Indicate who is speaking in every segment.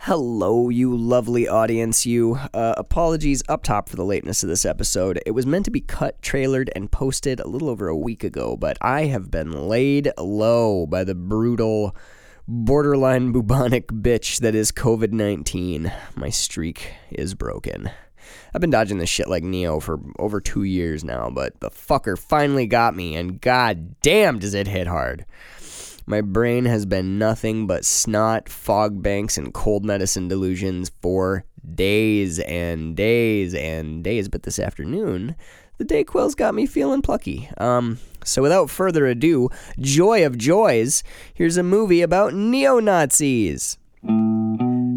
Speaker 1: Hello, you lovely audience. You uh, apologies up top for the lateness of this episode. It was meant to be cut, trailered, and posted a little over a week ago, but I have been laid low by the brutal, borderline bubonic bitch that is COVID 19. My streak is broken. I've been dodging this shit like Neo for over two years now, but the fucker finally got me, and god damn does it hit hard. My brain has been nothing but snot, fog banks, and cold medicine delusions for days and days and days. But this afternoon, the Dayquil's got me feeling plucky. Um, so without further ado, joy of joys, here's a movie about neo Nazis.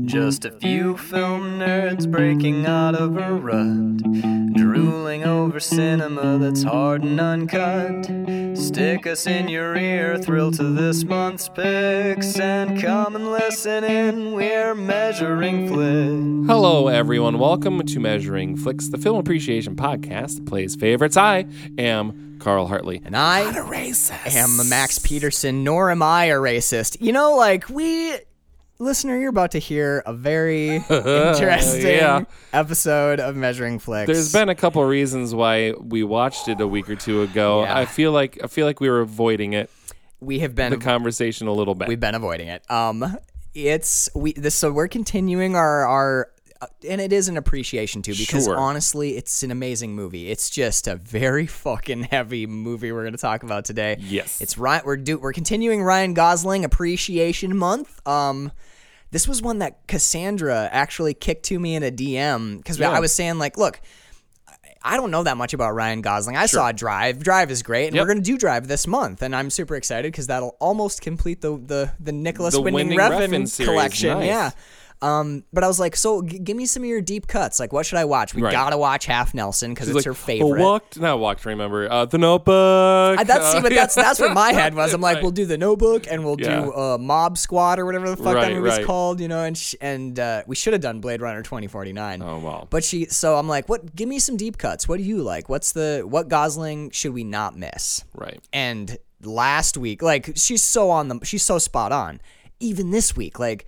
Speaker 2: Just a few film nerds breaking out of a rut, drooling over cinema that's hard and uncut. Stick us in your ear, thrill to this month's picks, and come and listen in. We're measuring flicks.
Speaker 3: Hello, everyone. Welcome to Measuring Flicks, the film appreciation podcast that plays favorites. I am Carl Hartley.
Speaker 1: And I am Max Peterson, nor am I a racist. You know, like we listener, you're about to hear a very interesting
Speaker 3: Yeah.
Speaker 1: episode of Measuring Flicks.
Speaker 3: There's been a couple reasons why we watched it a week or two ago.
Speaker 1: Yeah.
Speaker 3: I feel like I feel like we were avoiding it,
Speaker 1: we have been
Speaker 3: the conversation a little bit.
Speaker 1: we've been avoiding it. Um it's we this so we're continuing our our uh, and it is an appreciation too because
Speaker 3: Sure.
Speaker 1: honestly it's an amazing movie. It's just a very fucking heavy movie we're going to talk about today.
Speaker 3: Yes.
Speaker 1: It's Ryan we're do, we're continuing Ryan Gosling appreciation month. Um this was one that Cassandra actually kicked to me in a DM cuz I was saying like look I don't know that much about Ryan Gosling. I saw Drive. Drive is great, and
Speaker 3: Yep.
Speaker 1: we're going to do Drive this month, and I'm super excited because that'll almost complete the the the Nicholas
Speaker 3: The
Speaker 1: Winding,
Speaker 3: Winding
Speaker 1: Refn,
Speaker 3: Refn series.
Speaker 1: collection.
Speaker 3: Nice.
Speaker 1: Yeah. Um, but I was like, so g- give me some of your deep cuts. Like, what should I watch? We
Speaker 3: Right.
Speaker 1: gotta watch Half Nelson because it's
Speaker 3: like,
Speaker 1: her
Speaker 3: Oh,
Speaker 1: favorite.
Speaker 3: walked, not walked. Remember uh, the Notebook.
Speaker 1: I, that's see,
Speaker 3: uh,
Speaker 1: but that's that's what my head was. I'm like,
Speaker 3: Right.
Speaker 1: we'll do the Notebook and we'll
Speaker 3: Yeah.
Speaker 1: do uh, Mob Squad or whatever the fuck that
Speaker 3: Right,
Speaker 1: movie's
Speaker 3: right.
Speaker 1: called, you know. And sh- and uh, we should have done Blade Runner 2049.
Speaker 3: Oh, well.
Speaker 1: But she, so I'm like, what? Give me some deep cuts. What do you like? What's the what Gosling should we not miss?
Speaker 3: right.
Speaker 1: And last week, like she's so on the, she's so spot on. Even this week, like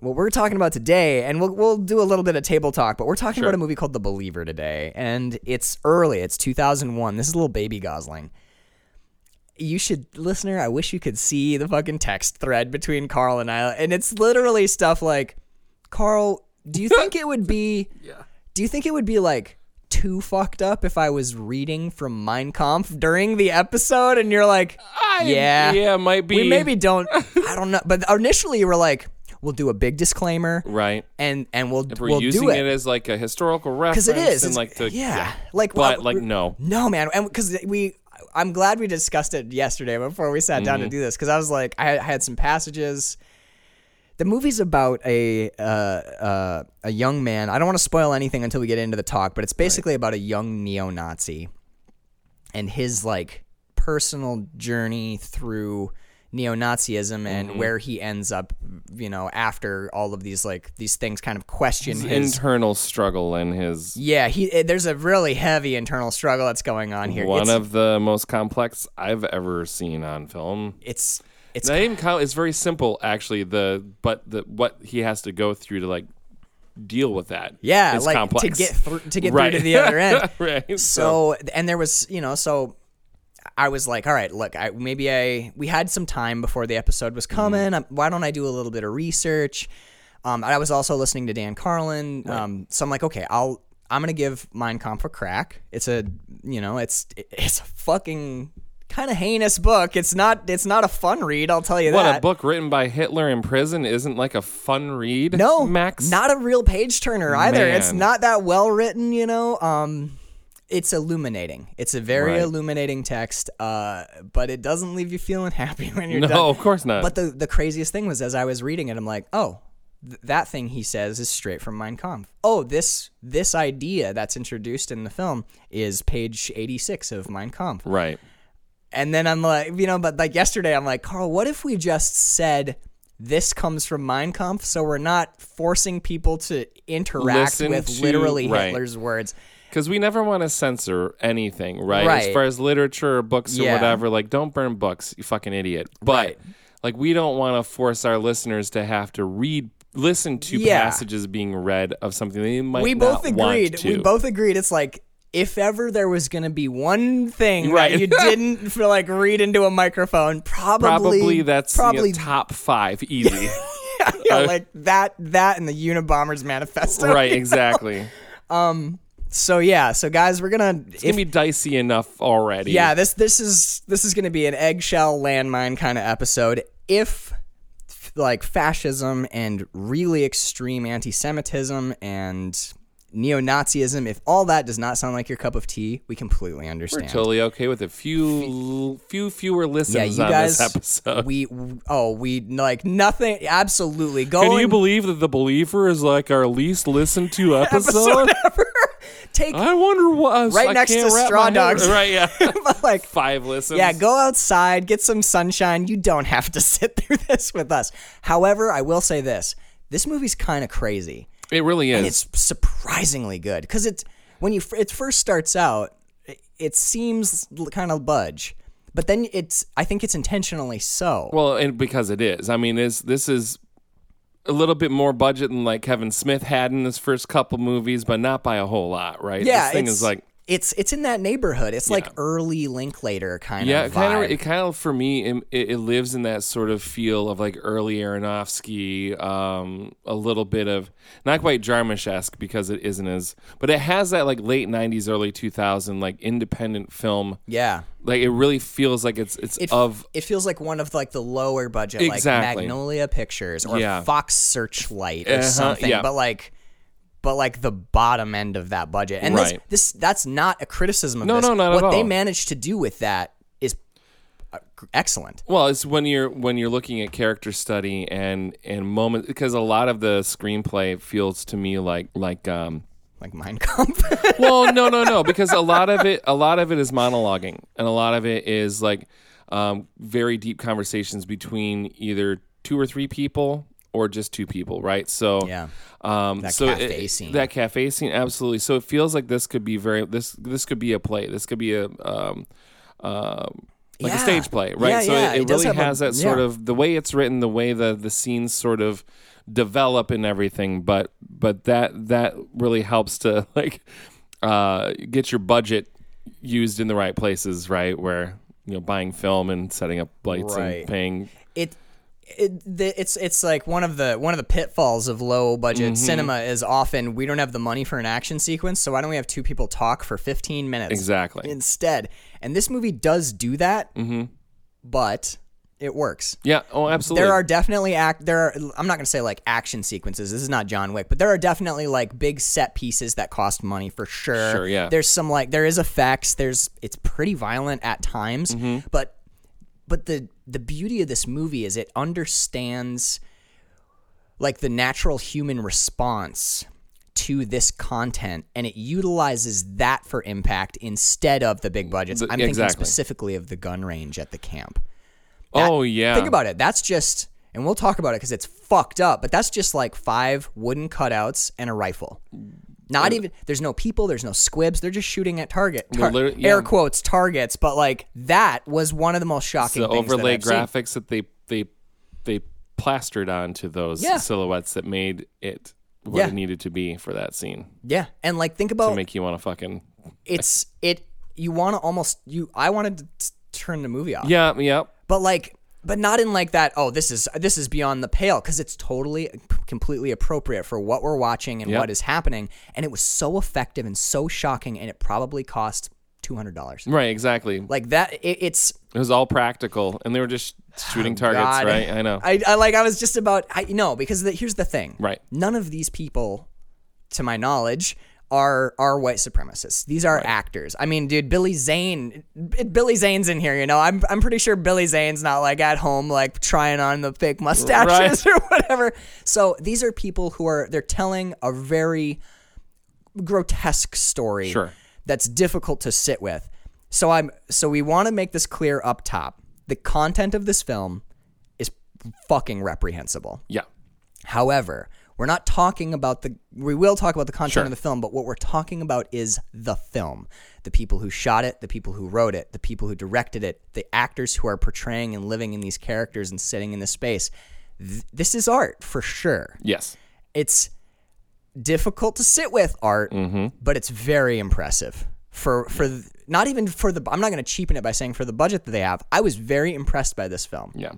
Speaker 1: what we're talking about today, and we'll we'll do a little bit of table talk, but we're talking about a movie called The Believer today, and it's early. It's 2001. This is little baby Gosling. You should, listener. I wish you could see the fucking text thread between Carl and I, and it's literally stuff like, Carl, do you think it would be? Do you think it would be like too fucked up if I was reading from Mein Kampf during the episode and you're like, yeah,
Speaker 3: yeah, might be.
Speaker 1: we maybe don't, I don't know. But initially you were like, we'll do a big disclaimer
Speaker 3: Right.
Speaker 1: and and we'll
Speaker 3: We're
Speaker 1: we'll
Speaker 3: using
Speaker 1: do it
Speaker 3: as like a historical reference.
Speaker 1: because it is
Speaker 3: And
Speaker 1: It's-
Speaker 3: like to,
Speaker 1: yeah. like
Speaker 3: But
Speaker 1: well,
Speaker 3: like no.
Speaker 1: no man and because we i'm glad we discussed it yesterday before we sat
Speaker 3: Mm-hmm.
Speaker 1: down to do this because i was like I, I had some passages the movie's about a uh, uh, a young man i don't want to spoil anything until we get into the talk but it's basically about a young neo-nazi and his like personal journey through neo-nazism and
Speaker 3: Mm-hmm.
Speaker 1: where he ends up you know after all of these like these things kind of question his
Speaker 3: internal struggle in his
Speaker 1: yeah, he eh, there's a really heavy internal struggle that's going on here.
Speaker 3: one
Speaker 1: it's,
Speaker 3: of the most complex I've ever seen on film.
Speaker 1: it's it's
Speaker 3: Not even com- it's very simple actually. The but the what he has to go through to like deal with that.
Speaker 1: yeah,
Speaker 3: is
Speaker 1: like
Speaker 3: complex.
Speaker 1: to get through to get
Speaker 3: Right.
Speaker 1: through to the other end.
Speaker 3: right.
Speaker 1: So and there was you know so I was like, all right, look, I, maybe I we had some time before the episode
Speaker 3: Mm-hmm.
Speaker 1: was coming. Um Why don't I do a little bit of research? Um, I was also listening to Dan Carlin, um, so I'm like, okay, I'll I'm gonna give Mein Kampf a crack. It's a you know it's it's a fucking kind of heinous book. It's not it's not a fun read. I'll tell you
Speaker 3: what
Speaker 1: that.
Speaker 3: a book written by Hitler in prison isn't like a fun read.
Speaker 1: No,
Speaker 3: Max.
Speaker 1: not a real page turner either. It's
Speaker 3: Man.
Speaker 1: not that well written, you know. Um, it's illuminating. It's a very
Speaker 3: Right.
Speaker 1: illuminating text, uh, but it doesn't leave you feeling happy when you're
Speaker 3: no,
Speaker 1: done.
Speaker 3: of course not.
Speaker 1: But the the craziest thing was as I was reading it, I'm like, oh, th- that thing he says is straight from Mein Kampf. Oh, this this idea that's introduced in the film is page 86 of Mein Kampf.
Speaker 3: right.
Speaker 1: And then I'm like, you know, but like yesterday, I'm like, Carl, what if we just said this comes from Mein Kampf, so we're not forcing people to interact
Speaker 3: Listen
Speaker 1: with
Speaker 3: to-
Speaker 1: literally
Speaker 3: right.
Speaker 1: Hitler's words?
Speaker 3: Because we never want to censor anything, right?
Speaker 1: Right.
Speaker 3: As far as literature or books or
Speaker 1: Yeah.
Speaker 3: whatever, like don't burn books, you fucking idiot. But like we don't want to force our listeners to have to read listen to
Speaker 1: Yeah.
Speaker 3: passages being read of something they might
Speaker 1: we
Speaker 3: not
Speaker 1: both
Speaker 3: want
Speaker 1: agreed.
Speaker 3: to.
Speaker 1: We both agreed. It's like if ever there was going to be one thing
Speaker 3: Right.
Speaker 1: that you didn't feel like read into a microphone, probably
Speaker 3: probably, that's you know,
Speaker 1: probably
Speaker 3: top five easy.
Speaker 1: yeah,
Speaker 3: uh,
Speaker 1: like that that and the Unabomber's manifesto.
Speaker 3: right, exactly. It's
Speaker 1: So yeah. So guys, we're gonna.
Speaker 3: gonna
Speaker 1: If,
Speaker 3: be dicey enough already.
Speaker 1: yeah. This this is this is gonna be an eggshell landmine kind of episode. If f- like fascism and really extreme anti-Semitism and neo-Nazism, if all that does not sound like your cup of tea, we completely
Speaker 3: We're
Speaker 1: understand.
Speaker 3: totally okay with a few few fewer listens
Speaker 1: yeah, you
Speaker 3: on
Speaker 1: guys.
Speaker 3: this episode.
Speaker 1: We oh we like nothing. Absolutely. Go
Speaker 3: Can
Speaker 1: and
Speaker 3: you believe that the believer is like our least listened to episode?
Speaker 1: take
Speaker 3: I wonder what.
Speaker 1: Right
Speaker 3: I
Speaker 1: next
Speaker 3: can't
Speaker 1: to
Speaker 3: wrap
Speaker 1: Straw
Speaker 3: my head-
Speaker 1: Dogs.
Speaker 3: Right, yeah.
Speaker 1: like
Speaker 3: Five listens.
Speaker 1: Yeah, go outside, get some sunshine. You don't have to sit through this with us. However, I will say this this movie's kind of crazy.
Speaker 3: It really is.
Speaker 1: It's surprisingly good because it's when you f- it first starts out, it, it seems kind of budge, but then it's I think it's intentionally so.
Speaker 3: Well, and because it is. I mean, is this is a little bit more budget than like Kevin Smith had in his first couple movies, but not by a whole lot, right?
Speaker 1: yeah,
Speaker 3: this thing
Speaker 1: it's,
Speaker 3: is like
Speaker 1: it's it's in that neighborhood. It's like early Linklater kind
Speaker 3: yeah,
Speaker 1: of vibe.
Speaker 3: it kind of it kind of for me it, it it lives in that sort of feel of like early Aronofsky, um, a little bit of not quite Jarmusch esque because it isn't as, but it has that like late '90s, early 2000 like independent film.
Speaker 1: yeah.
Speaker 3: Like it really feels like it's it's
Speaker 1: It, f-
Speaker 3: of
Speaker 1: it feels like one of like the lower budget
Speaker 3: Exactly.
Speaker 1: like Magnolia Pictures or
Speaker 3: Yeah.
Speaker 1: Fox Searchlight or
Speaker 3: Uh-huh,
Speaker 1: something
Speaker 3: yeah.
Speaker 1: but like but like the bottom end of that budget and
Speaker 3: Right.
Speaker 1: this, this that's not a criticism of
Speaker 3: No,
Speaker 1: this
Speaker 3: no, not at
Speaker 1: what they
Speaker 3: all.
Speaker 1: managed to do with that is uh, gr- excellent
Speaker 3: Well, it's when you're when you're looking at character study and and moment because a lot of the screenplay feels to me like like um
Speaker 1: like Mein Kampf
Speaker 3: well no no no because a lot of it a lot of it is monologuing and a lot of it is like um, very deep conversations between either two or three people or just two people right so
Speaker 1: Yeah.
Speaker 3: um
Speaker 1: That
Speaker 3: so
Speaker 1: cafe
Speaker 3: it-
Speaker 1: scene.
Speaker 3: that cafe scene absolutely so it feels like this could be very this this could be a play this could be a um um like a
Speaker 1: Yeah.
Speaker 3: stage play, right?
Speaker 1: Yeah,
Speaker 3: so
Speaker 1: yeah,
Speaker 3: it,
Speaker 1: it
Speaker 3: it
Speaker 1: does
Speaker 3: really
Speaker 1: have a-
Speaker 3: has that sort
Speaker 1: yeah.
Speaker 3: of the way it's written, the way the the scenes sort of develop and everything. But but that that really helps to like uh, get your budget used in the right places, right? Where you know buying film and setting up lights
Speaker 1: Right.
Speaker 3: and paying.
Speaker 1: it it, the, it's it's like one of the one of the pitfalls of low
Speaker 3: Mm-hmm.
Speaker 1: budget cinema is often we don't have the money for an action sequence, so why don't we have two people talk for 15 minutes?
Speaker 3: Exactly.
Speaker 1: Instead, and this movie does do that, but it works.
Speaker 3: Yeah. Oh, absolutely.
Speaker 1: There are definitely act. There are. I'm not gonna say like action sequences. This is not John Wick, but there are definitely like big set pieces that cost money for sure.
Speaker 3: Sure, yeah.
Speaker 1: There's some like there is effects. There's it's pretty violent at times,
Speaker 3: Mm-hmm.
Speaker 1: but but the the beauty of this movie is it understands like the natural human response to this content and it utilizes that for impact instead of the big budgets.
Speaker 3: The-
Speaker 1: I'm thinking
Speaker 3: exactly.
Speaker 1: specifically of the gun range at the camp.
Speaker 3: oh yeah.
Speaker 1: Think about it. That's just, and we'll talk about it because it's fucked up, but that's just like five wooden cutouts and a rifle. Not even, there's no people, there's no squibs. They're just shooting at target.
Speaker 3: They're
Speaker 1: Tar-
Speaker 3: literally- yeah.
Speaker 1: Air quotes, targets, but like that was one of the most shocking
Speaker 3: the
Speaker 1: things. that
Speaker 3: overlay
Speaker 1: I've seen.
Speaker 3: graphics that they they they plastered onto those
Speaker 1: Yeah.
Speaker 3: silhouettes that made it what
Speaker 1: Yeah. Oh.
Speaker 3: it needed to be for that scene
Speaker 1: Yeah. And like, think
Speaker 3: to
Speaker 1: about
Speaker 3: make you want to fucking
Speaker 1: it's, it, you want to almost, you, I wanted to t- turn the movie off.
Speaker 3: yeah yeah
Speaker 1: but like but not in like that oh this is this is beyond the pale because it's totally completely appropriate for what we're watching and
Speaker 3: Yep.
Speaker 1: what is happening and it was so effective and so shocking and it probably cost $200
Speaker 3: right exactly
Speaker 1: like that it, it's
Speaker 3: it was all practical and they were just shooting targets
Speaker 1: Oh, God.
Speaker 3: right i know
Speaker 1: I, I like i was just about i no because the, here's the thing
Speaker 3: Right.
Speaker 1: none of these people to my knowledge are are white supremacists these are actors i mean dude billy zane it, billy zane's in here you know I'm, I'm pretty sure billy zane's not like at home like trying on the fake mustaches or whatever so these are people who are they're telling a very grotesque story
Speaker 3: Sure.
Speaker 1: that's difficult to sit with. So I'm so we want to make this clear up top. The content of this film is fucking reprehensible.
Speaker 3: yeah
Speaker 1: However, we're not talking about the we will talk about the content
Speaker 3: Sure.
Speaker 1: of the film, but what we're talking about is the film. The people who shot it, the people who wrote it, the people who directed it, the actors who are portraying and living in these characters and sitting in this space. th- this is art for sure.
Speaker 3: Yes.
Speaker 1: It's difficult to sit with art,
Speaker 3: Mm-hmm.
Speaker 1: but it's very impressive for for th- not even for the. I'm not going to cheapen it by saying for the budget that they have. I was very impressed by this film,
Speaker 3: Yeah.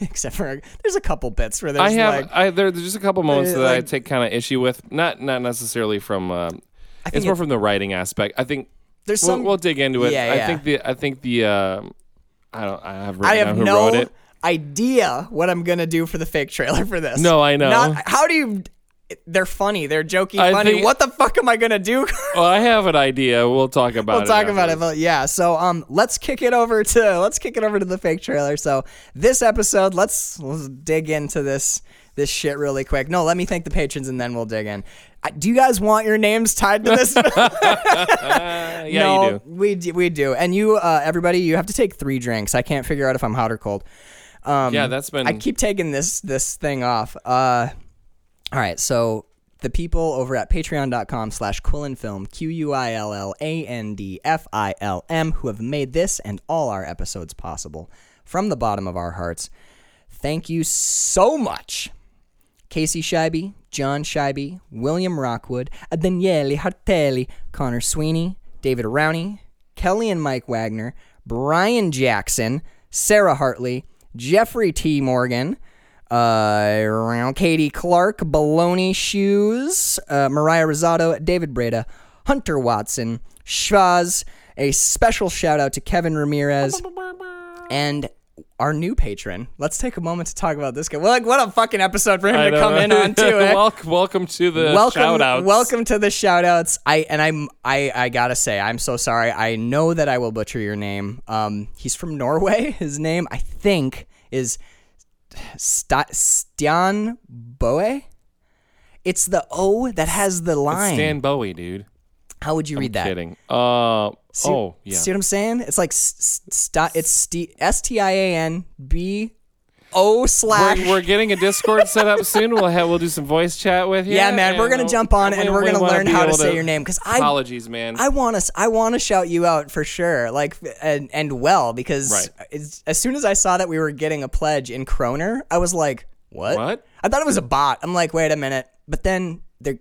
Speaker 1: except for there's a couple bits where there's
Speaker 3: I have
Speaker 1: like
Speaker 3: I, there, there's just a couple moments
Speaker 1: Uh,
Speaker 3: that I
Speaker 1: like-
Speaker 3: take kind of issue with. Not not necessarily from. Uh, it's more
Speaker 1: it-
Speaker 3: from the writing aspect. I think
Speaker 1: there's
Speaker 3: we'll,
Speaker 1: some.
Speaker 3: we'll dig into it.
Speaker 1: Yeah,
Speaker 3: I
Speaker 1: yeah.
Speaker 3: think the I think the uh, I don't I have written
Speaker 1: I have
Speaker 3: down who wrote
Speaker 1: no
Speaker 3: it.
Speaker 1: idea what I'm gonna do for the fake trailer for this.
Speaker 3: No, I know.
Speaker 1: Not, how do you? They're funny. They're jokey,
Speaker 3: I
Speaker 1: funny.
Speaker 3: think-
Speaker 1: what the fuck am I gonna do?
Speaker 3: Well, I have an idea. We'll talk about
Speaker 1: we'll
Speaker 3: it.
Speaker 1: talk about it.
Speaker 3: afterwards.
Speaker 1: But yeah, so um, let's kick it over to let's kick it over to the fake trailer. So this episode, let's let's dig into this this shit really quick. No, let me thank the patrons and then we'll dig in. I, do you guys want your names tied to this?
Speaker 3: Uh, yeah,
Speaker 1: no,
Speaker 3: you do.
Speaker 1: we do. We do. And you, uh, everybody, you have to take three drinks. I can't figure out if I'm hot or cold. Um,
Speaker 3: Yeah, that's been-
Speaker 1: I keep taking this this thing off. Uh, all right, so the people over at patreon.com slash quillanfilm, Q-U-I-L-L-A-N-D-F-I-L-M, who have made this and all our episodes possible from the bottom of our hearts, thank you so much. Casey Scheibe, John Scheibe, William Rockwood, Daniele Hartelli, Connor Sweeney, David Rowney, Kelly and Mike Wagner, Brian Jackson, Sarah Hartley, Jeffrey T. Morgan, uh, around Katie Clark, Baloney Shoes, uh, Mariah Rosado, David Breda, Hunter Watson, Shaz. A special shout out to Kevin Ramirez and our new patron. Let's take a moment to talk about this guy. Well, like, what a fucking episode for him
Speaker 3: I
Speaker 1: to
Speaker 3: know.
Speaker 1: come in on too. eh?
Speaker 3: welcome, welcome to the shout
Speaker 1: welcome,
Speaker 3: outs.
Speaker 1: welcome to the shout outs. I and I'm I I gotta say I'm so sorry. I know that I will butcher your name. Um, he's from Norway. His name I think is Sta- Stian Boe. It's the O that has the line.
Speaker 3: Stan Bowie, dude.
Speaker 1: How would you read that?
Speaker 3: Kidding. Uh,
Speaker 1: See,
Speaker 3: oh, yeah.
Speaker 1: See what I'm saying? It's like s- s- sti- it's sti- S T I A N B O slash.
Speaker 3: We're, we're getting a Discord set up soon. We'll have, we'll do some voice chat with you.
Speaker 1: yeah, man,
Speaker 3: and
Speaker 1: we're gonna
Speaker 3: we'll-
Speaker 1: jump on and
Speaker 3: we-
Speaker 1: we're
Speaker 3: we
Speaker 1: gonna
Speaker 3: wanna
Speaker 1: learn
Speaker 3: be
Speaker 1: how to
Speaker 3: able
Speaker 1: say your name because I
Speaker 3: Apologies, man.
Speaker 1: I want to I want to shout you out for sure, like and and well because
Speaker 3: Right.
Speaker 1: it's, as soon as I saw that we were getting a pledge in kroner, I was like, what?
Speaker 3: What?
Speaker 1: I thought it was a bot. I'm like, wait a minute, but then the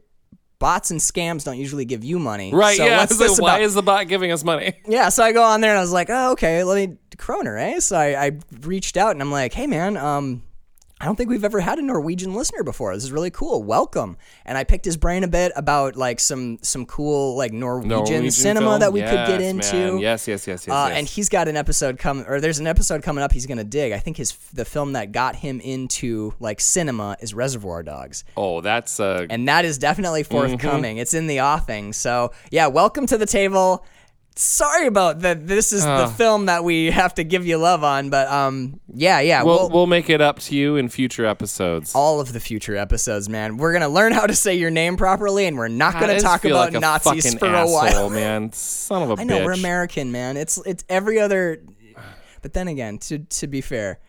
Speaker 1: bots and scams don't usually give you money,
Speaker 3: right?
Speaker 1: So
Speaker 3: yeah. I
Speaker 1: what's
Speaker 3: was like,
Speaker 1: this
Speaker 3: why
Speaker 1: about?
Speaker 3: is the bot giving us money?
Speaker 1: yeah, so I go on there and I was like, oh, okay, let me Kroner, eh? So I, I reached out and I'm like, hey, man, um, I don't think we've ever had a Norwegian listener before. This is really cool. Welcome. And I picked his brain a bit about like some some cool like Norwegian, cinema
Speaker 3: film?
Speaker 1: that we could get
Speaker 3: Yes,
Speaker 1: into.
Speaker 3: man. Yes, yes, yes, yes.
Speaker 1: Uh,
Speaker 3: yes.
Speaker 1: And he's got an episode coming, or there's an episode coming up. He's gonna dig. I think his the film that got him into like cinema is Reservoir Dogs,
Speaker 3: oh, that's uh,
Speaker 1: and that is definitely
Speaker 3: Mm-hmm.
Speaker 1: forthcoming. It's in the offing. So yeah, welcome to the table. Sorry about that. This is the film that we have to give you love on, but um, yeah, yeah.
Speaker 3: we'll,
Speaker 1: we'll-
Speaker 3: we'll make it up to you in future episodes.
Speaker 1: all of the future episodes, man. We're gonna learn how to say your name properly, and we're not
Speaker 3: I
Speaker 1: gonna
Speaker 3: just
Speaker 1: talk
Speaker 3: feel
Speaker 1: about
Speaker 3: like a
Speaker 1: Nazis
Speaker 3: fucking
Speaker 1: for a
Speaker 3: asshole,
Speaker 1: while.
Speaker 3: man. Son of a
Speaker 1: I know
Speaker 3: bitch.
Speaker 1: we're American, man. It's it's every other. But then again, to to be fair,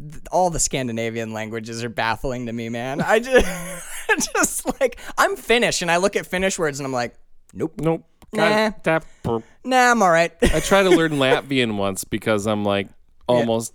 Speaker 1: th- all the Scandinavian languages are baffling to me, man. I just just like I'm Finnish, and I look at Finnish words, and I'm like, nope,
Speaker 3: Nope.
Speaker 1: Nah.
Speaker 3: God, that burp.
Speaker 1: nah, I'm all right.
Speaker 3: I tried to learn Latvian once because I'm like almost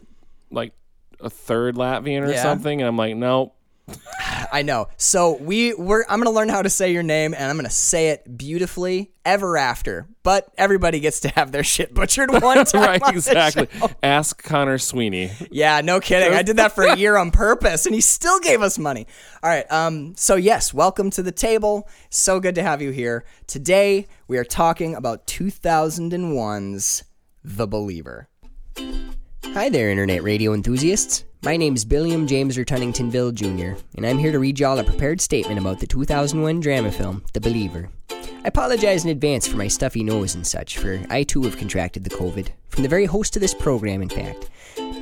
Speaker 3: like a third Latvian or
Speaker 1: Yeah.
Speaker 3: something, and I'm like, nope.
Speaker 1: I know. So we we're I'm gonna learn how to say your name, and I'm gonna say it beautifully ever after. But everybody gets to have their shit butchered one time.
Speaker 3: right,
Speaker 1: on this
Speaker 3: exactly.
Speaker 1: show.
Speaker 3: Ask Connor Sweeney.
Speaker 1: Yeah, no kidding. I did that for a year on purpose, and he still gave us money. All right. Um. So yes, welcome to the table. So good to have you here today. We are talking about 2001's The Believer. Hi there, internet radio enthusiasts. My name's Billiam James Retuningtonville Jr., and I'm here to read y'all a prepared statement about the 2001 drama film, The Believer. I apologize in advance for my stuffy nose and such, for I too have contracted the COVID, from the very host of this program, in fact.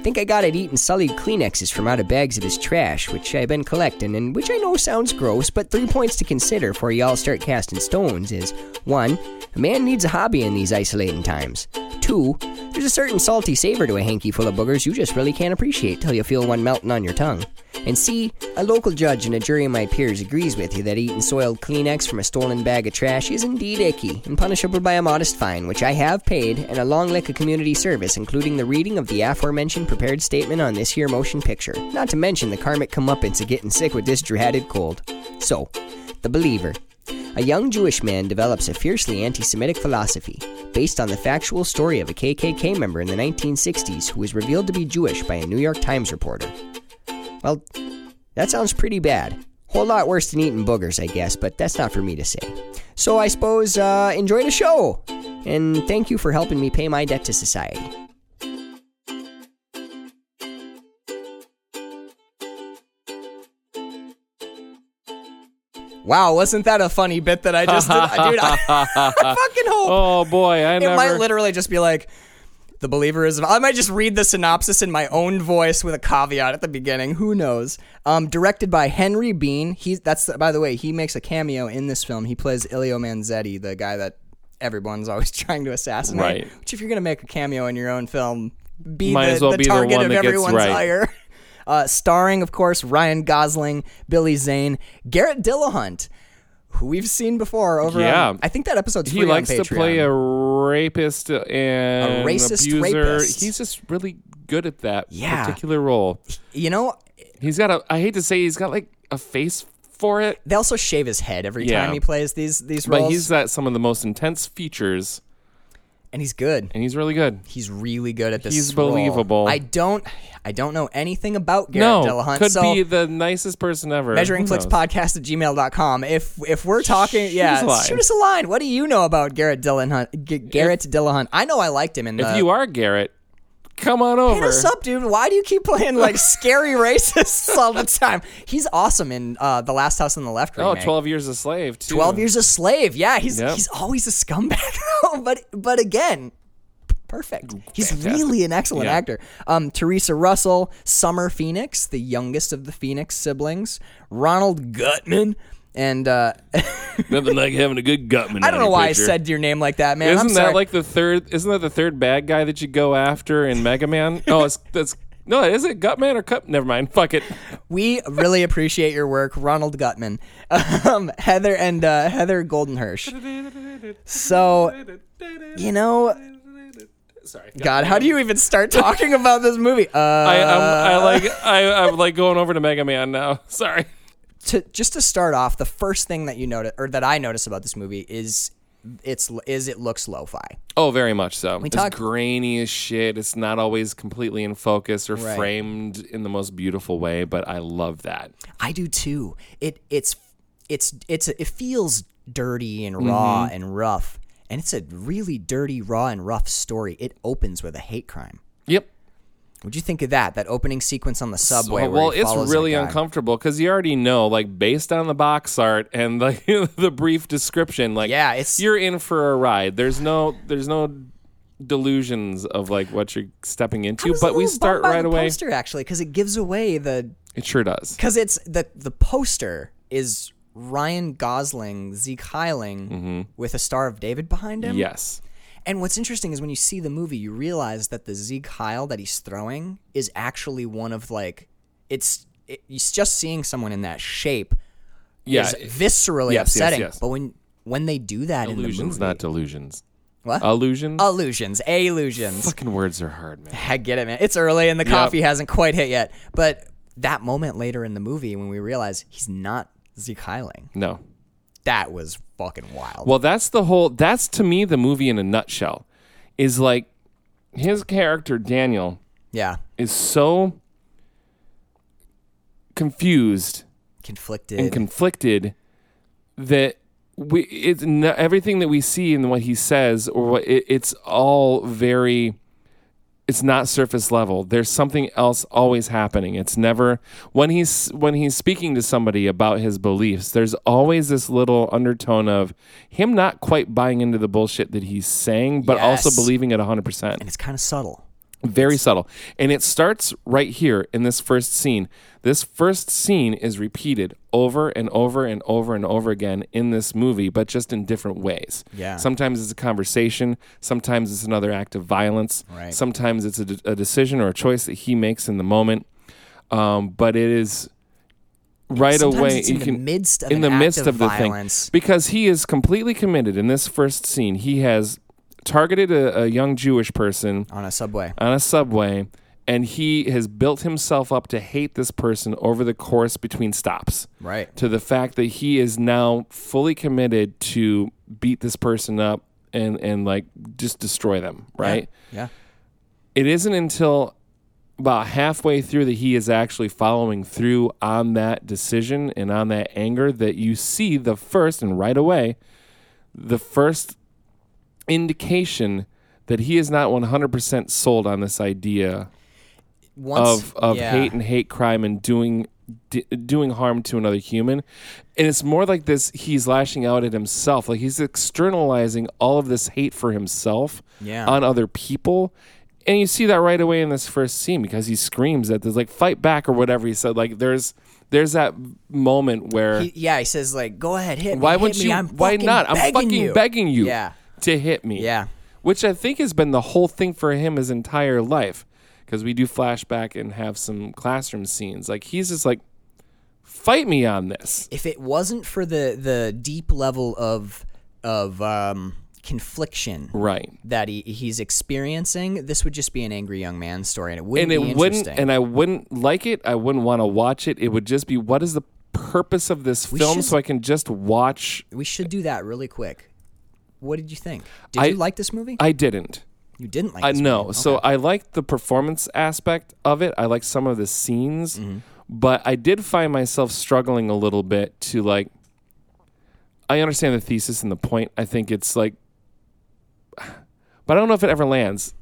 Speaker 1: Think I got it eating sullied Kleenexes from out of bags of his trash, which I've been collecting, and which I know sounds gross, but three points to consider before y'all start casting stones is 1. A man needs a hobby in these isolating times. Two, there's a certain salty savor to a hanky full of boogers you just really can't appreciate till you feel one melting on your tongue. And C, a local judge and a jury of my peers agrees with you that eating soiled Kleenex from a stolen bag of trash is indeed icky and punishable by a modest fine, which I have paid, and a long lick of community service, including the reading of the aforementioned prepared statement on this here motion picture, not to mention the karmic comeuppance of getting sick with this dreaded cold. So, the believer. A young Jewish man develops a fiercely anti Semitic philosophy based on the factual story of a KKK member in the 1960s who was revealed to be Jewish by a New York Times reporter. Well, that sounds pretty bad. Whole lot worse than eating boogers, I guess, but that's not for me to say. So I suppose uh, enjoy the show! And thank you for helping me pay my debt to society. Wow, wasn't that a funny bit that I just did? Dude, I, I fucking hope
Speaker 3: Oh boy, I
Speaker 1: it might
Speaker 3: never.
Speaker 1: literally just be like the believer is i might just read the synopsis in my own voice with a caveat at the beginning who knows um, directed by henry bean he's that's by the way he makes a cameo in this film he plays ilio manzetti the guy that everyone's always trying to assassinate
Speaker 3: Right.
Speaker 1: which if you're gonna make a cameo in your own film be
Speaker 3: Might
Speaker 1: the,
Speaker 3: as well
Speaker 1: the
Speaker 3: be the
Speaker 1: target
Speaker 3: one
Speaker 1: of
Speaker 3: that gets
Speaker 1: everyone's
Speaker 3: right.
Speaker 1: ire uh, starring of course ryan gosling billy zane garrett dillahunt who we've seen before over on-
Speaker 3: Yeah.
Speaker 1: i think that episode's
Speaker 3: He
Speaker 1: free on
Speaker 3: likes to
Speaker 1: Patreon.
Speaker 3: play a rapist and
Speaker 1: racist
Speaker 3: abuser.
Speaker 1: rapist.
Speaker 3: He's just really good at that
Speaker 1: Yeah.
Speaker 3: particular role.
Speaker 1: you know
Speaker 3: He's got a. I hate to say he's got like a face for it,
Speaker 1: They also shave his head every
Speaker 3: Yeah.
Speaker 1: time he plays these these roles,
Speaker 3: but he's got some of the most intense features,
Speaker 1: and he's good.
Speaker 3: and he's really good.
Speaker 1: He's really good at this.
Speaker 3: He's
Speaker 1: role.
Speaker 3: believable.
Speaker 1: I don't, I don't know anything about Garrett
Speaker 3: No,
Speaker 1: Dillahunt.
Speaker 3: could
Speaker 1: so
Speaker 3: be the nicest person ever.
Speaker 1: measuring
Speaker 3: Who
Speaker 1: flicks
Speaker 3: knows?
Speaker 1: podcast at gmail.com. If if we're talking, yeah,
Speaker 3: us a line.
Speaker 1: shoot us a line. What do you know about Garrett Dillahunt? G- Garrett Dillahunt. I know I liked him in the.
Speaker 3: If you are Garrett, come on over.
Speaker 1: uh, Hit us up, dude. Why do you keep playing like scary racists all the time? He's awesome in uh, the Last House on the Left.
Speaker 3: Oh,
Speaker 1: remake.
Speaker 3: 12 years a slave. Too.
Speaker 1: 12 years a slave. Yeah, he's
Speaker 3: Yep.
Speaker 1: he's always a scumbag. but but again, perfect. He's
Speaker 3: Fantastic.
Speaker 1: really an excellent
Speaker 3: Yeah.
Speaker 1: actor. Um, Teresa Russell, Summer Phoenix, the youngest of the Phoenix siblings, Ronald Gutman, and uh,
Speaker 3: Nothing like having a good gutman.
Speaker 1: I don't know why I said your name like that, man. I'm
Speaker 3: Isn't
Speaker 1: sorry.
Speaker 3: that like the third? Isn't that the third bad guy that you go after in Mega Man? Oh, it's that's no. Is it Gutman or Cup? Never mind. Fuck it.
Speaker 1: we really appreciate your work, Ronald Gutman, um, Heather and uh, Heather Goldenhirsch. So you know,
Speaker 3: Sorry.
Speaker 1: God, how do you even start talking about this movie? Uh,
Speaker 3: I, I'm, I like I, I'm like going over to Mega Man now. Sorry.
Speaker 1: to just to start off, the first thing that you notice or that I notice about this movie is it's is it looks lo-fi.
Speaker 3: Oh, very much so. it's
Speaker 1: talk-
Speaker 3: grainy as shit. It's not always completely in focus or
Speaker 1: Right.
Speaker 3: framed in the most beautiful way, but I love that.
Speaker 1: I do too. It it's it's it's it feels dirty and raw
Speaker 3: Mm-hmm.
Speaker 1: and rough, and it's a really dirty, raw and rough story. It opens with a hate crime.
Speaker 3: Yep.
Speaker 1: What'd you think of that? That opening sequence on the subway. where
Speaker 3: well,
Speaker 1: he
Speaker 3: it's
Speaker 1: follows a
Speaker 3: really
Speaker 1: guy.
Speaker 3: uncomfortable because you already know, like, based on the box art and the the brief description, like,
Speaker 1: Yeah, it's-
Speaker 3: you're in for a ride. There's no there's no delusions of like what you're stepping
Speaker 1: I
Speaker 3: into,
Speaker 1: was a
Speaker 3: but we
Speaker 1: little
Speaker 3: start
Speaker 1: bummed by
Speaker 3: right
Speaker 1: the
Speaker 3: away.
Speaker 1: Poster actually, because it gives away the
Speaker 3: It sure does.
Speaker 1: because it's the the poster is Ryan Gosling, Zeke Heiling,
Speaker 3: Mm-hmm.
Speaker 1: with a Star of David behind him.
Speaker 3: Yes.
Speaker 1: And what's interesting is when you see the movie, you realize that the Zeke Heil that he's throwing is actually one of like, it's it, it's just seeing someone in that shape
Speaker 3: Yeah.
Speaker 1: is viscerally
Speaker 3: yes, yes,
Speaker 1: upsetting.
Speaker 3: yes.
Speaker 1: But when when they do that in the
Speaker 3: illusions,
Speaker 1: movie,
Speaker 3: not delusions.
Speaker 1: What?
Speaker 3: Illusions.
Speaker 1: illusions, illusions.
Speaker 3: Fucking words are hard, man.
Speaker 1: I get it, man. It's early and the coffee hasn't quite hit yet. But that moment later in the movie when we realize he's not Zeke Heiling,
Speaker 3: No.
Speaker 1: that was fucking wild.
Speaker 3: Well, that's the whole. That's to me the movie in a nutshell. Is like his character Daniel
Speaker 1: yeah,
Speaker 3: is so confused
Speaker 1: conflicted.
Speaker 3: and conflicted that we it's not, everything that we see and what he says or what it, it's all very it's not surface level there's something else always happening it's never when he's when he's speaking to somebody about his beliefs there's always this little undertone of him not quite buying into the bullshit that he's saying but also
Speaker 1: Yes.
Speaker 3: believing it 100%
Speaker 1: and it's kind of subtle.
Speaker 3: Very subtle. And it starts right here in this first scene. This first scene is repeated over and over and over and over again in this movie, but just in different ways.
Speaker 1: Yeah.
Speaker 3: Sometimes it's a conversation, sometimes it's another act of violence,
Speaker 1: Right.
Speaker 3: sometimes it's a, de- a decision or a choice that he makes in the moment. Um, but it is right
Speaker 1: Sometimes
Speaker 3: away
Speaker 1: it's
Speaker 3: you
Speaker 1: in the
Speaker 3: can
Speaker 1: midst of
Speaker 3: in
Speaker 1: an
Speaker 3: the
Speaker 1: act
Speaker 3: midst
Speaker 1: of
Speaker 3: of, the
Speaker 1: violence.
Speaker 3: thing because he is completely committed in this first scene. He has targeted a, a young Jewish person
Speaker 1: on a subway.
Speaker 3: on a subway and he has built himself up to hate this person over the course between stops
Speaker 1: Right.
Speaker 3: to the fact that he is now fully committed to beat this person up and and like just destroy them right
Speaker 1: Yeah.
Speaker 3: it isn't until about halfway through that he is actually following through on that decision and on that anger that you see the first and right away the first indication that he is not 100% sold on this idea
Speaker 1: Once
Speaker 3: of of
Speaker 1: yeah.
Speaker 3: hate and hate crime and doing d- doing harm to another human and it's more like this he's lashing out at himself like he's externalizing all of this hate for himself
Speaker 1: Yeah.
Speaker 3: on other people and you see that right away in this first scene because he screams at this like fight back or whatever he said like there's there's that moment where
Speaker 1: He- yeah, he says like, "Go ahead, hit me."
Speaker 3: why
Speaker 1: hit
Speaker 3: would
Speaker 1: me,
Speaker 3: you
Speaker 1: I'm
Speaker 3: why
Speaker 1: fucking
Speaker 3: not i'm
Speaker 1: begging
Speaker 3: fucking
Speaker 1: you.
Speaker 3: begging you
Speaker 1: Yeah.
Speaker 3: to hit me
Speaker 1: Yeah.
Speaker 3: which I think has been the whole thing for him his entire life. Because we do flashback and have some classroom scenes. Like he's just like, fight me on this.
Speaker 1: If it wasn't for the the deep level of of um, confliction
Speaker 3: Right.
Speaker 1: that he, he's experiencing, this would just be an angry young man story, and it wouldn't
Speaker 3: And
Speaker 1: be
Speaker 3: it wouldn't
Speaker 1: interesting.
Speaker 3: and I wouldn't like it. I wouldn't want to watch it. It would just be what is the purpose of this film
Speaker 1: should-
Speaker 3: so I can just watch
Speaker 1: we should do that really quick. What did you think? Did
Speaker 3: I-
Speaker 1: you like this movie?
Speaker 3: I didn't.
Speaker 1: you didn't like.
Speaker 3: I
Speaker 1: this
Speaker 3: no.
Speaker 1: movie. Okay.
Speaker 3: So I liked the performance aspect of it. I liked some of the scenes, but I did find myself struggling a little bit to like. I understand the thesis and the point. I think it's like, but I don't know if it ever lands.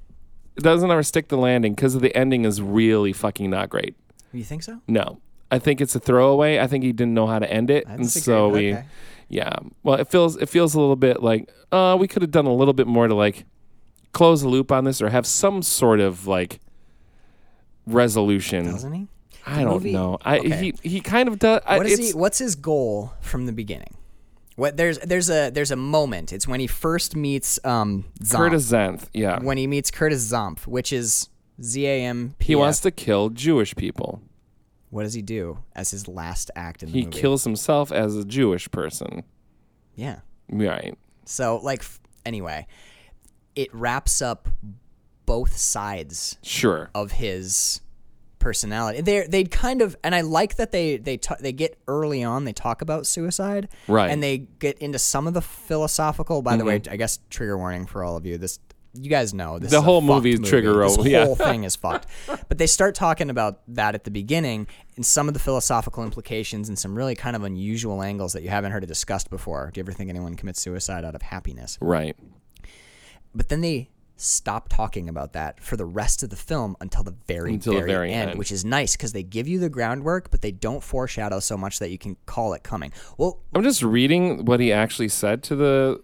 Speaker 3: It doesn't ever stick the landing because the ending is really fucking not great.
Speaker 1: you think
Speaker 3: Uh,
Speaker 1: so?
Speaker 3: No, I think it's a throwaway. I think he didn't know how to end it, and
Speaker 1: disagree,
Speaker 3: so
Speaker 1: but
Speaker 3: we,
Speaker 1: okay.
Speaker 3: yeah. Well, it feels it feels a little bit like uh, we could have done a little bit more to like close the loop on this or have some sort of like resolution.
Speaker 1: Doesn't he?
Speaker 3: I don't
Speaker 1: movie-
Speaker 3: know. I
Speaker 1: okay.
Speaker 3: he he kind of does. I,
Speaker 1: What is
Speaker 3: uh, it's-
Speaker 1: he? What's his goal from the beginning? What there's there's a there's a moment. It's when he first meets um Zomp.
Speaker 3: Curtis Zanth, yeah.
Speaker 1: when he meets Curtis Zomp, which is Z A M P.
Speaker 3: he wants to kill Jewish people.
Speaker 1: What does he do as his last act in the
Speaker 3: He
Speaker 1: movie?
Speaker 3: kills himself as a Jewish person.
Speaker 1: yeah.
Speaker 3: Right.
Speaker 1: So like f- anyway, it wraps up both sides
Speaker 3: Sure.
Speaker 1: of his personality. They they kind of and I like that they they ta- they get early on they talk about suicide,
Speaker 3: Right. Mm-hmm.
Speaker 1: And they get into some of the philosophical. By the way, I guess trigger warning for all of you. This you guys know this
Speaker 3: The
Speaker 1: is a
Speaker 3: whole
Speaker 1: fucked
Speaker 3: movie is trigger
Speaker 1: This
Speaker 3: roll, yeah.
Speaker 1: whole thing is fucked. But they start talking about that at the beginning and some of the philosophical implications and some really kind of unusual angles that you haven't heard it discussed before. Do you ever think anyone commits suicide out of happiness?
Speaker 3: Right.
Speaker 1: but then they stop talking about that for the rest of the film until the very
Speaker 3: Until the
Speaker 1: very,
Speaker 3: very
Speaker 1: end,
Speaker 3: end.
Speaker 1: which is nice because they give you the groundwork but they don't foreshadow so much that you can call it coming well
Speaker 3: I'm just reading what he actually said to the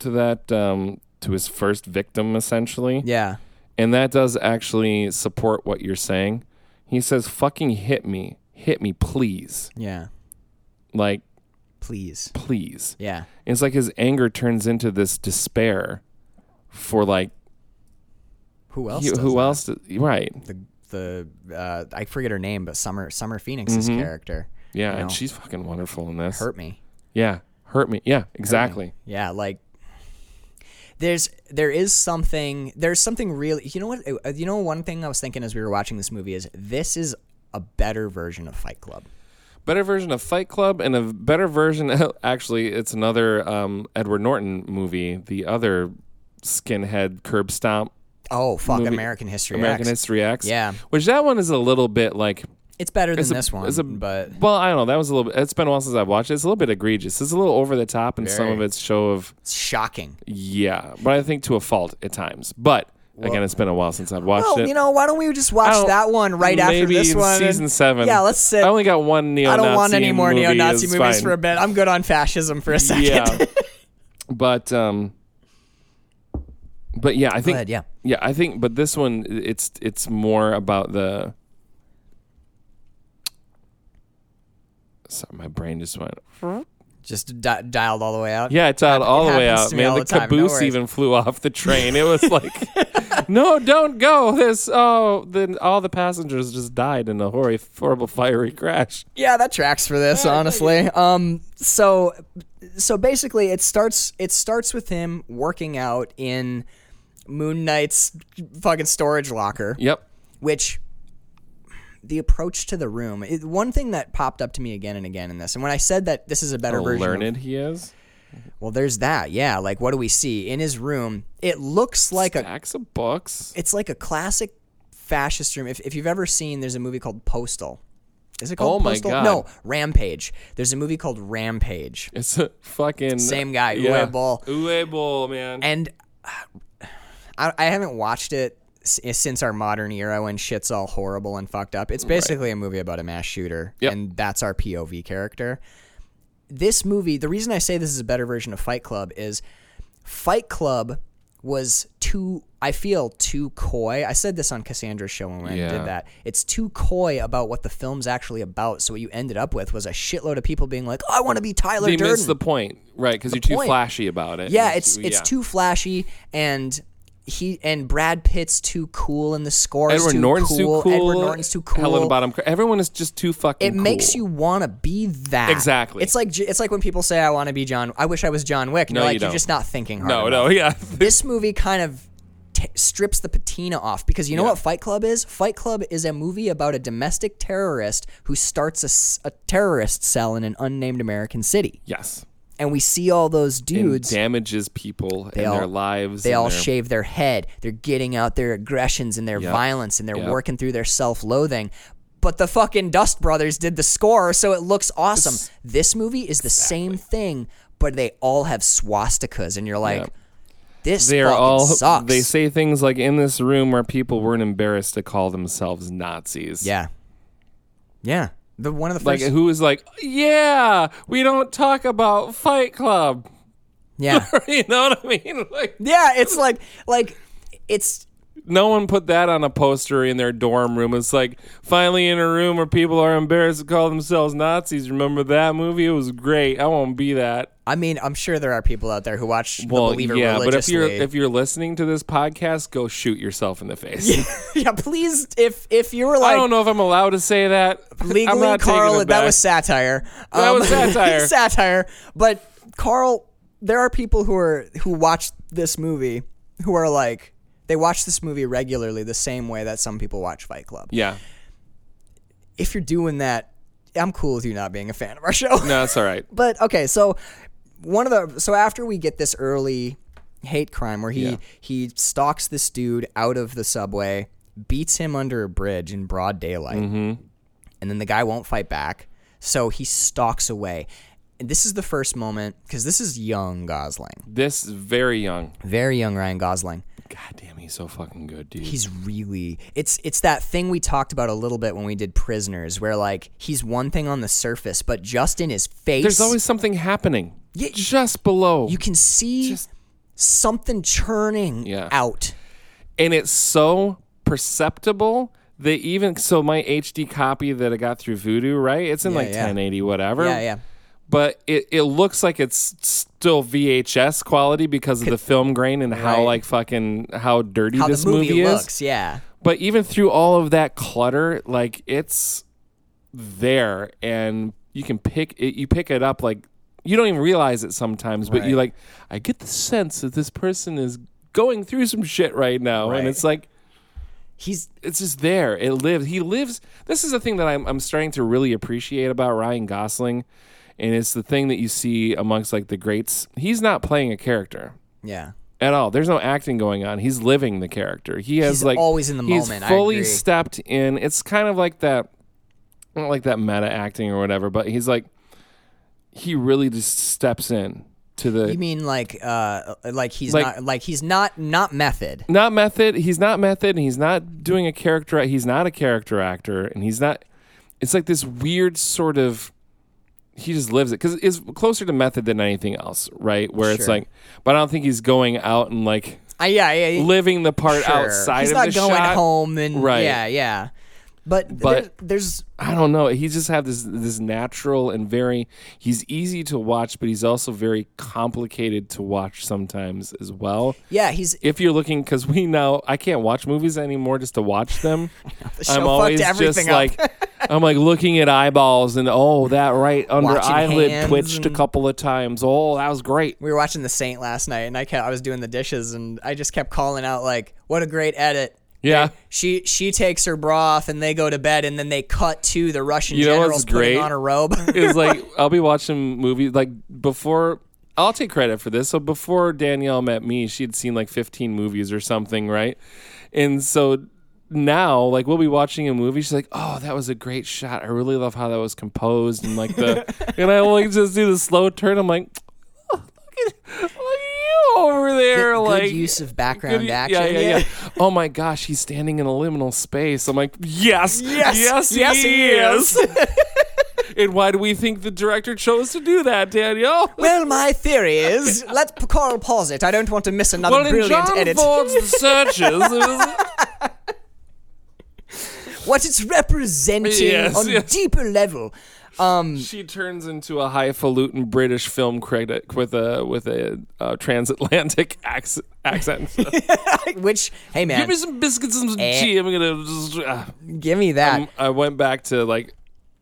Speaker 3: to that um to his first victim essentially.
Speaker 1: yeah
Speaker 3: And that does actually support what you're saying. He says, fucking hit me. Hit me, please.
Speaker 1: yeah
Speaker 3: Like,
Speaker 1: please
Speaker 3: please.
Speaker 1: yeah
Speaker 3: It's like his anger turns into this despair for, like,
Speaker 1: who else
Speaker 3: he-
Speaker 1: does
Speaker 3: who
Speaker 1: that?
Speaker 3: else? does- right.
Speaker 1: the the uh, i forget her name but summer summer phoenix's
Speaker 3: Mm-hmm.
Speaker 1: character
Speaker 3: Yeah.
Speaker 1: you know,
Speaker 3: And she's fucking wonderful in this.
Speaker 1: hurt me
Speaker 3: Yeah. Hurt me. Yeah. Exactly.
Speaker 1: Yeah, like there's there is something there's something really you know what uh, you know one thing I was thinking as we were watching this movie is this is a better version of Fight Club.
Speaker 3: Better version of Fight Club and a better version. actually, it's another um, Edward Norton movie, the other skinhead curb stomp.
Speaker 1: Oh fuck,
Speaker 3: Movie-
Speaker 1: American History
Speaker 3: American
Speaker 1: X.
Speaker 3: History X.
Speaker 1: Yeah.
Speaker 3: Which that one is a little bit like
Speaker 1: it's better than
Speaker 3: It's a-
Speaker 1: this one,
Speaker 3: it's a-
Speaker 1: but
Speaker 3: Well, I don't know. That was a little. Bit, it's been a while since I've watched it. It's a little bit egregious. It's a little over the top in some
Speaker 1: Very.
Speaker 3: of its show of
Speaker 1: it's shocking.
Speaker 3: yeah, but I think to a fault at times. But again, it's been a while since I've watched
Speaker 1: Well,
Speaker 3: it.
Speaker 1: you know, why don't we just
Speaker 3: I
Speaker 1: watch
Speaker 3: don't-
Speaker 1: that one right after
Speaker 3: maybe
Speaker 1: this one? and-
Speaker 3: season seven.
Speaker 1: Yeah, let's sit.
Speaker 3: I only got one neo.
Speaker 1: I don't want any more neo-Nazi movies for a
Speaker 3: a
Speaker 1: bit. I'm good on fascism for a second.
Speaker 3: yeah. but um, But yeah, I think
Speaker 1: ahead, yeah.
Speaker 3: yeah, I think. But this one, it's it's more about the. Sorry, my brain just went.
Speaker 1: Just di- dialed all the way out.
Speaker 3: Yeah, it's out all the way
Speaker 1: happens
Speaker 3: out,
Speaker 1: to me
Speaker 3: man.
Speaker 1: all
Speaker 3: The,
Speaker 1: the time, no
Speaker 3: caboose
Speaker 1: worries.
Speaker 3: even flew off the train. It was like, no, don't go. This oh, then all the passengers just died in a horri horrible fiery crash.
Speaker 1: Yeah, that tracks for this, honestly. Um, so, so basically, it starts. It starts with him working out in Moon Knight's fucking storage locker,
Speaker 3: Yep.
Speaker 1: which the approach to the room. It, one thing that popped up to me again and again in this, and when I said that this is a better
Speaker 3: How
Speaker 1: version, of-
Speaker 3: learned he is.
Speaker 1: well, there's that. Yeah, like what do we see in his room? It looks like a
Speaker 3: Stacks of books.
Speaker 1: it's like a classic fascist room. If, if you've ever seen, there's a movie called Postal. Is it called
Speaker 3: Oh my
Speaker 1: Postal?
Speaker 3: God.
Speaker 1: No, Rampage. There's a movie called Rampage.
Speaker 3: It's a fucking
Speaker 1: Same guy, Uwe Boll.
Speaker 3: Uwe Boll, man.
Speaker 1: And uh, I, I haven't watched it s- eh, since our modern era when shit's all horrible and fucked up. It's basically a movie about a mass shooter,
Speaker 3: Yep.
Speaker 1: and that's our POV character. This movie, the reason I say this is a better version of Fight Club is Fight Club was too, I feel, too coy. I said this on Cassandra's show when we
Speaker 3: Yeah.
Speaker 1: did that. It's too coy about what the film's actually about. So what you ended up with was a shitload of people being like, "I want to be Tyler
Speaker 3: they
Speaker 1: Durden."
Speaker 3: missed the point, right? Because you're too
Speaker 1: point.
Speaker 3: flashy about it.
Speaker 1: Yeah,
Speaker 3: And
Speaker 1: it's it's
Speaker 3: yeah.
Speaker 1: too flashy and he and Brad Pitt's too cool and the score is
Speaker 3: Edward
Speaker 1: too
Speaker 3: Norton's
Speaker 1: cool.
Speaker 3: too cool.
Speaker 1: Edward Norton's too cool.
Speaker 3: Helen Bottom. Car- Everyone is just too fucking.
Speaker 1: it makes
Speaker 3: cool.
Speaker 1: you want to be that.
Speaker 3: Exactly.
Speaker 1: It's like it's like when people say I want to be John I wish I was John Wick. And
Speaker 3: No,
Speaker 1: you're like are
Speaker 3: you don't.
Speaker 1: just not thinking hard.
Speaker 3: No,
Speaker 1: enough.
Speaker 3: no, yeah.
Speaker 1: This movie kind of t- strips the patina off because you know
Speaker 3: Yeah.
Speaker 1: what Fight Club is? Fight Club is a movie about a domestic terrorist who starts a s a a terrorist cell in an unnamed American city.
Speaker 3: yes.
Speaker 1: And we see all those
Speaker 3: It
Speaker 1: dudes
Speaker 3: damages people and
Speaker 1: all-
Speaker 3: their lives.
Speaker 1: they
Speaker 3: and
Speaker 1: all
Speaker 3: their-
Speaker 1: shave their head. They're getting out their aggressions and their violence and they're
Speaker 3: Yep.
Speaker 1: working through their self loathing. But the fucking Dust Brothers did the score, so it looks awesome. this movie is the same thing, but they all have swastikas, and you're like, this
Speaker 3: They're
Speaker 1: fucking
Speaker 3: all.
Speaker 1: sucks.
Speaker 3: They say things like in this room where people weren't embarrassed to call themselves Nazis.
Speaker 1: yeah, yeah. The one of the
Speaker 3: Like
Speaker 1: first,
Speaker 3: who is like, yeah, we don't talk about Fight Club.
Speaker 1: yeah,
Speaker 3: you know what I mean? Like
Speaker 1: yeah. It's like, like, it's
Speaker 3: no one put that on a poster in their dorm room. It's like finally in a room where people are embarrassed to call themselves Nazis. Remember that movie? It was great. I won't be that.
Speaker 1: I mean, I'm sure there are people out there who watch
Speaker 3: Well,
Speaker 1: The Believer
Speaker 3: yeah, but if
Speaker 1: religiously.
Speaker 3: you're if you're listening to this podcast, go shoot yourself in the face.
Speaker 1: yeah, please, if if you were like,
Speaker 3: I don't know if I'm allowed to say that. I'm
Speaker 1: Legally,
Speaker 3: not taking
Speaker 1: Carl,
Speaker 3: it
Speaker 1: that
Speaker 3: back.
Speaker 1: was satire. Um,
Speaker 3: That was satire.
Speaker 1: satire. But Carl, there are people who are who watch this movie who are like they watch this movie regularly the same way that some people watch Fight Club.
Speaker 3: yeah.
Speaker 1: If you're doing that, I'm cool with you not being a fan of our show.
Speaker 3: No, that's all right.
Speaker 1: But okay, so one of the so after we get this early hate crime where he he stalks this dude out of the subway, beats him under a bridge in broad daylight,
Speaker 3: Mm-hmm.
Speaker 1: and then the guy won't fight back, so he stalks away. And this is the first moment because this is young Gosling,
Speaker 3: This is very young.
Speaker 1: very young Ryan Gosling.
Speaker 3: God damn, he's so fucking good, dude.
Speaker 1: He's really it's it's that thing we talked about a little bit when we did Prisoners, where like he's one thing on the surface, but just in his face,
Speaker 3: There's always something happening.
Speaker 1: Yeah,
Speaker 3: just below.
Speaker 1: you can see something churning
Speaker 3: Yeah.
Speaker 1: out.
Speaker 3: and it's so perceptible that even so my HD copy that I got through Voodoo, right? It's in like
Speaker 1: yeah.
Speaker 3: 1080 whatever.
Speaker 1: Yeah, yeah.
Speaker 3: But it, it looks like it's still VHS quality because of the film grain and how
Speaker 1: Right.
Speaker 3: like fucking how dirty
Speaker 1: How
Speaker 3: this
Speaker 1: the movie,
Speaker 3: is.
Speaker 1: looks, yeah.
Speaker 3: But even through all of that clutter, like it's there and you can pick it you pick it up like you don't even realize it sometimes, but you like I get the sense that this person is going through some shit right now
Speaker 1: Right.
Speaker 3: and it's like
Speaker 1: He's
Speaker 3: it's just there. It lives. He lives. This is the thing that I'm, I'm starting to really appreciate about Ryan Gosling, and it's the thing that you see amongst like the greats. He's not playing a character
Speaker 1: yeah.
Speaker 3: at all. There's no acting going on. He's living the character. He has
Speaker 1: He's
Speaker 3: like
Speaker 1: always in the
Speaker 3: he's
Speaker 1: moment. I
Speaker 3: fully
Speaker 1: agree.
Speaker 3: stepped in. It's kind of like that, not like that meta acting or whatever, but he's like he really just steps in to the
Speaker 1: You mean like uh like he's
Speaker 3: Like-
Speaker 1: not like he's not not method.
Speaker 3: not method. He's not method. and He's not doing a character. He's not a character actor, and he's not. It's like this weird sort of. He just lives it because it's closer to method than anything else, right? Where it's
Speaker 1: Sure.
Speaker 3: like, but I don't think he's going out and like
Speaker 1: I, Uh, yeah, yeah, yeah.
Speaker 3: living the part
Speaker 1: sure.
Speaker 3: outside
Speaker 1: He's
Speaker 3: of
Speaker 1: not
Speaker 3: the
Speaker 1: going
Speaker 3: shot.
Speaker 1: home and
Speaker 3: Right.
Speaker 1: yeah, yeah. But
Speaker 3: But-
Speaker 1: there- there's
Speaker 3: I don't know. He just had this this natural and very he's easy to watch, but he's also very complicated to watch sometimes as well.
Speaker 1: yeah, he's
Speaker 3: If you're looking, because we now I can't watch movies anymore just to watch them.
Speaker 1: show
Speaker 3: I'm
Speaker 1: fucked
Speaker 3: always just
Speaker 1: everything up.
Speaker 3: like I'm like looking at eyeballs and oh that right under
Speaker 1: Watching
Speaker 3: eyelid
Speaker 1: hands
Speaker 3: twitched a
Speaker 1: and-
Speaker 3: couple of times. Oh that was great.
Speaker 1: we were watching The Saint last night, and I kept I was doing the dishes, and I just kept calling out like, "What a great edit."
Speaker 3: Yeah.
Speaker 1: She she takes her bra off and they go to bed and then they cut to the Russian
Speaker 3: You know
Speaker 1: generals
Speaker 3: what's
Speaker 1: putting
Speaker 3: great?
Speaker 1: on a robe.
Speaker 3: It's like I'll be watching movies like before. I'll take credit for this. So before Danielle met me, she had seen like 15 movies or something, right? And so now, like we'll be watching a movie, she's like, "Oh, that was a great shot. I really love how that was composed." And like the and I like just do the slow turn. I'm like, oh, "Look at look at you over there!"
Speaker 1: good
Speaker 3: like
Speaker 1: use of background
Speaker 3: Good- e-,
Speaker 1: action.
Speaker 3: Yeah, yeah, yeah. oh my gosh, he's standing in a liminal space. I'm like, yes,
Speaker 1: Yes,
Speaker 3: yes,
Speaker 1: yes,
Speaker 3: he,
Speaker 1: he
Speaker 3: is. and why do we think the director chose to do that, Danielle?
Speaker 1: Well, my theory is let's p- Carl pause it. I don't want to miss another
Speaker 3: Well, in
Speaker 1: brilliant
Speaker 3: John
Speaker 1: edit.
Speaker 3: Ford's The Searchers, it was-
Speaker 1: What it's representing
Speaker 3: Yes,
Speaker 1: on a
Speaker 3: yes.
Speaker 1: deeper level.
Speaker 3: she turns into a highfalutin British film critic with a with a uh, transatlantic acc- accent. Give
Speaker 1: Which hey man,
Speaker 3: me some biscuits and some
Speaker 1: Eh. Uh,
Speaker 3: tea. I'm gonna. Just, ah.
Speaker 1: give me that.
Speaker 3: Um, I went back to like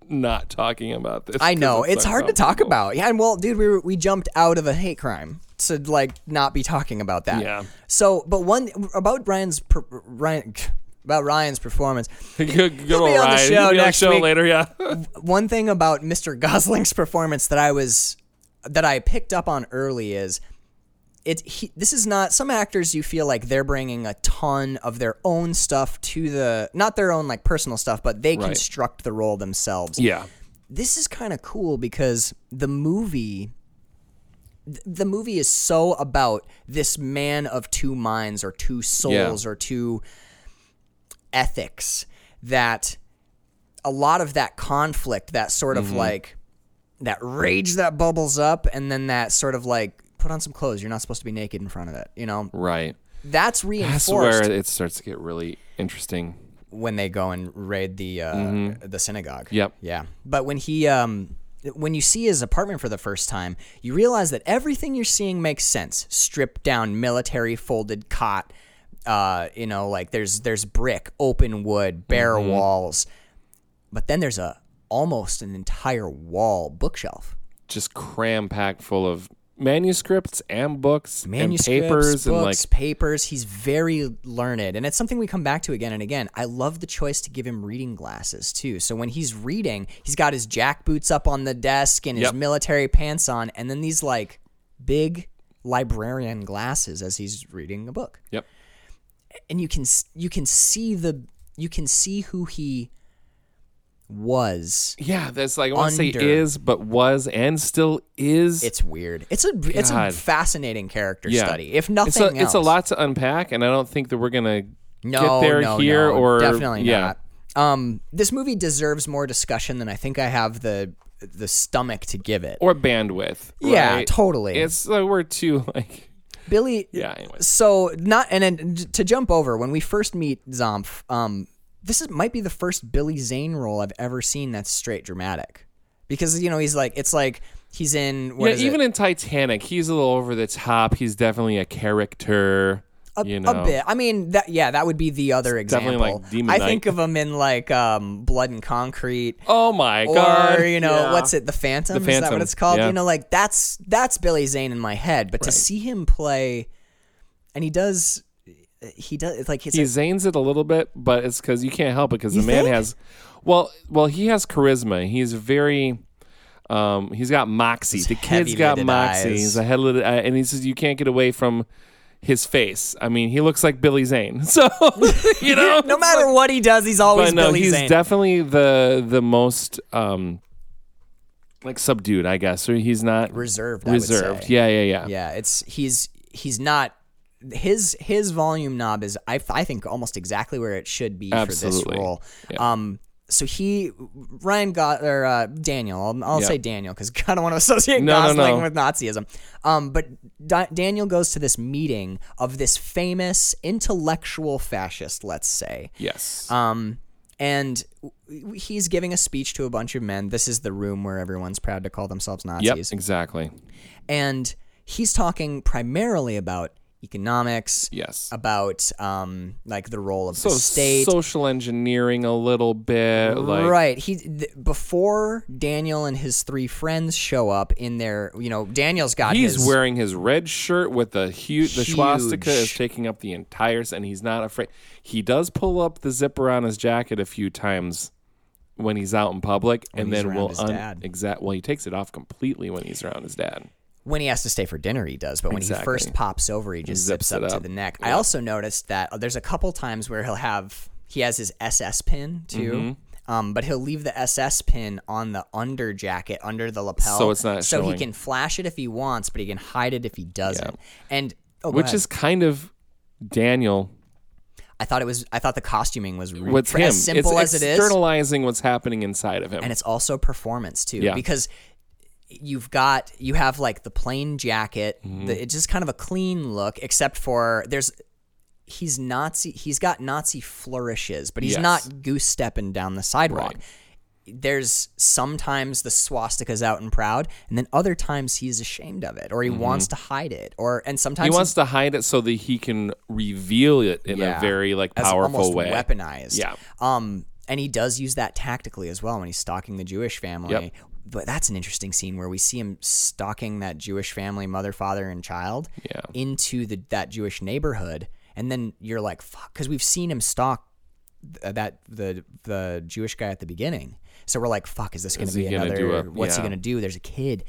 Speaker 3: not talking about this.
Speaker 1: I know
Speaker 3: 'cause oh
Speaker 1: it's hard to talk
Speaker 3: uncomfortable.
Speaker 1: about. Yeah, and well, dude, we were, we jumped out of a hate crime to like not be talking about that.
Speaker 3: Yeah.
Speaker 1: So, but one about Ryan's per, Ryan about Ryan's performance.
Speaker 3: Good, good
Speaker 1: be on
Speaker 3: old
Speaker 1: the
Speaker 3: Ryan.
Speaker 1: show
Speaker 3: He'll be on the
Speaker 1: next
Speaker 3: show
Speaker 1: week.
Speaker 3: later. Yeah.
Speaker 1: One thing about Mr. Gosling's performance that I was that I picked up on early is it he, this is not some actors you feel like they're bringing a ton of their own stuff to the not their own like personal stuff, but they
Speaker 3: Right.
Speaker 1: construct the role themselves.
Speaker 3: yeah.
Speaker 1: this is kind of cool because the movie th- the movie is so about this man of two minds or two souls or two ethics that a lot of that conflict that sort of like that rage that bubbles up and then that sort of like put on some clothes you're not supposed to be naked in front of it you know
Speaker 3: Right.
Speaker 1: that's
Speaker 3: That's
Speaker 1: reinforced
Speaker 3: where it starts to get really interesting.
Speaker 1: when they go and raid the uh, the synagogue.
Speaker 3: Yep.
Speaker 1: Yeah. But when he um when you see his apartment for the first time, you realize that everything you're seeing makes sense. Stripped down military folded cot, uh, you know, like there's there's brick, open wood, bare walls. But then there's a almost an entire wall bookshelf.
Speaker 3: Just cram packed full of manuscripts and books
Speaker 1: Manuscripts,
Speaker 3: and papers
Speaker 1: books,
Speaker 3: and like
Speaker 1: papers. He's very learned, and it's something we come back to again and again. I love the choice to give him reading glasses too. So when he's reading, he's got his jack boots up on the desk and his
Speaker 3: Yep.
Speaker 1: military pants on, and then these like big librarian glasses as he's reading a book,
Speaker 3: yep.
Speaker 1: and you can s- you can see the you can see who he was.
Speaker 3: Yeah, that's like I want to say
Speaker 1: Under.
Speaker 3: is, but was and still is.
Speaker 1: It's weird. It's a it's a
Speaker 3: God.
Speaker 1: fascinating character
Speaker 3: yeah.
Speaker 1: study. If
Speaker 3: it's
Speaker 1: nothing
Speaker 3: a,
Speaker 1: else,
Speaker 3: it's a lot to unpack, and I don't think that we're gonna
Speaker 1: no,
Speaker 3: get there
Speaker 1: no,
Speaker 3: here
Speaker 1: no,
Speaker 3: or
Speaker 1: definitely
Speaker 3: yeah.
Speaker 1: not. Um, this movie deserves more discussion than I think I have the the stomach to give it.
Speaker 3: or bandwidth.
Speaker 1: yeah,
Speaker 3: right?
Speaker 1: totally.
Speaker 3: It's like we're too like
Speaker 1: Billy.
Speaker 3: yeah. Anyways,
Speaker 1: So not and then to jump over when we first meet Zomph, um, this is might be the first Billy Zane role I've ever seen that's straight dramatic, because you know he's like it's like he's in what
Speaker 3: yeah.
Speaker 1: is
Speaker 3: Even
Speaker 1: it?
Speaker 3: in Titanic, he's a little over the top. He's definitely a character. you know,
Speaker 1: a bit. I mean that yeah that would be the other example.
Speaker 3: definitely, like, Demon
Speaker 1: I
Speaker 3: Knight.
Speaker 1: think of him in like um, Blood and Concrete.
Speaker 3: Oh my
Speaker 1: or
Speaker 3: god!
Speaker 1: you know
Speaker 3: Yeah.
Speaker 1: what's it the phantom,
Speaker 3: The
Speaker 1: is that
Speaker 3: Phantom,
Speaker 1: what it's called
Speaker 3: yeah.
Speaker 1: you know like that's that's billy zane in my head but to see him play and he does he does it's like he's,
Speaker 3: He zanes it a little bit, but it's because you can't help it because the
Speaker 1: You
Speaker 3: man
Speaker 1: think?
Speaker 3: has, well, well, he has charisma. He's very, um, he's got moxie. the kid's got
Speaker 1: heavy-lidded
Speaker 3: moxie.
Speaker 1: eyes.
Speaker 3: He's a head eye, and he says you can't get away from his face. I mean, he looks like Billy Zane. So you know,
Speaker 1: no matter what he does he's always
Speaker 3: but no,
Speaker 1: billy
Speaker 3: he's
Speaker 1: zane
Speaker 3: definitely the the most um, like subdued, I guess. Or he's not
Speaker 1: reserved I would say.
Speaker 3: reserved. Yeah, yeah, yeah,
Speaker 1: yeah it's he's he's not his his volume knob is I, I think almost exactly where it should be for
Speaker 3: Absolutely.
Speaker 1: this role. Um, so he Ryan got or uh, Daniel. I'll, I'll
Speaker 3: Yeah.
Speaker 1: say Daniel because I don't want to associate
Speaker 3: No, no,
Speaker 1: Gosling
Speaker 3: no.
Speaker 1: with Nazism. Um, but Da- Daniel goes to this meeting of this famous intellectual fascist, let's say,
Speaker 3: Yes.
Speaker 1: um, and w- w- he's giving a speech to a bunch of men. This is the room where everyone's proud to call themselves
Speaker 3: yep.
Speaker 1: Nazis,
Speaker 3: Exactly.
Speaker 1: and he's talking primarily about economics,
Speaker 3: Yes.
Speaker 1: about um, like the role of
Speaker 3: So
Speaker 1: the state,
Speaker 3: social engineering a little bit. Like
Speaker 1: right. He th- before Daniel and his three friends show up in their, you know, Daniel's got
Speaker 3: He's
Speaker 1: his
Speaker 3: wearing his red shirt with the huge, the
Speaker 1: Huge.
Speaker 3: swastika is taking up the entire, s- and he's not afraid. He does pull up the zipper on his jacket a few times when he's out in public, and
Speaker 1: he's
Speaker 3: then
Speaker 1: around
Speaker 3: will
Speaker 1: his dad.
Speaker 3: exact. Well, he takes it off completely when he's around his dad.
Speaker 1: when he has to stay for dinner, he does. But when he
Speaker 3: Exactly.
Speaker 1: first pops over, he just zips,
Speaker 3: Zips
Speaker 1: up,
Speaker 3: it
Speaker 1: to
Speaker 3: up.
Speaker 1: the neck. I also noticed that uh, there's a couple times where he'll have he has his SS pin too.
Speaker 3: Mm-hmm.
Speaker 1: Um, but he'll leave the SS pin on the under jacket, under the lapel,
Speaker 3: So it's not
Speaker 1: so he
Speaker 3: showing.
Speaker 1: can flash it if he wants, but he can hide it if he doesn't. And oh, go
Speaker 3: which
Speaker 1: ahead.
Speaker 3: is kind of Daniel.
Speaker 1: I thought it was, I thought the costuming was re-
Speaker 3: What's
Speaker 1: for-
Speaker 3: him?
Speaker 1: as simple
Speaker 3: it's
Speaker 1: as it is.
Speaker 3: externalizing what's happening inside of him.
Speaker 1: and it's also performance too
Speaker 3: Yeah.
Speaker 1: because you've got you have like the plain jacket
Speaker 3: Mm-hmm.
Speaker 1: the, it's just kind of a clean look except for there's he's nazi he's got nazi flourishes but he's
Speaker 3: Yes.
Speaker 1: not goose stepping down the sidewalk
Speaker 3: Right.
Speaker 1: there's sometimes the swastika's out and proud and then other times he's ashamed of it or he wants to hide it or and sometimes
Speaker 3: Mm-hmm. he wants to hide it so that he can reveal it in
Speaker 1: Yeah.
Speaker 3: a very like
Speaker 1: as
Speaker 3: powerful
Speaker 1: almost
Speaker 3: way.
Speaker 1: weaponized.
Speaker 3: Yeah.
Speaker 1: Um, and he does use that tactically as well when he's stalking the Jewish family.
Speaker 3: Yep.
Speaker 1: But that's an interesting scene where we see him stalking that Jewish family, mother, father, and child,
Speaker 3: Yeah.
Speaker 1: into the that Jewish neighborhood, and then you're like, fuck, because we've seen him stalk th- uh, that the the Jewish guy at the beginning. So we're like, fuck, is this going to
Speaker 3: Is he
Speaker 1: be
Speaker 3: gonna
Speaker 1: another?
Speaker 3: do a-
Speaker 1: what's he
Speaker 3: yeah.
Speaker 1: going to do? There's a kid.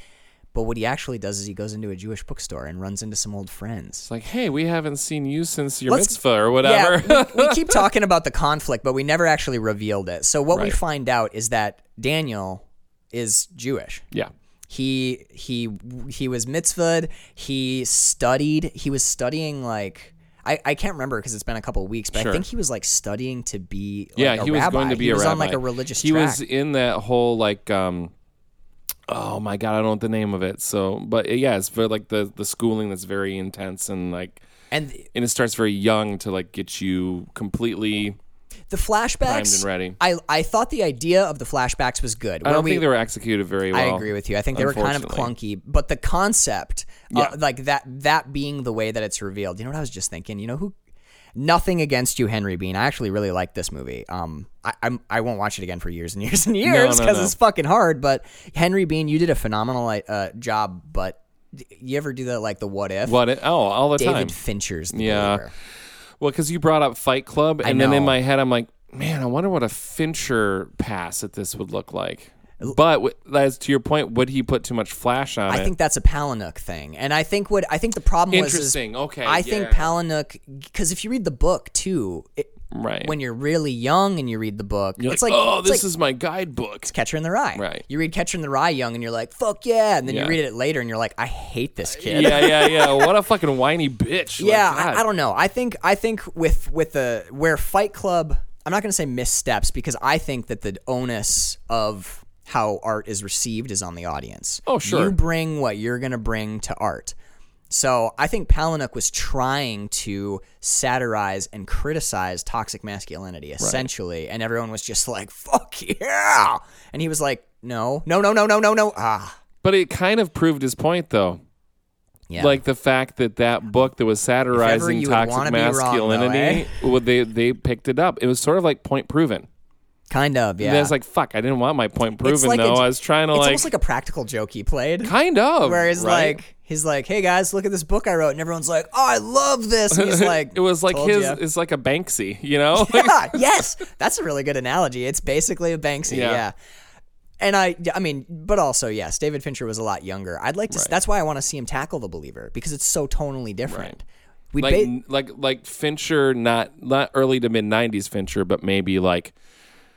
Speaker 1: But what he actually does is he goes into a Jewish bookstore and runs into some old friends.
Speaker 3: It's like, hey, we haven't seen you since your
Speaker 1: Let's-
Speaker 3: mitzvah or whatever.
Speaker 1: Yeah, we, we keep talking about the conflict, but we never actually revealed it. So what we
Speaker 3: Right.
Speaker 1: find out is that Daniel is Jewish.
Speaker 3: yeah.
Speaker 1: He he he was mitzvahed. He studied. He was studying like. I, I can't remember because it's been a couple of weeks, but I
Speaker 3: Sure.
Speaker 1: think he was like studying to be like,
Speaker 3: yeah
Speaker 1: a
Speaker 3: he was going
Speaker 1: rabbi.
Speaker 3: to be
Speaker 1: he
Speaker 3: a
Speaker 1: was
Speaker 3: rabbi.
Speaker 1: on like a religious
Speaker 3: he
Speaker 1: track.
Speaker 3: was in that whole like um oh my god i don't know the name of it so but uh, yeah it's very like the the schooling that's very intense and like
Speaker 1: and
Speaker 3: and it starts very young to like get you completely
Speaker 1: the
Speaker 3: primed and
Speaker 1: flashbacks
Speaker 3: ready
Speaker 1: I I thought the idea of the flashbacks was good.
Speaker 3: i
Speaker 1: Where
Speaker 3: don't
Speaker 1: we-
Speaker 3: think they were executed very
Speaker 1: I
Speaker 3: well
Speaker 1: agree with you. I think they were kind of
Speaker 3: unfortunately.
Speaker 1: clunky, but the concept, uh,
Speaker 3: Yeah.
Speaker 1: like that, that being the way that it's revealed. You know what I was just thinking? You know who? Nothing against you, Henry Bean. I actually really like this movie. Um, I I'm, I won't watch it again for years and years and years
Speaker 3: no,
Speaker 1: because
Speaker 3: no.
Speaker 1: it's fucking hard. But Henry Bean, you did a phenomenal like, uh, job. But d- you ever do that like the what if?
Speaker 3: what it, oh all the
Speaker 1: David
Speaker 3: time
Speaker 1: Fincher's the
Speaker 3: Yeah.
Speaker 1: Believer.
Speaker 3: well because you brought up fight club and then
Speaker 1: know.
Speaker 3: in my head i'm like man i wonder what a fincher pass at this would look like but w- as to your point would he put too much flash on
Speaker 1: I
Speaker 3: it
Speaker 1: think that's a Palinuk thing, and I think what I think the problem was is
Speaker 3: Interesting. Okay,
Speaker 1: I think
Speaker 3: yeah.
Speaker 1: Palinuk because if you read the book too, it,
Speaker 3: right
Speaker 1: when you're really young and you read the book,
Speaker 3: You're
Speaker 1: it's
Speaker 3: like,
Speaker 1: like,
Speaker 3: oh,
Speaker 1: it's
Speaker 3: this
Speaker 1: like
Speaker 3: is my guidebook.
Speaker 1: Catcher in the Rye.
Speaker 3: Right.
Speaker 1: You read Catcher in the Rye young and you're like, fuck yeah. And then you
Speaker 3: Yeah. Uh,
Speaker 1: read it later and you're like, I hate this kid.
Speaker 3: Yeah, yeah, yeah. What a fucking whiny bitch. Like,
Speaker 1: Yeah, I,
Speaker 3: God.
Speaker 1: I don't know. I think I think with with the where Fight Club, I'm not going to say missteps because I think that the onus of how art is received is on the audience.
Speaker 3: Oh, sure.
Speaker 1: You bring what you're going to bring to art. So I think Palinuk was trying to satirize and criticize toxic masculinity essentially, and everyone was just like, "Fuck yeah!" And he was like, "No, no, no, no, no, no, no." Ah,
Speaker 3: But it kind of proved his point, though.
Speaker 1: yeah.
Speaker 3: Like the fact that that book that was satirizing
Speaker 1: you would wanna
Speaker 3: toxic
Speaker 1: be wrong, though, eh?
Speaker 3: masculinity, well, they they picked it up. It was sort of like point proven.
Speaker 1: kind of, yeah.
Speaker 3: And I was like, fuck, I didn't want my point
Speaker 1: It's
Speaker 3: proven
Speaker 1: like a-
Speaker 3: though. I was trying to
Speaker 1: it's
Speaker 3: like,
Speaker 1: almost like a practical joke he played.
Speaker 3: kind of.
Speaker 1: where he's
Speaker 3: right?
Speaker 1: like he's like hey guys look at this book i wrote and everyone's like oh i love this and he's like
Speaker 3: it was like
Speaker 1: "Told
Speaker 3: his.
Speaker 1: ya."
Speaker 3: It's like a Banksy, you know.
Speaker 1: yeah, yes that's a really good analogy it's basically a banksy yeah,
Speaker 3: Yeah.
Speaker 1: and i i mean but also yes david fincher was a lot younger i'd like to s that's why i want to see him tackle the believer because it's so tonally different we
Speaker 3: like
Speaker 1: like,
Speaker 3: n- like like Fincher, not not early to mid '90s Fincher, but maybe like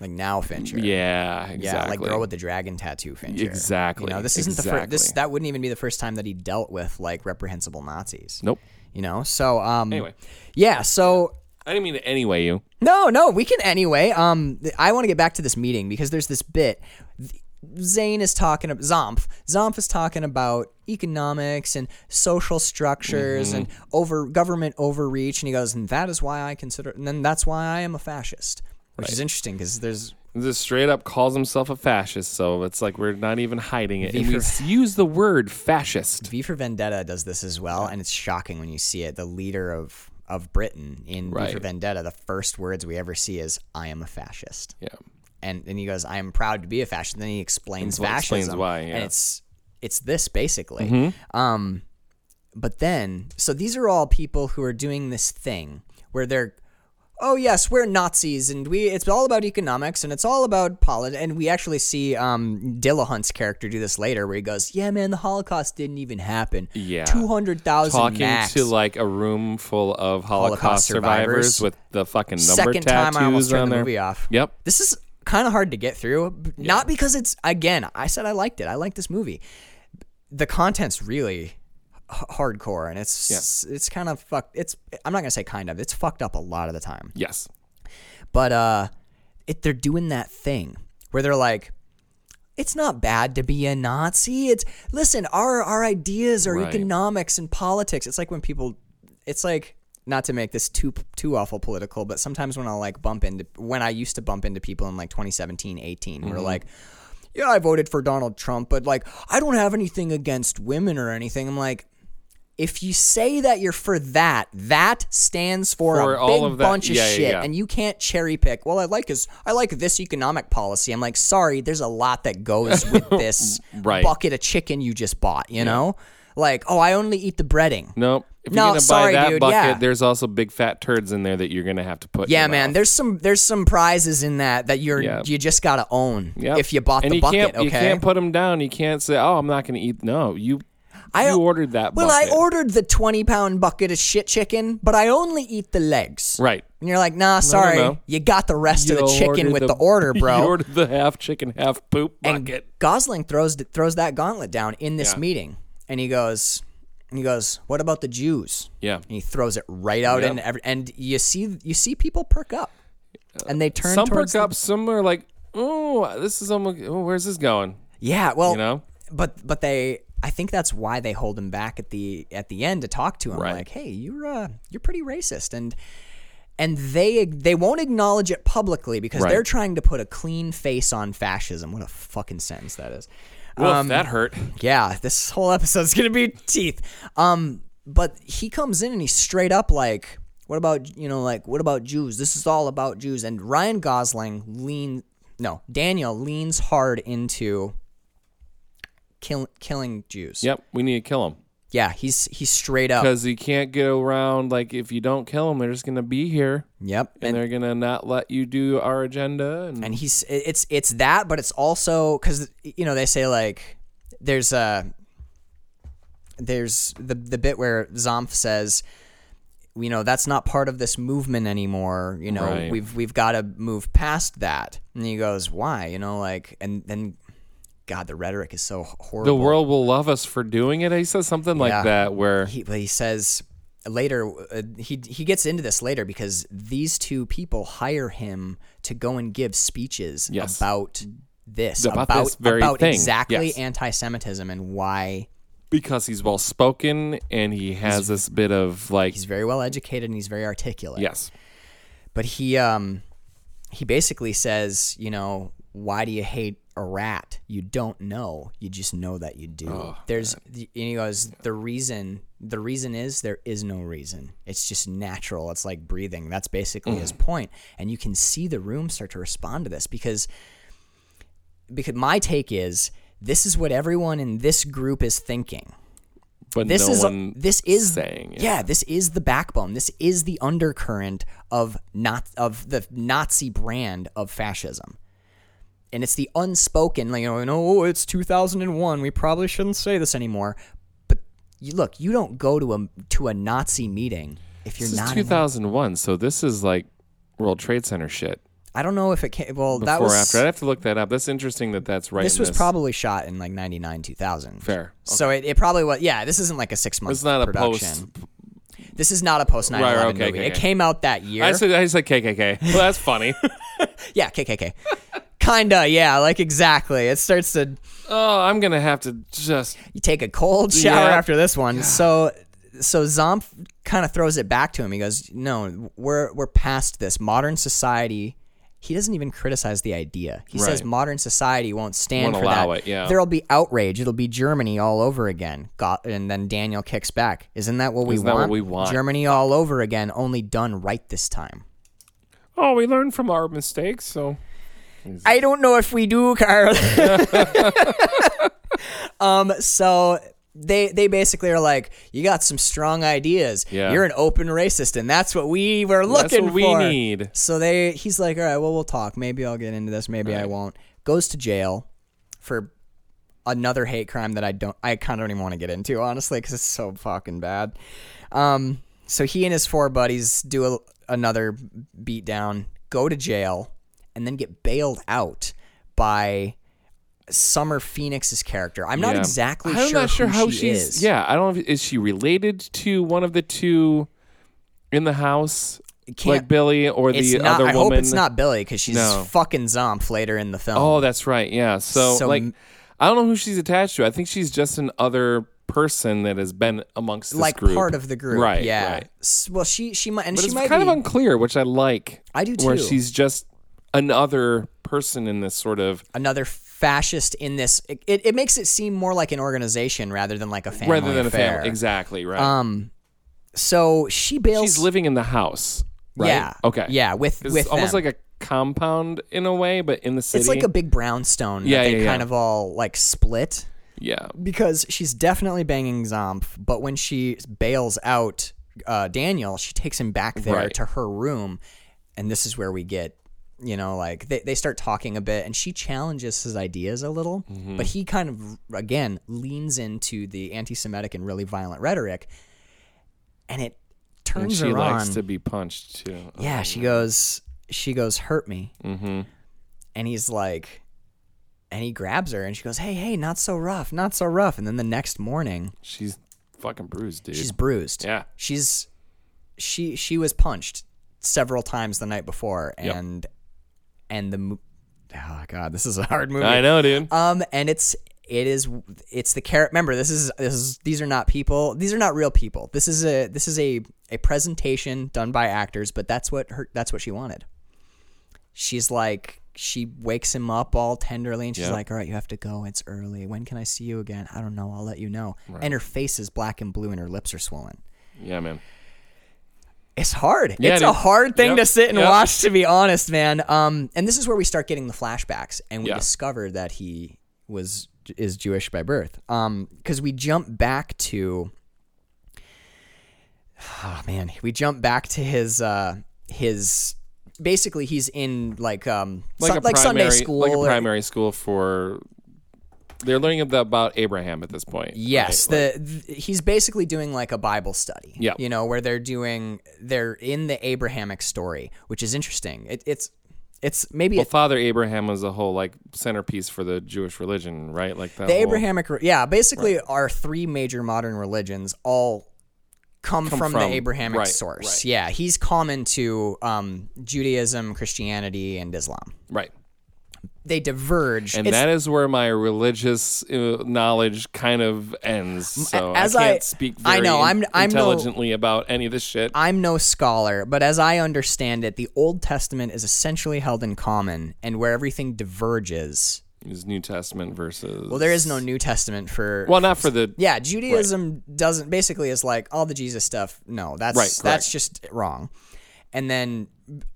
Speaker 1: like now fincher
Speaker 3: yeah, exactly.
Speaker 1: Yeah, like girl with the dragon tattoo Fincher.
Speaker 3: Exactly,
Speaker 1: You know, this isn't the first. This
Speaker 3: exactly.
Speaker 1: that wouldn't even be the first time that he dealt with like reprehensible Nazis.
Speaker 3: Nope.
Speaker 1: You know, so um,
Speaker 3: Anyway.
Speaker 1: yeah. So
Speaker 3: I didn't mean to anyway you.
Speaker 1: No, no, we can anyway. Um, th- I want to get back to this meeting because there's this bit. Th- Zane is talking about Zomph. Zomph is talking about economics and social structures and over government overreach, and he goes, and that is why I consider, and then that's why I am a fascist, which is interesting because there's
Speaker 3: Just straight up calls himself a fascist, so it's like we're not even hiding it.
Speaker 1: V
Speaker 3: And we
Speaker 1: for-
Speaker 3: s- use the word fascist.
Speaker 1: V for Vendetta does this as well, and it's shocking when you see it. The leader of of Britain in V for
Speaker 3: Right.
Speaker 1: Vendetta, the first words we ever see is "I am a fascist."
Speaker 3: Yeah.
Speaker 1: and and he goes, "I am proud to be a fascist." And then he explains
Speaker 3: Explains
Speaker 1: fascism,
Speaker 3: why, yeah. Mm-hmm.
Speaker 1: and it's it's this basically. Um, but then, so these are all people who are doing this thing where they're, oh yes, we're Nazis, and we it's all about economics, and it's all about politics, and we actually see um Dillahunt's character do this later, where he goes, "Yeah, man, the Holocaust didn't even happen.
Speaker 3: Yeah.
Speaker 1: two hundred thousand
Speaker 3: Talking to like a room full of Holocaust,
Speaker 1: Holocaust
Speaker 3: survivors,
Speaker 1: survivors.
Speaker 3: with the fucking number
Speaker 1: Second
Speaker 3: tattoos
Speaker 1: time I almost
Speaker 3: on
Speaker 1: turned the
Speaker 3: there.
Speaker 1: movie off.
Speaker 3: Yep.
Speaker 1: This is kind of hard to get through, b- not because it's again. I said I liked it. I like this movie. The content's really h- hardcore, and it's it's kind of fucked. It's I'm not gonna say kind of. It's fucked up a lot of the time.
Speaker 3: Yes.
Speaker 1: But uh, it, they're doing that thing where they're like. It's not bad to be a Nazi. It's listen, our our ideas are
Speaker 3: Right.
Speaker 1: economics and politics. It's like when people, it's like not to make this too too awful political, but sometimes when I like bump into when I used to bump into people in like 2017, 18,
Speaker 3: Mm-hmm.
Speaker 1: who are like, yeah, I voted for Donald Trump, but like I don't have anything against women or anything. I'm like. If you say that you're for that, that stands for,
Speaker 3: For
Speaker 1: a
Speaker 3: all
Speaker 1: big
Speaker 3: of that-
Speaker 1: bunch of
Speaker 3: yeah, yeah,
Speaker 1: shit,
Speaker 3: yeah.
Speaker 1: and you can't cherry pick. Well, I like is I like this economic policy. I'm like, sorry, there's a lot that goes with this
Speaker 3: Right.
Speaker 1: bucket of chicken you just bought. You know, like oh, I only eat the breading.
Speaker 3: Nope. If
Speaker 1: No,
Speaker 3: you're gonna
Speaker 1: sorry,
Speaker 3: buy that
Speaker 1: dude,
Speaker 3: bucket,
Speaker 1: yeah.
Speaker 3: there's also big fat turds in there that you're gonna have to put. in
Speaker 1: Yeah,
Speaker 3: your
Speaker 1: man.
Speaker 3: mouth.
Speaker 1: There's some there's some prizes in that that you're
Speaker 3: Yeah.
Speaker 1: you just gotta own
Speaker 3: Yep.
Speaker 1: if you bought
Speaker 3: and
Speaker 1: the
Speaker 3: you
Speaker 1: bucket.
Speaker 3: Can't,
Speaker 1: okay.
Speaker 3: You can't put them down. You can't say, "Oh, I'm not gonna eat." No, you.
Speaker 1: I-
Speaker 3: you ordered that.
Speaker 1: well,
Speaker 3: bucket.
Speaker 1: I ordered the twenty pound bucket of shit chicken, but I only eat the legs.
Speaker 3: Right.
Speaker 1: And you're like, nah, sorry,
Speaker 3: no.
Speaker 1: you got the rest of the
Speaker 3: You
Speaker 1: chicken
Speaker 3: ordered
Speaker 1: with the, order, bro.
Speaker 3: You ordered the half chicken, half poop
Speaker 1: And
Speaker 3: bucket.
Speaker 1: Gosling throws throws that gauntlet down in this
Speaker 3: Yeah.
Speaker 1: meeting, and he goes, he goes, "What about the Jews?"
Speaker 3: Yeah.
Speaker 1: and he throws it right out
Speaker 3: Yep. Uh,
Speaker 1: in every, and you see you see people perk up, and they turn
Speaker 3: some
Speaker 1: towards
Speaker 3: perk
Speaker 1: the-
Speaker 3: up, some are like, "Oh, this is almost. Oh, where's this going?"
Speaker 1: yeah, well,
Speaker 3: You know.
Speaker 1: but but they, I think that's why they hold him back at the at the end to talk to him,
Speaker 3: Right.
Speaker 1: like, "Hey, you're uh, you're pretty racist," and. And they they won't acknowledge it publicly because
Speaker 3: Right.
Speaker 1: they're trying to put a clean face on fascism. What a fucking sentence that is.
Speaker 3: Well,
Speaker 1: Um,
Speaker 3: that hurt.
Speaker 1: yeah, this whole episode's gonna be teeth. Um, but he comes in and he's straight up like, "What about you know like what about Jews? This is all about Jews." And Ryan Gosling lean no Daniel leans hard into kill, killing Jews.
Speaker 3: Yep, we need to kill him
Speaker 1: Yeah, he's he's straight up.
Speaker 3: because you can't get around. Like, if you don't kill him, they're just gonna be here,
Speaker 1: Yep,
Speaker 3: and, they're gonna not let you do our agenda. And,
Speaker 1: and he's it's it's that but it's also because you know they say like there's a there's the the bit where Zomph says you know that's not part of this movement anymore you know
Speaker 3: Right.
Speaker 1: we've we've got to move past that and he goes why you know like and then god the rhetoric is so horrible
Speaker 3: the world will love us for doing it. He says something
Speaker 1: Yeah.
Speaker 3: like that, where
Speaker 1: he, but he says later uh, he he gets into this later because these two people hire him to go and give speeches
Speaker 3: Yes.
Speaker 1: about this
Speaker 3: About this very
Speaker 1: about
Speaker 3: thing,
Speaker 1: exactly
Speaker 3: yes.
Speaker 1: anti-Semitism and why
Speaker 3: because he's well spoken and he has this bit of like
Speaker 1: he's very well educated and he's very articulate.
Speaker 3: yes
Speaker 1: But he um he basically says, you know, why do you hate a rat? You don't know. You just know that you do. There's the- and he goes, the reason the reason is there is no reason. It's just natural. It's like breathing. That's basically his point. And you can see the room start to respond to this because because my take is this is what everyone in this group is thinking
Speaker 3: but
Speaker 1: this
Speaker 3: no
Speaker 1: is
Speaker 3: one
Speaker 1: this is
Speaker 3: saying it.
Speaker 1: yeah. this is the backbone this is the undercurrent of not of the nazi brand of fascism and it's the unspoken like you know oh it's 2001 we probably shouldn't say this anymore but you look you don't go to a to a nazi meeting if you're
Speaker 3: this is
Speaker 1: not in-
Speaker 3: 2001 so this is like world trade center shit
Speaker 1: i don't know if it came well that
Speaker 3: before
Speaker 1: was
Speaker 3: after i'd have to look that up that's interesting that that's right
Speaker 1: this
Speaker 3: in
Speaker 1: was probably shot in like 99 2000
Speaker 3: fair
Speaker 1: so it, it probably was yeah this isn't like a six month
Speaker 3: it's not a
Speaker 1: production
Speaker 3: post
Speaker 1: This is not a post 9
Speaker 3: Right,
Speaker 1: 11
Speaker 3: right, okay,
Speaker 1: movie.
Speaker 3: okay,
Speaker 1: It
Speaker 3: okay.
Speaker 1: came out that year.
Speaker 3: I said, I said KKK. Well, that's funny.
Speaker 1: yeah, KKK. Kinda, yeah, like exactly. It starts to
Speaker 3: oh, I'm gonna have to just
Speaker 1: you take a cold shower
Speaker 3: Yeah.
Speaker 1: after this one. So so Zomp kind of throws it back to him. He goes, "No, we're we're past this. Modern society." He doesn't even criticize the idea. He says
Speaker 3: Right.
Speaker 1: modern society won't stand for
Speaker 3: Won't allow
Speaker 1: that.
Speaker 3: it, yeah.
Speaker 1: There'll be outrage. It'll be Germany all over again. Got, and then Daniel kicks back. Isn't that what we
Speaker 3: Isn't that
Speaker 1: want?
Speaker 3: what we want?
Speaker 1: Germany all over again, only done right this time.
Speaker 3: Oh, we learned from our mistakes, so
Speaker 1: I don't know if we do, Carl. um, so they they basically are like, you got some strong ideas.
Speaker 3: Yeah.
Speaker 1: You're an open racist, and that's what we were
Speaker 3: that's
Speaker 1: looking
Speaker 3: what we
Speaker 1: for.
Speaker 3: need.
Speaker 1: So they he's like, all right, well we'll talk. Maybe I'll get into this. Maybe I won't. Goes to jail for another hate crime that I don't I kind of don't even want to get into honestly because it's so fucking bad. Um, so he and his four buddies do a, another beatdown, go to jail, and then get bailed out by Summer Phoenix's character. I'm not
Speaker 3: Yeah.
Speaker 1: exactly
Speaker 3: I'm
Speaker 1: sure
Speaker 3: not sure
Speaker 1: who
Speaker 3: how
Speaker 1: she
Speaker 3: she's.
Speaker 1: is.
Speaker 3: Yeah, I don't. know if- Is she related to one of the two in the house,
Speaker 1: can't-
Speaker 3: like Billy or
Speaker 1: It's
Speaker 3: the
Speaker 1: not,
Speaker 3: other
Speaker 1: I hope
Speaker 3: woman?
Speaker 1: it's not Billy because she's
Speaker 3: No.
Speaker 1: fucking zomp later in the film.
Speaker 3: Oh, that's right. Yeah. So,
Speaker 1: So
Speaker 3: like,
Speaker 1: m-
Speaker 3: I don't know who she's attached to. I think she's just an other person that has been amongst this
Speaker 1: like
Speaker 3: group.
Speaker 1: part of the group,
Speaker 3: Right,
Speaker 1: Yeah.
Speaker 3: right.
Speaker 1: S- Well, she she might and
Speaker 3: But
Speaker 1: she
Speaker 3: it's
Speaker 1: might
Speaker 3: kind
Speaker 1: be,
Speaker 3: of unclear, which I like.
Speaker 1: I do
Speaker 3: Where
Speaker 1: too.
Speaker 3: she's just another person in this sort of
Speaker 1: another fascist in this. It, it, it makes it seem more like an organization rather than like a family
Speaker 3: rather than a
Speaker 1: affair. Um,
Speaker 3: family. Exactly. Right.
Speaker 1: So she bails.
Speaker 3: she's living in the house. Right?
Speaker 1: Yeah.
Speaker 3: Okay.
Speaker 1: Yeah. With
Speaker 3: It's
Speaker 1: with
Speaker 3: almost
Speaker 1: them.
Speaker 3: like a compound in a way, but in the city.
Speaker 1: it's like a big brownstone.
Speaker 3: Yeah,
Speaker 1: That they
Speaker 3: yeah, yeah.
Speaker 1: kind of all like split
Speaker 3: yeah.
Speaker 1: because she's definitely banging Zomp, but when she bails out uh, Daniel, she takes him back there
Speaker 3: Right.
Speaker 1: to her room, and this is where we get. You know, like they, they start talking a bit, and she challenges his ideas a little,
Speaker 3: Mm-hmm.
Speaker 1: but he kind of, again, leans into the anti Semitic and really violent rhetoric, and it turns
Speaker 3: And she
Speaker 1: her
Speaker 3: likes
Speaker 1: on.
Speaker 3: to be punched too. Oh,
Speaker 1: Yeah, she goes, she goes, hurt me. Mm-hmm. And he's like, and he grabs her and she goes, hey, hey, not so rough, not so rough. And then the next morning,
Speaker 3: She's fucking bruised, dude.
Speaker 1: she's bruised.
Speaker 3: Yeah.
Speaker 1: She's, she, she was punched several times the night before. And, and the, mo- oh God, this is a hard movie.
Speaker 3: I know, dude.
Speaker 1: Um, and it's it is it's the character. Remember, this is this is these are not people. These are not real people. This is a this is a a presentation done by actors. But that's what her that's what she wanted. She's like she wakes him up all tenderly and she's
Speaker 3: Yeah.
Speaker 1: like all right you have to go it's early when can i see you again i don't know i'll let you know and her face is black and blue and her lips are swollen
Speaker 3: yeah, man.
Speaker 1: it's hard.
Speaker 3: Yeah,
Speaker 1: it's
Speaker 3: dude.
Speaker 1: a hard thing
Speaker 3: Yep.
Speaker 1: to sit and
Speaker 3: Yep.
Speaker 1: watch, to be honest, man. Um, and this is where we start getting the flashbacks, and we
Speaker 3: Yeah.
Speaker 1: discover that he was is Jewish by birth. Um, because we jump back to, oh man, we jump back to his uh his basically he's in like um
Speaker 3: Like
Speaker 1: Sun-
Speaker 3: a
Speaker 1: like
Speaker 3: primary,
Speaker 1: Sunday school
Speaker 3: like a
Speaker 1: or-
Speaker 3: primary school for. They're learning ab- about Abraham at this point.
Speaker 1: Yes,
Speaker 3: right?
Speaker 1: the th- he's basically doing like a Bible study.
Speaker 3: Yeah.
Speaker 1: you know where they're doing they're in the Abrahamic story, which is interesting. It, it's it's maybe
Speaker 3: well,
Speaker 1: it-
Speaker 3: Father Abraham was the whole like centerpiece for the Jewish religion, right? Like that
Speaker 1: the
Speaker 3: whole-
Speaker 1: Abrahamic. re- Yeah, basically our three major modern religions all come, from, the
Speaker 3: from-
Speaker 1: Abrahamic
Speaker 3: right,
Speaker 1: source.
Speaker 3: right.
Speaker 1: Yeah, he's common to um, Judaism, Christianity, and Islam.
Speaker 3: right?
Speaker 1: They diverge.
Speaker 3: And
Speaker 1: It's-
Speaker 3: that is where my religious uh, knowledge kind of ends. So
Speaker 1: as
Speaker 3: I
Speaker 1: I-
Speaker 3: can't speak
Speaker 1: I
Speaker 3: very
Speaker 1: know,
Speaker 3: in-
Speaker 1: I'm- I'm no-
Speaker 3: intelligently about any of this shit.
Speaker 1: I'm no scholar, but as I understand it, the Old Testament is essentially held in common, and where everything diverges
Speaker 3: Is New Testament versus
Speaker 1: Well, there is no New Testament for.
Speaker 3: well, not for the
Speaker 1: yeah, Judaism doesn't basically is like all the Jesus stuff. No, that's
Speaker 3: Right, correct.
Speaker 1: that's just wrong. And then,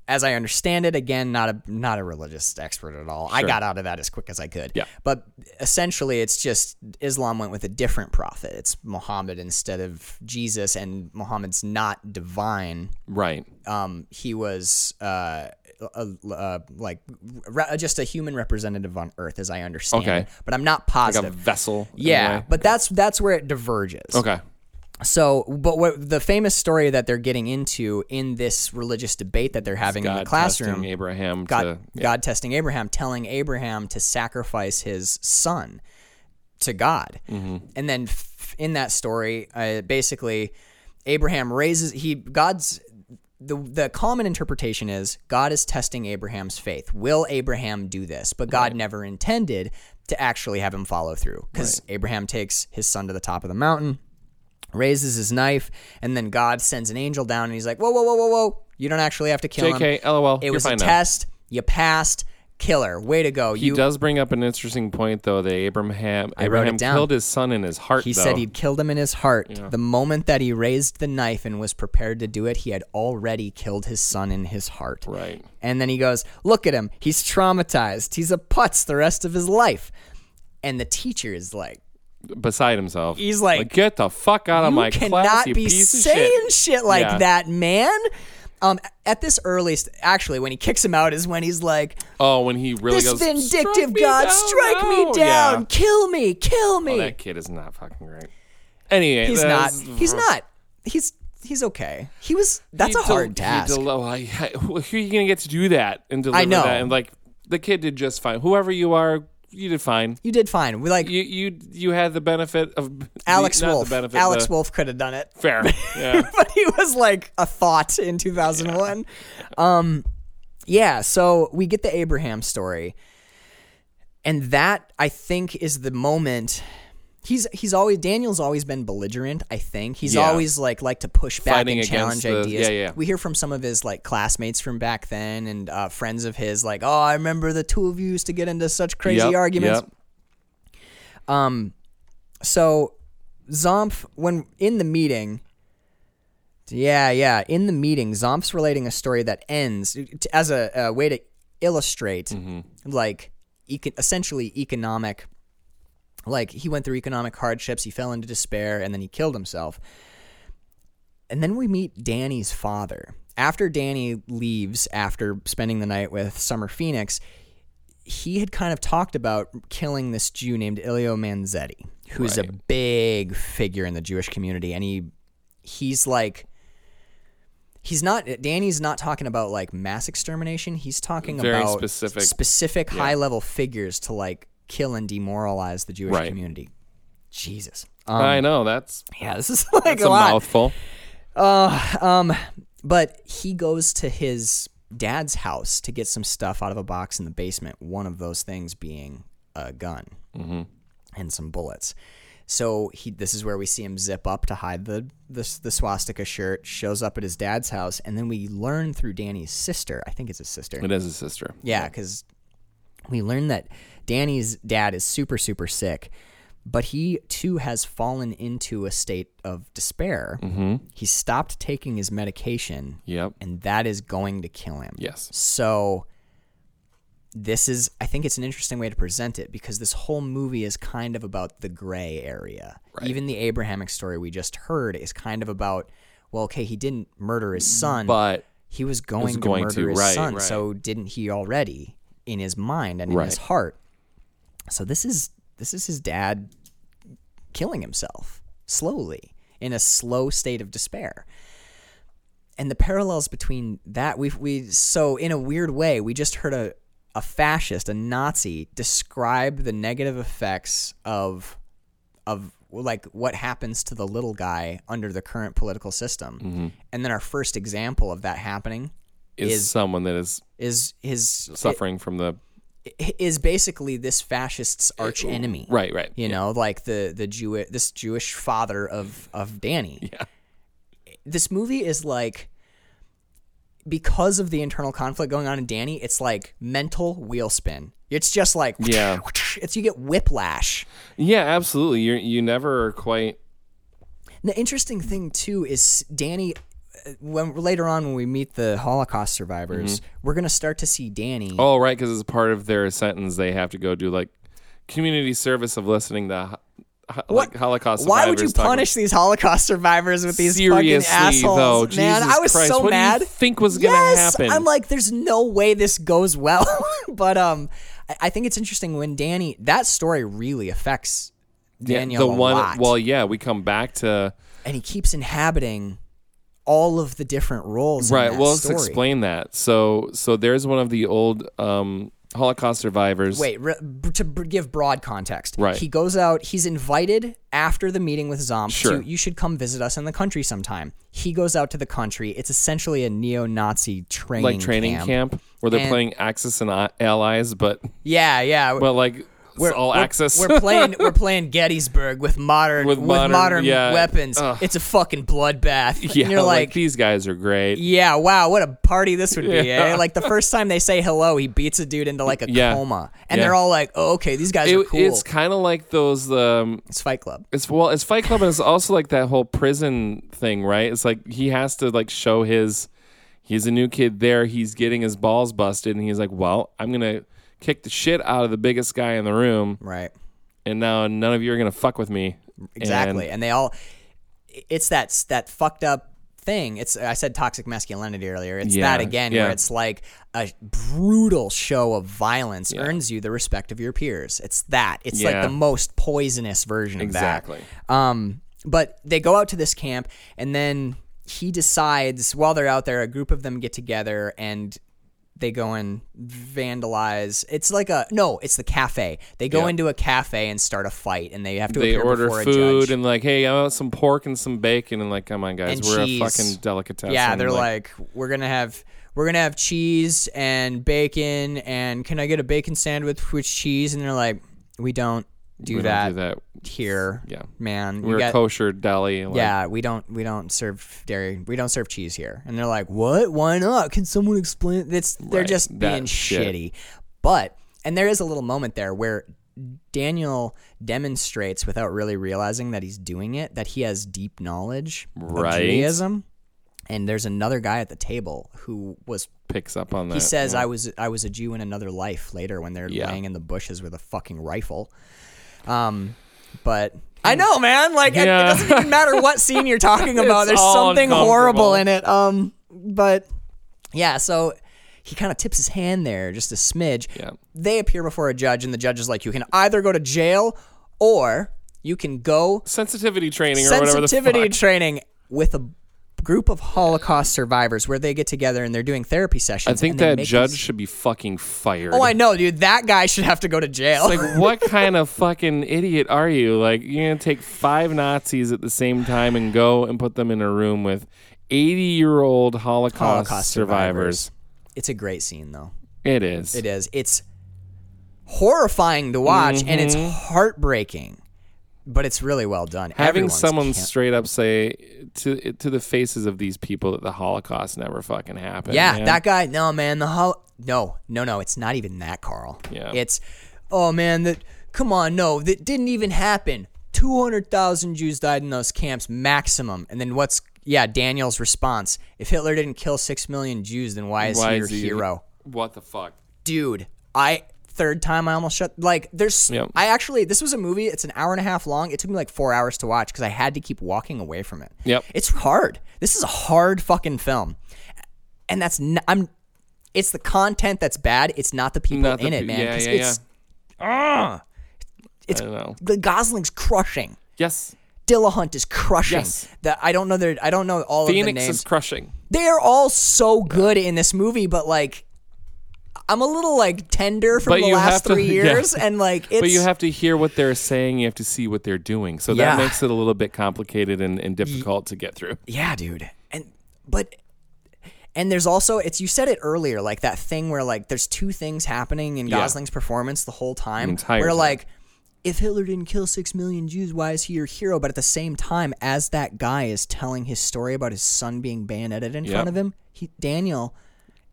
Speaker 1: as I understand it, again, not a not a religious expert at all. I got out of that as quick as I could.
Speaker 3: Yeah.
Speaker 1: But essentially, it's just Islam went with a different prophet. It's Muhammad instead of Jesus, and Muhammad's not divine
Speaker 3: right.
Speaker 1: um, he was uh, a, a, a- like re- just a human representative on Earth, as I understand.
Speaker 3: Okay.
Speaker 1: it. but I'm not
Speaker 3: Like a
Speaker 1: positive.
Speaker 3: vessel. in a
Speaker 1: yeah,
Speaker 3: way.
Speaker 1: but that's that's where it diverges.
Speaker 3: okay.
Speaker 1: So, but what the famous story that they're getting into in this religious debate that they're having in
Speaker 3: God
Speaker 1: the classroom,
Speaker 3: testing Abraham
Speaker 1: God,
Speaker 3: to
Speaker 1: God testing Abraham, telling Abraham to sacrifice his son
Speaker 3: Mm-hmm.
Speaker 1: to God. And then f- in that story, uh, basically, Abraham raises he God's the the common interpretation is God is testing Abraham's faith. Will Abraham do this? But God never intended to actually have him follow through because Abraham takes his son to the top of the mountain, raises his knife, and then God sends an angel down and he's like, "Whoa, whoa, whoa, whoa, whoa! You don't actually have to kill him."
Speaker 3: JK, LOL.
Speaker 1: It
Speaker 3: you're
Speaker 1: was a
Speaker 3: fine now.
Speaker 1: test. You passed. Killer. Way to go.
Speaker 3: He
Speaker 1: you
Speaker 3: does bring up an interesting point, though. That Abraham
Speaker 1: wrote it
Speaker 3: Abraham
Speaker 1: down.
Speaker 3: killed his son in his heart.
Speaker 1: He
Speaker 3: though.
Speaker 1: said he'd killed him in his heart. The moment that he raised the knife and was prepared to do it, he had already killed his son in his heart.
Speaker 3: right.
Speaker 1: And then he goes, Look at him. He's traumatized. He's a putz the rest of his life. And the teacher is like,
Speaker 3: beside himself.
Speaker 1: He's like,
Speaker 3: get the fuck out of
Speaker 1: You
Speaker 3: my
Speaker 1: cannot
Speaker 3: class, you
Speaker 1: be
Speaker 3: piece of
Speaker 1: saying
Speaker 3: shit.
Speaker 1: like
Speaker 3: Yeah.
Speaker 1: that, man. Um, at this earliest, actually, when he kicks him out is when he's like,
Speaker 3: Oh, when he really
Speaker 1: This
Speaker 3: goes, "Strike
Speaker 1: vindictive
Speaker 3: me
Speaker 1: God,
Speaker 3: down
Speaker 1: strike
Speaker 3: now."
Speaker 1: me down,
Speaker 3: Yeah.
Speaker 1: kill me, kill me.
Speaker 3: Oh, that kid is not fucking great. Anyway,
Speaker 1: He's not.
Speaker 3: that's-
Speaker 1: He's not. He's he's okay. He was. That's
Speaker 3: He
Speaker 1: a hard
Speaker 3: del- he
Speaker 1: task.
Speaker 3: del- oh, I- I- who who are you gonna get to do that and deliver
Speaker 1: I know.
Speaker 3: that? And like, the kid did just fine. Whoever you are, you did fine.
Speaker 1: you did fine. We like
Speaker 3: You you you had the benefit of
Speaker 1: Alex
Speaker 3: the, not
Speaker 1: Wolf.
Speaker 3: The benefit,
Speaker 1: Alex
Speaker 3: the-
Speaker 1: Wolf could have done it,
Speaker 3: Fair. Yeah.
Speaker 1: but he was like a thought in 2001. Um, yeah. So we get the Abraham story, and that I think is the moment. He's he's always Daniel's always been belligerent. I think he's
Speaker 3: Yeah.
Speaker 1: always like like to push back
Speaker 3: Fighting
Speaker 1: and challenge
Speaker 3: against the-
Speaker 1: ideas.
Speaker 3: yeah, yeah.
Speaker 1: We hear from some of his like classmates from back then and uh, friends of his like, oh, I remember the two of you used to get into such crazy
Speaker 3: Yep,
Speaker 1: arguments.
Speaker 3: yep.
Speaker 1: So Zomph, when in the meeting, yeah, yeah, in the meeting, Zomph's relating a story that ends t- as a, a way to illustrate, like, eco- essentially economic. Like he went through economic hardships, he fell into despair, and then he killed himself. And then we meet Danny's father. After Danny leaves, after spending the night with Summer Phoenix, he had kind of talked about killing this Jew named Ilio Manzetti, who's a big figure in the Jewish community, and he he's like he's not Danny's not talking about like mass extermination. He's talking
Speaker 3: Very
Speaker 1: about
Speaker 3: specific.
Speaker 1: specific high level figures to like kill and demoralize the Jewish
Speaker 3: Right.
Speaker 1: community. Jesus.
Speaker 3: I know that's,
Speaker 1: Yeah, this is like
Speaker 3: that's
Speaker 1: a
Speaker 3: a
Speaker 1: lot.
Speaker 3: mouthful.
Speaker 1: But he goes to his dad's house to get some stuff out of a box in the basement, one of those things being a gun
Speaker 3: Mm-hmm.
Speaker 1: and some bullets. So he, this is where we see him zip up to hide the, the the swastika shirt. Shows up at his dad's house, and then we learn through Danny's sister. I think it's his sister.
Speaker 3: It is his sister.
Speaker 1: Yeah, because we learned that Danny's dad is super, super sick, but he too has fallen into a state of despair. Mm-hmm. He stopped taking his medication,
Speaker 3: Yep.
Speaker 1: and that is going to kill him.
Speaker 3: Yes.
Speaker 1: So this is I think it's an interesting way to present it because this whole movie is kind of about the gray area. Even the Abrahamic story we just heard is kind of about well, okay, he didn't murder his son,
Speaker 3: But
Speaker 1: he was going, to
Speaker 3: going
Speaker 1: murder
Speaker 3: to,
Speaker 1: his
Speaker 3: right,
Speaker 1: son.
Speaker 3: right.
Speaker 1: So didn't he already in his mind and in his
Speaker 3: Right.
Speaker 1: heart? So this is this is his dad killing himself slowly in a slow state of despair. And the parallels between that we we so in a weird way we just heard a a fascist a Nazi describe the negative effects of of like what happens to the little guy under the current political system.
Speaker 3: Mm-hmm.
Speaker 1: And then our first example of that happening
Speaker 3: is,
Speaker 1: is-
Speaker 3: someone that is
Speaker 1: is his
Speaker 3: suffering from the
Speaker 1: is basically this fascist's arch enemy.
Speaker 3: Eh, right, right.
Speaker 1: You know, like the the Jew this Jewish father of of Danny.
Speaker 3: Yeah.
Speaker 1: This movie is like because of the internal conflict going on in Danny, it's like mental wheel spin. It's just like
Speaker 3: Yeah.
Speaker 1: it's you get whiplash.
Speaker 3: Yeah, absolutely. You you never are quite
Speaker 1: The interesting thing too is Danny. uh, When later on, when we meet the Holocaust survivors,
Speaker 3: Mm-hmm.
Speaker 1: we're gonna start to see Danny.
Speaker 3: oh right because it's part of their sentence. They have to go do like community service of listening to ho- ho- like Holocaust.
Speaker 1: Why would you
Speaker 3: survivors talk about-
Speaker 1: punish these Holocaust survivors with these
Speaker 3: Seriously,
Speaker 1: fucking assholes,
Speaker 3: though,
Speaker 1: man?
Speaker 3: Jesus
Speaker 1: I was
Speaker 3: Christ,
Speaker 1: so
Speaker 3: what do you
Speaker 1: mad.
Speaker 3: think was gonna
Speaker 1: Yes,
Speaker 3: happen?
Speaker 1: I'm like, there's no way this goes well. but um, I, I think it's interesting when Danny. That story really affects
Speaker 3: Yeah,
Speaker 1: Daniel
Speaker 3: the
Speaker 1: a
Speaker 3: one?
Speaker 1: lot.
Speaker 3: Well, yeah, we come back to
Speaker 1: and he keeps inhabiting all of the different roles. in
Speaker 3: right.
Speaker 1: that
Speaker 3: Well, let's
Speaker 1: story.
Speaker 3: explain that. So so there's one of the old um Holocaust survivors.
Speaker 1: Wait, re- b- to b- give broad context,
Speaker 3: Right.
Speaker 1: He goes out. He's invited after the meeting with Zom.
Speaker 3: Sure.
Speaker 1: To, you should come visit us in the country sometime. He goes out to the country. It's essentially a neo-Nazi training,
Speaker 3: like training camp, where they're
Speaker 1: And-
Speaker 3: playing Axis and I- Allies, but
Speaker 1: Yeah, yeah.
Speaker 3: but like it's all Axis.
Speaker 1: We're playing. We're playing Gettysburg with modern
Speaker 3: With
Speaker 1: with,
Speaker 3: modern-
Speaker 1: modern,
Speaker 3: yeah.
Speaker 1: weapons.
Speaker 3: Ugh.
Speaker 1: It's a fucking bloodbath.
Speaker 3: yeah,
Speaker 1: and you're
Speaker 3: like,
Speaker 1: like
Speaker 3: these guys are great.
Speaker 1: Yeah, wow, what a party this would be,
Speaker 3: Yeah.
Speaker 1: eh? Like the first time they say hello, he beats a dude into like a
Speaker 3: Yeah.
Speaker 1: coma. And
Speaker 3: Yeah.
Speaker 1: they're all like, oh, okay, these guys are
Speaker 3: It-
Speaker 1: cool.
Speaker 3: It's
Speaker 1: It's,
Speaker 3: kind of like those. Um,
Speaker 1: Fight Club.
Speaker 3: it's well, it's Fight Club, and it's also like that whole prison thing, right? It's like he has to like show his. He's a new kid there. He's getting his balls busted, and he's like, "Well, I'm gonna kick the shit out of the biggest guy in the room,
Speaker 1: Right.
Speaker 3: and now none of you are gonna fuck with me."
Speaker 1: Exactly.
Speaker 3: And-
Speaker 1: And, they all, it's that, that fucked up thing. It's I said toxic masculinity earlier. It's
Speaker 3: Yeah,
Speaker 1: that again
Speaker 3: yeah.
Speaker 1: where it's like a brutal show of violence earns you the respect of your peers. It's that. It's
Speaker 3: Yeah.
Speaker 1: like the most poisonous version of that.
Speaker 3: exactly.
Speaker 1: Um, but they go out to this camp, and then he decides while they're out there, a group of them get together and they go and vandalize. It's like a no, it's the cafe. They go
Speaker 3: Yeah.
Speaker 1: into a cafe and start a fight, and they have to
Speaker 3: they
Speaker 1: appear
Speaker 3: order
Speaker 1: before a
Speaker 3: food
Speaker 1: judge.
Speaker 3: and like, hey, I want some pork and some bacon and like, come on, guys,
Speaker 1: And
Speaker 3: we're
Speaker 1: cheese.
Speaker 3: a fucking delicatessen.
Speaker 1: yeah, they're like, we're gonna have. We're gonna have cheese and bacon, and can I get a bacon sandwich with cheese? And they're like, we don't do,
Speaker 3: we
Speaker 1: that,
Speaker 3: don't do that.
Speaker 1: here,
Speaker 3: Yeah.
Speaker 1: man. You
Speaker 3: We're a
Speaker 1: got-
Speaker 3: kosher deli. Like,
Speaker 1: yeah, we don't we don't serve dairy. We don't serve cheese here. And they're like, "What? Why not? Can someone explain?" That's they're
Speaker 3: Right,
Speaker 1: just
Speaker 3: that
Speaker 1: being
Speaker 3: shit.
Speaker 1: shitty. But and there is a little moment there where Daniel demonstrates without really realizing that he's doing it that he has deep knowledge
Speaker 3: Right.
Speaker 1: of Judaism. And there's another guy at the table who was
Speaker 3: picks up on that.
Speaker 1: he says I was I was a Jew in another life later when they're
Speaker 3: Yeah.
Speaker 1: laying in the bushes with a fucking rifle. Um, but I know, man. Like it-
Speaker 3: Hmm. Yeah.
Speaker 1: it, doesn't even matter what scene you're talking about.
Speaker 3: It's
Speaker 1: There's
Speaker 3: all
Speaker 1: something horrible
Speaker 3: uncomfortable.
Speaker 1: in it. Um, but yeah, so he kind of tips his hand there just a smidge.
Speaker 3: Yeah.
Speaker 1: They appear before a judge, and the judge is like, "You can either go to jail or you can go
Speaker 3: sensitivity training or whatever the
Speaker 1: sensitivity
Speaker 3: fuck.
Speaker 1: training with a." Group of Holocaust survivors where they get together and they're doing therapy
Speaker 3: I
Speaker 1: sessions.
Speaker 3: think
Speaker 1: and they
Speaker 3: that
Speaker 1: make
Speaker 3: judge
Speaker 1: these-
Speaker 3: should be fucking fired.
Speaker 1: Oh, I know, dude. That guy should have to go to jail.
Speaker 3: Like, what kind of fucking idiot are you? Like, you're gonna take five Nazis at the same time and go and put them in a room with eighty-year-old Holocaust,
Speaker 1: Holocaust
Speaker 3: survivors.
Speaker 1: survivors. it's a great scene, though.
Speaker 3: It is.
Speaker 1: It is. It's horrifying to watch, and it's heartbreaking, but it's really well done.
Speaker 3: Mm-hmm. having
Speaker 1: Everyone's
Speaker 3: someone
Speaker 1: camp-
Speaker 3: straight up say to to the faces of these people that the Holocaust never fucking happened.
Speaker 1: yeah,
Speaker 3: man.
Speaker 1: that guy. No, man. The hol. No, no, no. It's not even that, Carl.
Speaker 3: Yeah.
Speaker 1: It's. Oh man, that. Come on, no, that didn't even happen. Two hundred thousand Jews died in those camps maximum, and then what's? Yeah, Daniel's response: If Hitler didn't kill six million Jews, then why is
Speaker 3: Why
Speaker 1: he your
Speaker 3: is he-
Speaker 1: hero?
Speaker 3: What the fuck?
Speaker 1: dude, I third time I almost shut. Like, there's.
Speaker 3: Yeah.
Speaker 1: I actually this was a movie. It's an hour and a half long. It took me like four hours to watch because I had to keep walking away from it.
Speaker 3: Yep.
Speaker 1: It's hard. This is a hard fucking film, and that's n- I'm. It's the content that's bad. It's not the people
Speaker 3: Not the
Speaker 1: in it,
Speaker 3: pe-
Speaker 1: man.
Speaker 3: yeah,
Speaker 1: 'cause
Speaker 3: yeah,
Speaker 1: it's, ah,
Speaker 3: It's, I don't know.
Speaker 1: The Gosling's crushing.
Speaker 3: Yes,
Speaker 1: Dillahunt is crushing.
Speaker 3: Yes.
Speaker 1: That I don't know. Their, I don't know all of the
Speaker 3: Phoenix
Speaker 1: names.
Speaker 3: is crushing.
Speaker 1: they are all so good in this movie, but like. I'm a little like tender from
Speaker 3: But
Speaker 1: the
Speaker 3: you have
Speaker 1: last
Speaker 3: to-
Speaker 1: three
Speaker 3: yeah.
Speaker 1: years, and like it's
Speaker 3: But you have to hear what they're saying. You have to see what they're doing. So
Speaker 1: Yeah.
Speaker 3: that makes it a little bit complicated and, and difficult to get through.
Speaker 1: yeah dude and but and there's also it's you said it earlier like that thing where like there's two things happening in
Speaker 3: Yeah.
Speaker 1: gosling's performance the whole time
Speaker 3: entire
Speaker 1: where
Speaker 3: time.
Speaker 1: like if hitler didn't kill six million jews why is he your hero but at the same time as that guy is telling his story about his son being bayoneted in
Speaker 3: Yeah.
Speaker 1: front of him he daniel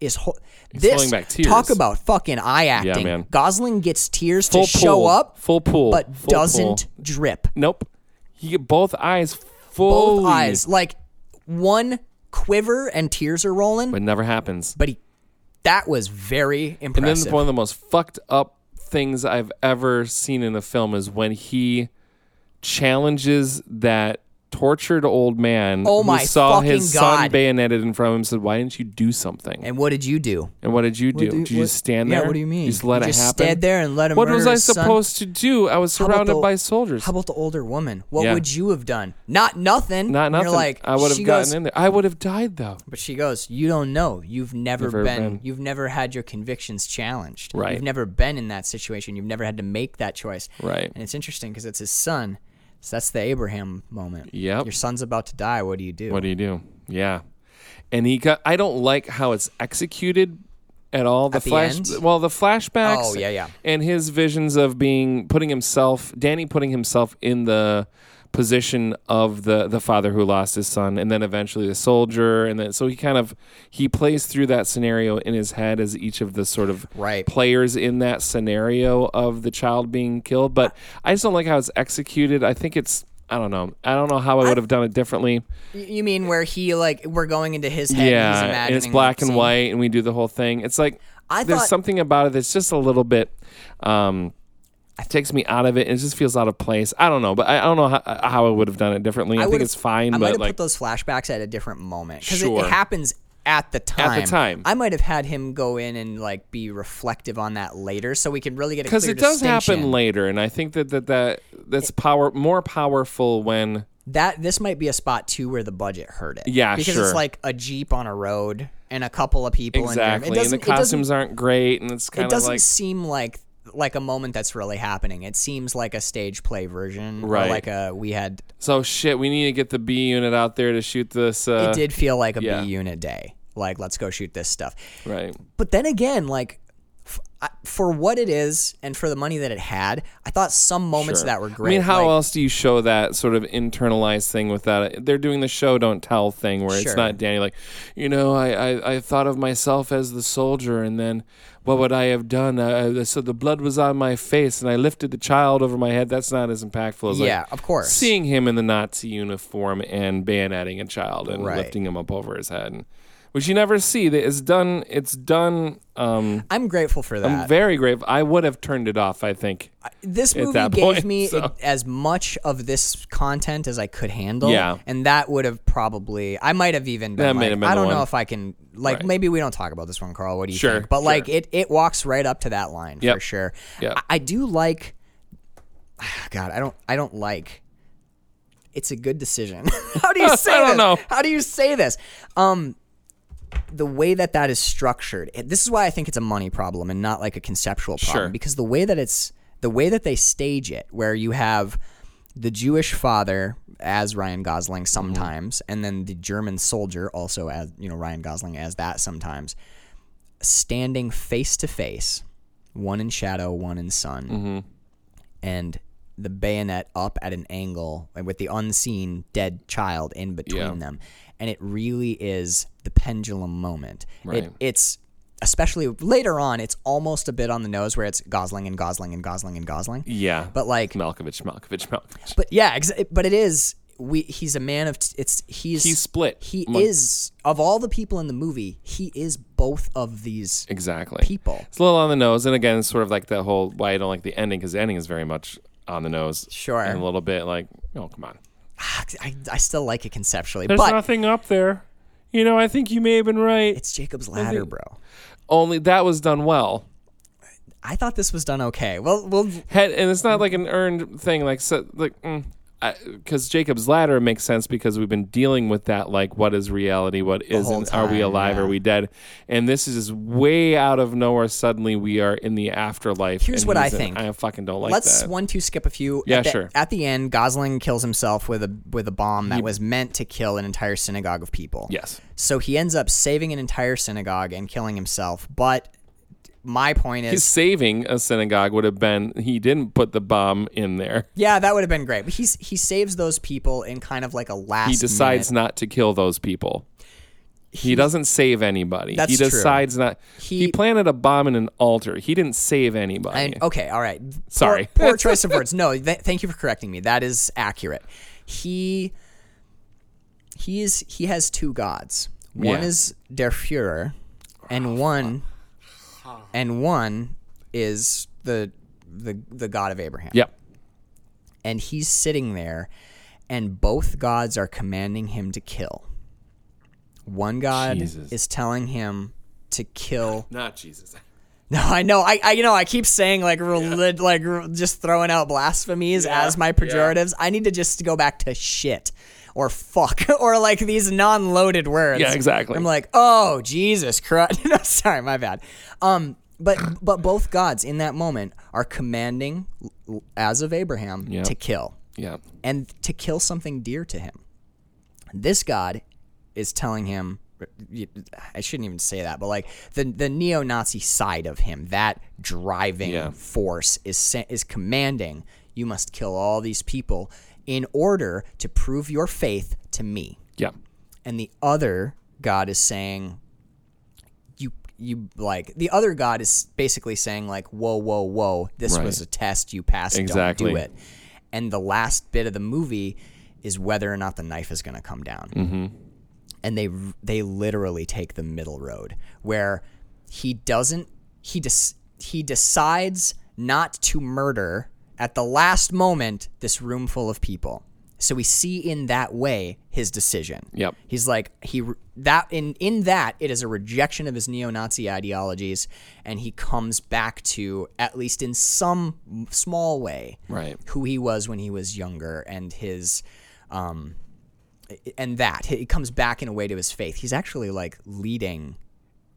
Speaker 1: is ho- this
Speaker 3: holding back tears.
Speaker 1: talk about fucking eye acting
Speaker 3: man.
Speaker 1: gosling gets tears
Speaker 3: Full
Speaker 1: to show
Speaker 3: pool.
Speaker 1: up
Speaker 3: Full pool.
Speaker 1: but
Speaker 3: Full
Speaker 1: doesn't
Speaker 3: pool.
Speaker 1: drip
Speaker 3: Nope. You get both eyes full.
Speaker 1: both eyes like one quiver and tears are rolling
Speaker 3: But never happens.
Speaker 1: but he that was very
Speaker 3: And
Speaker 1: impressive
Speaker 3: then one of the most fucked up things I've ever seen in a film is when he challenges that tortured old man
Speaker 1: Oh my
Speaker 3: who saw his
Speaker 1: fucking
Speaker 3: son
Speaker 1: God.
Speaker 3: bayoneted in front of him and said, Why didn't you do something? And,
Speaker 1: And what did you do?
Speaker 3: what did you do?
Speaker 1: do you-
Speaker 3: did you just
Speaker 1: what-
Speaker 3: stand
Speaker 1: yeah,
Speaker 3: there?
Speaker 1: what do you mean?
Speaker 3: Just let
Speaker 1: You
Speaker 3: it
Speaker 1: just
Speaker 3: happen.
Speaker 1: stood there and let him
Speaker 3: What
Speaker 1: murder
Speaker 3: was I
Speaker 1: his son?
Speaker 3: supposed to do? I was
Speaker 1: How about
Speaker 3: surrounded
Speaker 1: the-
Speaker 3: by soldiers.
Speaker 1: How about the older woman? What
Speaker 3: Yeah.
Speaker 1: would you have done? Not nothing.
Speaker 3: Not
Speaker 1: And you're
Speaker 3: nothing.
Speaker 1: like
Speaker 3: I would have
Speaker 1: she
Speaker 3: gotten
Speaker 1: goes-
Speaker 3: in there. I would have died though.
Speaker 1: But she goes, "You don't know. You've never,
Speaker 3: Never
Speaker 1: been,
Speaker 3: been.
Speaker 1: You've never had your convictions challenged.
Speaker 3: Right.
Speaker 1: You've never been in that situation. You've never had to make that choice.
Speaker 3: Right.
Speaker 1: And it's interesting because it's his son. So that's the Abraham moment.
Speaker 3: Yep.
Speaker 1: Your son's about to die. What do you do?
Speaker 3: What do you do? Yeah. And he got I don't like how it's executed at all. The
Speaker 1: At the
Speaker 3: flash
Speaker 1: end?
Speaker 3: well, the flashbacks
Speaker 1: Oh, yeah, yeah.
Speaker 3: and his visions of being putting himself Danny putting himself in the position of the the father who lost his son and then eventually the soldier and then so he kind of he plays through that scenario in his head as each of the sort of
Speaker 1: Right.
Speaker 3: players in that scenario of the child being killed but I just don't like how it's executed I think it's I don't know I don't know how I would have done it differently
Speaker 1: Y- You mean where he like we're going into his head? and he's
Speaker 3: yeah,
Speaker 1: imagining
Speaker 3: and it's
Speaker 1: that
Speaker 3: black and
Speaker 1: scene?
Speaker 3: white, and we do the whole thing. It's like
Speaker 1: I
Speaker 3: there's
Speaker 1: thought-
Speaker 3: something about it that's just a little bit. Um, takes me out of it, and it just feels out of place. I don't know, but I, I don't know how, how I would have done it differently. I, think
Speaker 1: would've-
Speaker 3: it's fine,
Speaker 1: I might
Speaker 3: but
Speaker 1: have
Speaker 3: like
Speaker 1: put those flashbacks at a different moment because
Speaker 3: Sure.
Speaker 1: it, happens at the time.
Speaker 3: time.
Speaker 1: I might have had him go in and like be reflective on that later, so we can really get a
Speaker 3: because
Speaker 1: clear
Speaker 3: it does happen
Speaker 1: distinction.
Speaker 3: later, and I think that that, that that's power more powerful when
Speaker 1: That this might be a spot too where the budget hurt it.
Speaker 3: Yeah,
Speaker 1: because
Speaker 3: sure.
Speaker 1: it's like a jeep on a road and a couple of people in
Speaker 3: exactly,
Speaker 1: there. It
Speaker 3: and the
Speaker 1: doesn't- it doesn't-
Speaker 3: costumes aren't great, and it's
Speaker 1: It
Speaker 3: kind of
Speaker 1: doesn't
Speaker 3: like
Speaker 1: seem like like a moment that's really happening. It seems like a stage play version, or
Speaker 3: Right.
Speaker 1: like a we had.
Speaker 3: so shit. We need to get the B unit out there to shoot this. Uh,
Speaker 1: It did feel like a B
Speaker 3: yeah.
Speaker 1: unit day. Like let's go shoot this stuff.
Speaker 3: right.
Speaker 1: But then again, like f I for what it is and for the money that it had, I thought some moments
Speaker 3: Sure.
Speaker 1: of that were great.
Speaker 3: I mean, how
Speaker 1: Like,
Speaker 3: else do you show that sort of internalized thing with that? They're doing the show don't tell thing where
Speaker 1: Sure.
Speaker 3: it's not Danny like, you know, I, I, I thought of myself as the soldier and then what would I have done? I, I- so the blood was on my face and I lifted the child over my head. That's not as impactful as like,
Speaker 1: Yeah, of course.
Speaker 3: seeing him in the Nazi uniform and bayoneting a child and
Speaker 1: Right.
Speaker 3: lifting him up over his head. Which you never see. It's done. It's done. Um,
Speaker 1: I'm grateful for that.
Speaker 3: I'm very grateful. I would have turned it off. I think.
Speaker 1: this movie
Speaker 3: that
Speaker 1: gave
Speaker 3: point,
Speaker 1: me
Speaker 3: so.
Speaker 1: as much of this content as I could handle.
Speaker 3: Yeah.
Speaker 1: And that would have probably, I might have even been
Speaker 3: That might
Speaker 1: like,
Speaker 3: have been
Speaker 1: I
Speaker 3: the
Speaker 1: don't know
Speaker 3: one.
Speaker 1: if I can, like,
Speaker 3: Right.
Speaker 1: maybe we don't talk about this one, Carl. What do you
Speaker 3: Sure,
Speaker 1: think? But,
Speaker 3: sure.
Speaker 1: like, it, it walks right up to that line for
Speaker 3: Yep.
Speaker 1: sure.
Speaker 3: Yep.
Speaker 1: I, I do like, God, I don't, I don't like. It's a good decision. How do you say
Speaker 3: I don't
Speaker 1: this?
Speaker 3: know.
Speaker 1: How do you say this? Um, the way that that is structured, it- this is why I think it's a money problem and not like a conceptual problem.
Speaker 3: Sure.
Speaker 1: Because the way that it's the way that they stage it, where you have the Jewish father as Ryan Gosling sometimes, and then the German soldier also as you know Ryan Gosling as that sometimes, standing face to face, one in shadow, one in sun,
Speaker 3: Mm-hmm.
Speaker 1: and the bayonet up at an angle and with the unseen dead child in between
Speaker 3: Yeah.
Speaker 1: them. And it really is the pendulum moment. It,
Speaker 3: Right.
Speaker 1: it's especially later on, it's almost a bit on the nose where it's Gosling and Gosling and Gosling and Gosling.
Speaker 3: Yeah.
Speaker 1: But like,
Speaker 3: Malkovich, Malkovich, Malkovich.
Speaker 1: but yeah, ex- but it is. We he's a man of t- it's he's
Speaker 3: He's split.
Speaker 1: He
Speaker 3: Among-
Speaker 1: is of all the people in the movie, he is both of these
Speaker 3: Exactly.
Speaker 1: people.
Speaker 3: It's a little on the nose, and again, it's sort of like that whole why I don't like the ending because the ending is very much on the nose.
Speaker 1: Sure.
Speaker 3: And a little bit like, oh come on.
Speaker 1: Ah, I, I still like it conceptually, but
Speaker 3: nothing up there. You know, I think you may have been right.
Speaker 1: it's Jacob's Ladder, bro.
Speaker 3: Only that was done well.
Speaker 1: I thought this was done okay. Well, well,
Speaker 3: Had, and it's not like an earned thing. Like so, like because Jacob's ladder makes sense because we've been dealing with that. Like, what is reality? What
Speaker 1: whole
Speaker 3: isn't? are we
Speaker 1: time,
Speaker 3: alive?
Speaker 1: yeah.
Speaker 3: Are we dead? And this is way out of nowhere. Suddenly, we are in the afterlife.
Speaker 1: Here's
Speaker 3: and
Speaker 1: what I
Speaker 3: he's in-
Speaker 1: think.
Speaker 3: I fucking don't like
Speaker 1: let's
Speaker 3: that.
Speaker 1: one two skip a few.
Speaker 3: Yeah,
Speaker 1: at the,
Speaker 3: sure.
Speaker 1: At the end, Gosling kills himself with a with a bomb that was meant to kill an entire synagogue of people.
Speaker 3: Yes.
Speaker 1: So he ends up saving an entire synagogue and killing himself. But my point is,
Speaker 3: His saving a synagogue would have been he didn't put the bomb in there.
Speaker 1: yeah, that would have been great. But he's he saves those people in kind of like a last.
Speaker 3: He decides
Speaker 1: minute-
Speaker 3: not to kill those people. He, doesn't save anybody.
Speaker 1: That's
Speaker 3: he
Speaker 1: true.
Speaker 3: decides not. He,
Speaker 1: He-
Speaker 3: planted a bomb in an altar. He didn't save anybody.
Speaker 1: And okay, all right. Poor-
Speaker 3: Sorry.
Speaker 1: poor, choice of words. No, th- thank you for correcting me. That is accurate. He he is he has two gods. One
Speaker 3: Yeah.
Speaker 1: is der Führer, and one and one is the the the God of Abraham
Speaker 3: yep.
Speaker 1: and he's sitting there and both gods are commanding him to kill. One god
Speaker 3: Jesus.
Speaker 1: is telling him to kill
Speaker 3: Not Jesus.
Speaker 1: no, I know. I, I you know I keep saying like relig- like r- just throwing out blasphemies
Speaker 3: Yeah,
Speaker 1: as my pejoratives. I need to just go back to shit or fuck or like these non-loaded words.
Speaker 3: Yeah, exactly.
Speaker 1: I'm like, oh Jesus Christ. no, sorry, my bad. Um, but but both gods in that moment are commanding, l- as of Abraham,
Speaker 3: Yeah.
Speaker 1: to kill
Speaker 3: Yeah.
Speaker 1: and to kill something dear to him. This god is telling him I shouldn't even say that, but like the the neo-Nazi side of him, that driving
Speaker 3: Yeah.
Speaker 1: force is sa- is commanding you must kill all these people in order to prove your faith to me.
Speaker 3: Yeah.
Speaker 1: And the other god is saying you you like the other god is basically saying like whoa whoa whoa this
Speaker 3: Right.
Speaker 1: was a test you passed
Speaker 3: Exactly.
Speaker 1: don't do it and the last bit of the movie is whether or not the knife is going to come down and they they literally take the middle road where he doesn't he des- he decides not to murder at the last moment this room full of people so we see in that way his decision
Speaker 3: Yep.
Speaker 1: He's like he that in in that it is a rejection of his neo-Nazi ideologies, and he comes back to at least in some small way
Speaker 3: Right.
Speaker 1: who he was when he was younger and his um and that he comes back in a way to his faith. He's actually like leading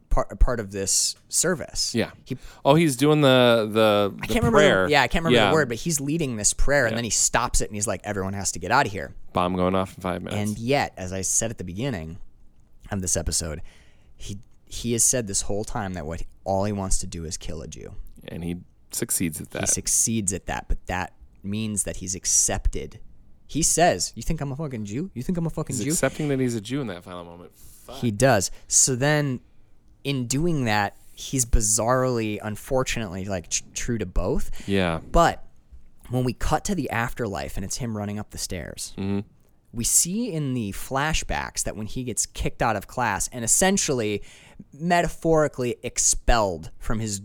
Speaker 1: part part of this service.
Speaker 3: Yeah.
Speaker 1: He
Speaker 3: oh, he's doing the the, the
Speaker 1: I can't
Speaker 3: prayer.
Speaker 1: remember. The, yeah, I can't remember the word, but he's leading this prayer, and then he stops it, and he's like, "Everyone has to get out of here."
Speaker 3: Bomb going off in five minutes.
Speaker 1: And yet, as I said at the beginning of this episode, he he has said this whole time that what all he wants to do is kill a Jew.
Speaker 3: and he succeeds at
Speaker 1: He
Speaker 3: that.
Speaker 1: succeeds at that, but that means that he's accepted. He says, "You think I'm a fucking Jew? You think I'm a fucking
Speaker 3: He's
Speaker 1: Jew?"
Speaker 3: accepting that he's a Jew in that final moment.
Speaker 1: He does. So then, in doing that, he's bizarrely, unfortunately, like tr- true to both.
Speaker 3: Yeah.
Speaker 1: But when we cut to the afterlife and it's him running up the stairs,
Speaker 3: Mm-hmm.
Speaker 1: we see in the flashbacks that when he gets kicked out of class and essentially metaphorically expelled from his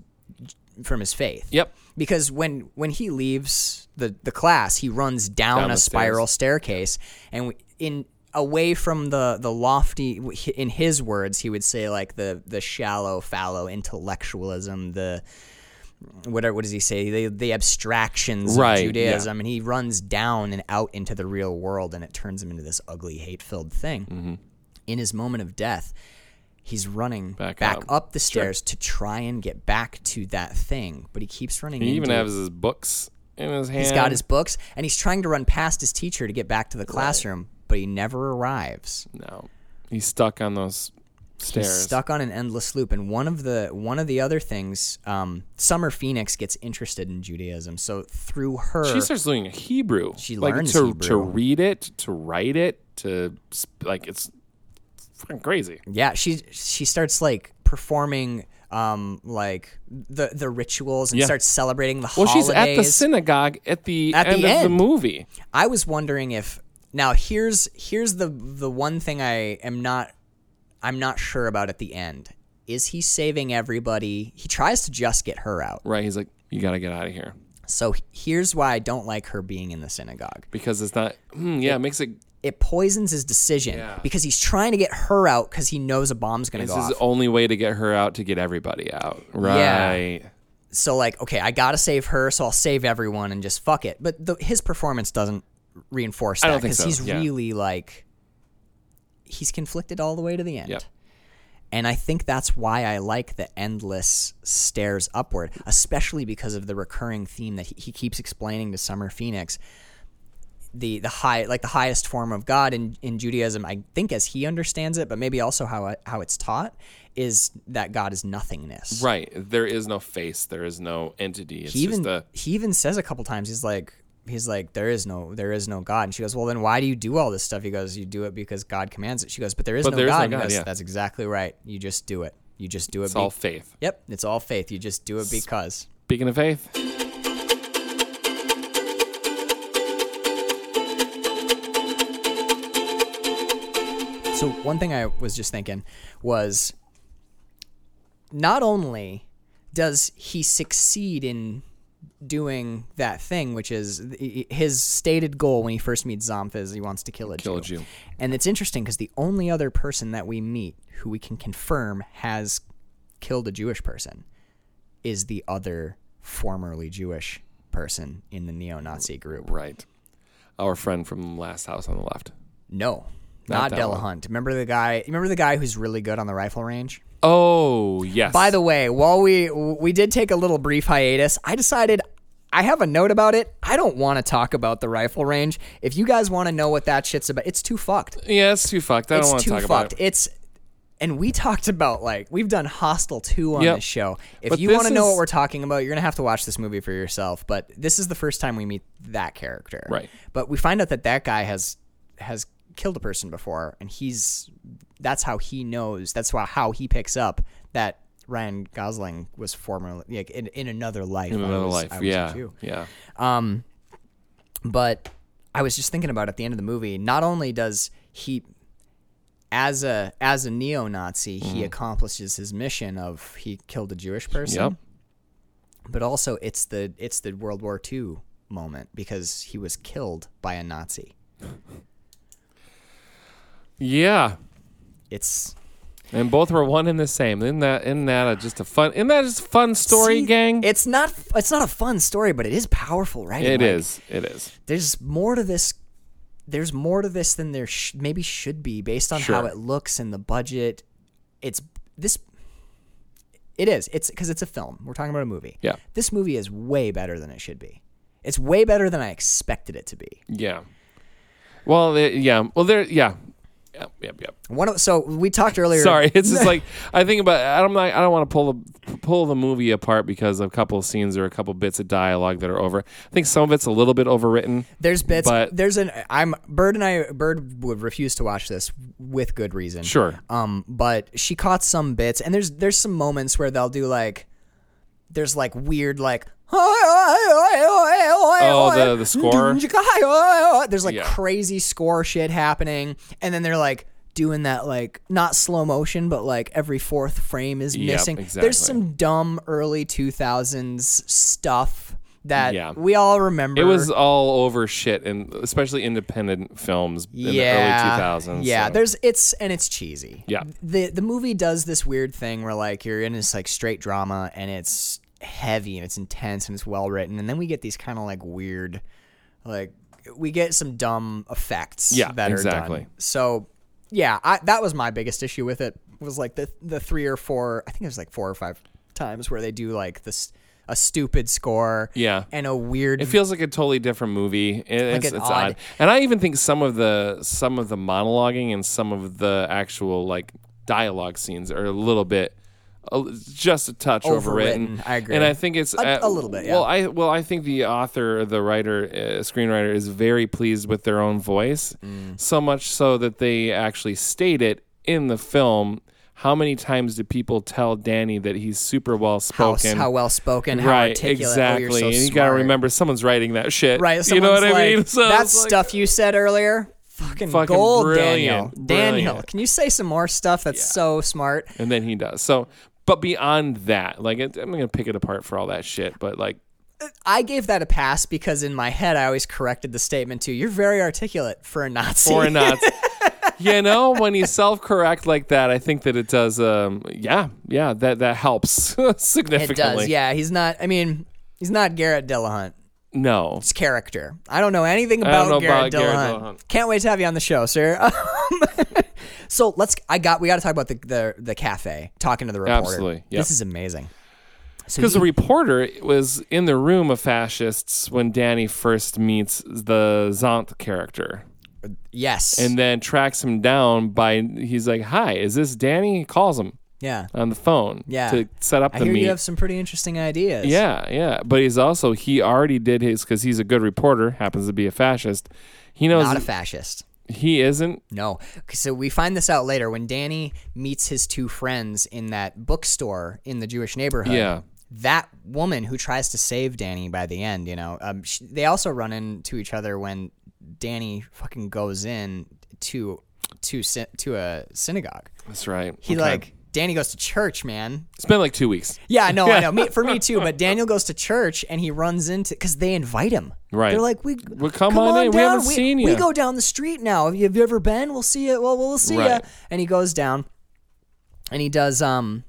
Speaker 1: from his faith.
Speaker 3: Yep.
Speaker 1: Because when when he leaves the the class, he runs down,
Speaker 3: Down
Speaker 1: a
Speaker 3: the
Speaker 1: spiral staircase and we, in away from the the lofty in his words he would say like the the shallow fallow intellectualism the whatever what does he say the, the abstractions
Speaker 3: Right,
Speaker 1: of
Speaker 3: yeah.
Speaker 1: judaism and he runs down and out into the real world and it turns him into this ugly hate-filled thing
Speaker 3: Mm-hmm.
Speaker 1: in his moment of death he's running
Speaker 3: Back
Speaker 1: back,
Speaker 3: up.
Speaker 1: up. the stairs to try and get back to that thing but he keeps running
Speaker 3: He even
Speaker 1: into it.
Speaker 3: has his books in his hand.
Speaker 1: He's got his books and he's trying to run past his teacher to get back to the classroom but he never arrives
Speaker 3: No. He's stuck on those stairs.
Speaker 1: He's stuck on an endless loop. And one of the one of the other things, um, Summer Phoenix gets interested in Judaism. So through her,
Speaker 3: She starts learning Hebrew.
Speaker 1: She
Speaker 3: like,
Speaker 1: learns
Speaker 3: to,
Speaker 1: Hebrew.
Speaker 3: to read it, to write it, to sp- like it's fucking crazy.
Speaker 1: yeah, she she starts like performing um like the the rituals and
Speaker 3: Yeah.
Speaker 1: starts celebrating the
Speaker 3: Well,
Speaker 1: holidays.
Speaker 3: she's at the synagogue at the
Speaker 1: At the
Speaker 3: end of the
Speaker 1: end.
Speaker 3: movie.
Speaker 1: I was wondering if now here's here's the the one thing I am not I'm not sure about at the end. Is he saving everybody? He tries to just get her out.
Speaker 3: Right. He's like, you got to get out of here
Speaker 1: So here's why I don't like her being in the synagogue.
Speaker 3: because it's not. Mm, yeah, it makes it.
Speaker 1: it poisons his decision
Speaker 3: Yeah.
Speaker 1: because he's trying to get her out because he knows a bomb's going to
Speaker 3: This
Speaker 1: go
Speaker 3: is
Speaker 1: off.
Speaker 3: the only way to get her out to get everybody out. Right.
Speaker 1: so like, okay, I got to save her, so I'll save everyone and just fuck it. But the, his performance doesn't reinforce
Speaker 3: I don't
Speaker 1: that
Speaker 3: think
Speaker 1: because
Speaker 3: so,
Speaker 1: he's
Speaker 3: yeah.
Speaker 1: really like he's conflicted all the way to the end.
Speaker 3: Yep.
Speaker 1: And I think that's why I like the endless stairs upward, especially because of the recurring theme that he, he keeps explaining to Summer Phoenix. The, the high like the highest form of God in, in Judaism, I think as he understands it, but maybe also how it- how it's taught is that God is nothingness.
Speaker 3: Right. There is no face. There is no entity. It's
Speaker 1: He even
Speaker 3: just a.
Speaker 1: he even says a couple times he's like he's like there is no there is no God and she goes well then why do you do all this stuff he goes you do it because God commands it she goes but there is
Speaker 3: But
Speaker 1: no
Speaker 3: there is no
Speaker 1: God, And he
Speaker 3: God,
Speaker 1: goes,
Speaker 3: yeah.
Speaker 1: that's exactly right you just do it you just do it
Speaker 3: It's all faith.
Speaker 1: Yep, it's all faith. You just do it because.
Speaker 3: Speaking of faith,
Speaker 1: So one thing I was just thinking was not only does he succeed in doing that thing, which is his stated goal when he first meets Zomph is he wants to kill a
Speaker 3: Kill a
Speaker 1: Jew.
Speaker 3: Jew.
Speaker 1: And it's interesting because the only other person that we meet who we can confirm has killed a Jewish person is the other formerly Jewish person in the neo-Nazi group.
Speaker 3: Right. Our friend from last house on the left.
Speaker 1: No,
Speaker 3: Not
Speaker 1: not,
Speaker 3: that
Speaker 1: Della
Speaker 3: one.
Speaker 1: Hunt. Remember the guy? Remember the guy who's really good on the rifle range?
Speaker 3: Oh yes.
Speaker 1: By the way, while we we did take a little brief hiatus, I decided I have a note about it. I don't want to talk about the rifle range. If you guys want to know what that shit's about, it's too fucked.
Speaker 3: yeah, it's too fucked. I don't want
Speaker 1: it's
Speaker 3: to
Speaker 1: too
Speaker 3: talk
Speaker 1: fucked.
Speaker 3: about it.
Speaker 1: It's and we talked about like we've done Hostile 2 on
Speaker 3: Yep.
Speaker 1: this show. If
Speaker 3: But
Speaker 1: you
Speaker 3: this
Speaker 1: want to know
Speaker 3: is-
Speaker 1: what we're talking about, you're going to have to watch this movie for yourself, but this is the first time we meet that character.
Speaker 3: Right.
Speaker 1: But we find out that that guy has has killed a person before and he's that's how he knows. That's why how he picks up that Ryan Gosling was formerly like in, in another life.
Speaker 3: In
Speaker 1: I
Speaker 3: another
Speaker 1: was-
Speaker 3: life.
Speaker 1: I was a
Speaker 3: yeah.
Speaker 1: Jew.
Speaker 3: Yeah.
Speaker 1: But I was just thinking about at the end of the movie, not only does he as a as a neo-Nazi, he accomplishes his mission of he killed a Jewish person.
Speaker 3: Mm-hmm. Yep.
Speaker 1: But also it's the it's the World War II moment because he was killed by a Nazi.
Speaker 3: Yeah.
Speaker 1: It's
Speaker 3: And both were one and the same. Isn't that isn't that a, just a fun isn't that just a fun story,
Speaker 1: See,
Speaker 3: gang?
Speaker 1: It's not it's not a fun story, but it is powerful, right?
Speaker 3: It
Speaker 1: Like,
Speaker 3: is. It is.
Speaker 1: There's more to this. There's more to this than there sh- maybe should be based on how
Speaker 3: Sure.
Speaker 1: it looks and the budget. It's this. It is. It's because it's a film. We're talking about a movie.
Speaker 3: Yeah.
Speaker 1: This movie is way better than it should be. It's way better than I expected it to be.
Speaker 3: Yeah. Well, they- yeah. Well, there. Yeah. Yep. Yep. Yep.
Speaker 1: One of, so we talked earlier.
Speaker 3: Sorry, it's just like I think about. I don't like. I don't want to pull the pull the movie apart because of a couple of scenes or a couple bits of dialogue that are over. I think some of it's a little bit overwritten.
Speaker 1: There's bits.
Speaker 3: But-
Speaker 1: there's an. I'm Bird and I. Bird would refuse to watch this with good reason.
Speaker 3: Sure.
Speaker 1: Um, but she caught some bits, and there's there's some moments where they'll do like, there's like weird like. Oh,
Speaker 3: the- the score?
Speaker 1: There's like
Speaker 3: Yeah.
Speaker 1: crazy score shit happening, and then they're like doing that like not slow motion, but like every fourth frame is
Speaker 3: Yep,
Speaker 1: missing.
Speaker 3: exactly.
Speaker 1: There's some dumb early 2000s stuff that
Speaker 3: Yeah.
Speaker 1: we all remember.
Speaker 3: It was all over shit, and especially independent films in the early two thousands.
Speaker 1: Yeah, there's it's and it's cheesy.
Speaker 3: Yeah.
Speaker 1: The the movie does this weird thing where like you're in this like straight drama and it's heavy and it's intense and it's well written and then we get these kind of like weird like we get some dumb effects
Speaker 3: Yeah,
Speaker 1: that are
Speaker 3: exactly.
Speaker 1: done. So yeah, I, that was my biggest issue with it was like the the three or four I think it was like four or five times where they do like this a stupid score
Speaker 3: Yeah.
Speaker 1: and a weird
Speaker 3: It feels like a totally different movie. It- it's,
Speaker 1: an
Speaker 3: it's
Speaker 1: odd-
Speaker 3: odd. and I even think some of the some of the monologuing and some of the actual like dialogue scenes are a little bit, uh, just a touch overwritten.
Speaker 1: Overwritten. I agree.
Speaker 3: And I think it's uh,
Speaker 1: A- a little bit, yeah.
Speaker 3: Well, I well I think the author, the writer, uh, screenwriter is very pleased with their own voice,
Speaker 1: Mm.
Speaker 3: so much so that they actually state it in the film. How many times do people tell Danny that he's super well
Speaker 1: how,
Speaker 3: spoken?
Speaker 1: how well spoken, how
Speaker 3: right,
Speaker 1: articulate,
Speaker 3: exactly.
Speaker 1: oh, you're so
Speaker 3: and you
Speaker 1: smart.
Speaker 3: gotta remember someone's writing that shit.
Speaker 1: Right.
Speaker 3: You know what
Speaker 1: someone's
Speaker 3: I mean?
Speaker 1: like,
Speaker 3: So
Speaker 1: that
Speaker 3: it's like-
Speaker 1: stuff you said earlier. Fucking,
Speaker 3: Fucking
Speaker 1: gold,
Speaker 3: brilliant,
Speaker 1: Daniel. Daniel,
Speaker 3: brilliant.
Speaker 1: can you say some more stuff that's so smart?
Speaker 3: And then he does. So, but beyond that, like it, I'm gonna pick it apart for all that shit. But like,
Speaker 1: I gave that a pass because in my head I always corrected the statement to "You're very articulate for a Nazi."
Speaker 3: or not. you know, when you self-correct like that, I think that it does. Um, yeah, yeah, that that helps
Speaker 1: it
Speaker 3: significantly.
Speaker 1: does. Yeah, he's not. I mean, he's not Garrett Dillahunt.
Speaker 3: No.
Speaker 1: It's character. I don't know anything
Speaker 3: don't
Speaker 1: about
Speaker 3: know
Speaker 1: Garrett
Speaker 3: about Garrett
Speaker 1: Dillahunt.
Speaker 3: Dillahunt.
Speaker 1: Can't wait to have you on the show, sir. Um, so let's. I got. We got to talk about the, the the cafe. Talking to the reporter.
Speaker 3: Absolutely, yeah.
Speaker 1: This is amazing. So
Speaker 3: Because
Speaker 1: you-
Speaker 3: the reporter was in the room of fascists when Danny first meets the Zant character.
Speaker 1: yes.
Speaker 3: and then tracks him down by he's like, "Hi, is this Danny?" He calls him
Speaker 1: yeah.
Speaker 3: on the phone
Speaker 1: Yeah.
Speaker 3: to set up
Speaker 1: I
Speaker 3: the
Speaker 1: hear
Speaker 3: meet.
Speaker 1: you have some pretty interesting ideas.
Speaker 3: yeah, yeah, but he's also he already did his because he's a good reporter. Happens to be a fascist. He knows
Speaker 1: Not a fascist.
Speaker 3: he isn't.
Speaker 1: No. So we find this out later when Danny meets his two friends in that bookstore in the Jewish neighborhood.
Speaker 3: Yeah.
Speaker 1: That woman who tries to save Danny by the end, you know, um, sh they also run into each other when Danny fucking goes in to to syn- to a synagogue.
Speaker 3: That's right.
Speaker 1: He
Speaker 3: Okay.
Speaker 1: like Danny goes to church, man.
Speaker 3: It's been like two weeks.
Speaker 1: Yeah, no, I know. Me, for me too. But Daniel goes to church and he runs into because they invite him.
Speaker 3: Right.
Speaker 1: They're like, we
Speaker 3: Well, come on in. We
Speaker 1: down.
Speaker 3: haven't seen
Speaker 1: We
Speaker 3: ya."
Speaker 1: go down the street now. Have you, have you ever been? We'll see you. Well, we'll see
Speaker 3: Right.
Speaker 1: you. And he goes down, and he does. Um,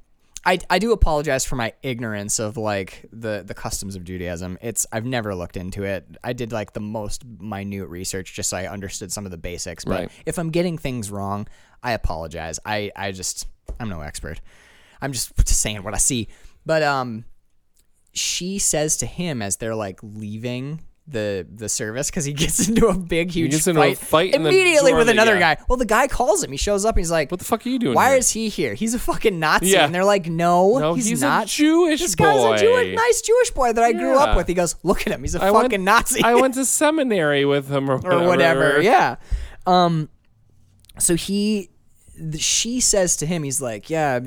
Speaker 1: I I do apologize for my ignorance of like the the customs of Judaism. It's I've never looked into it. I did like the most minute research just so I understood some of the basics. But
Speaker 3: Right.
Speaker 1: if I'm getting things wrong, I apologize. I I just I'm no expert. I'm just saying what I see. But um she says to him as they're like leaving the the service because he gets into a big huge
Speaker 3: gets
Speaker 1: fight,
Speaker 3: into a fight in the
Speaker 1: immediately
Speaker 3: door
Speaker 1: with
Speaker 3: of the-
Speaker 1: another
Speaker 3: yeah.
Speaker 1: guy. Well, the guy calls him. He shows up. and He's like,
Speaker 3: What the fuck are you doing?
Speaker 1: Why
Speaker 3: here?
Speaker 1: is he here? He's a fucking Nazi."
Speaker 3: Yeah.
Speaker 1: And they're like, "No,
Speaker 3: No,
Speaker 1: he's,
Speaker 3: he's a
Speaker 1: not
Speaker 3: Jewish
Speaker 1: This guy's a
Speaker 3: boy."
Speaker 1: Jewish, nice Jewish boy that I grew
Speaker 3: Yeah.
Speaker 1: up with." He goes, "Look at him. He's a
Speaker 3: I
Speaker 1: fucking
Speaker 3: went,
Speaker 1: Nazi."
Speaker 3: I went to seminary with him or whatever.
Speaker 1: or whatever. Yeah. Um. So he, th- she says to him, he's like, "Yeah,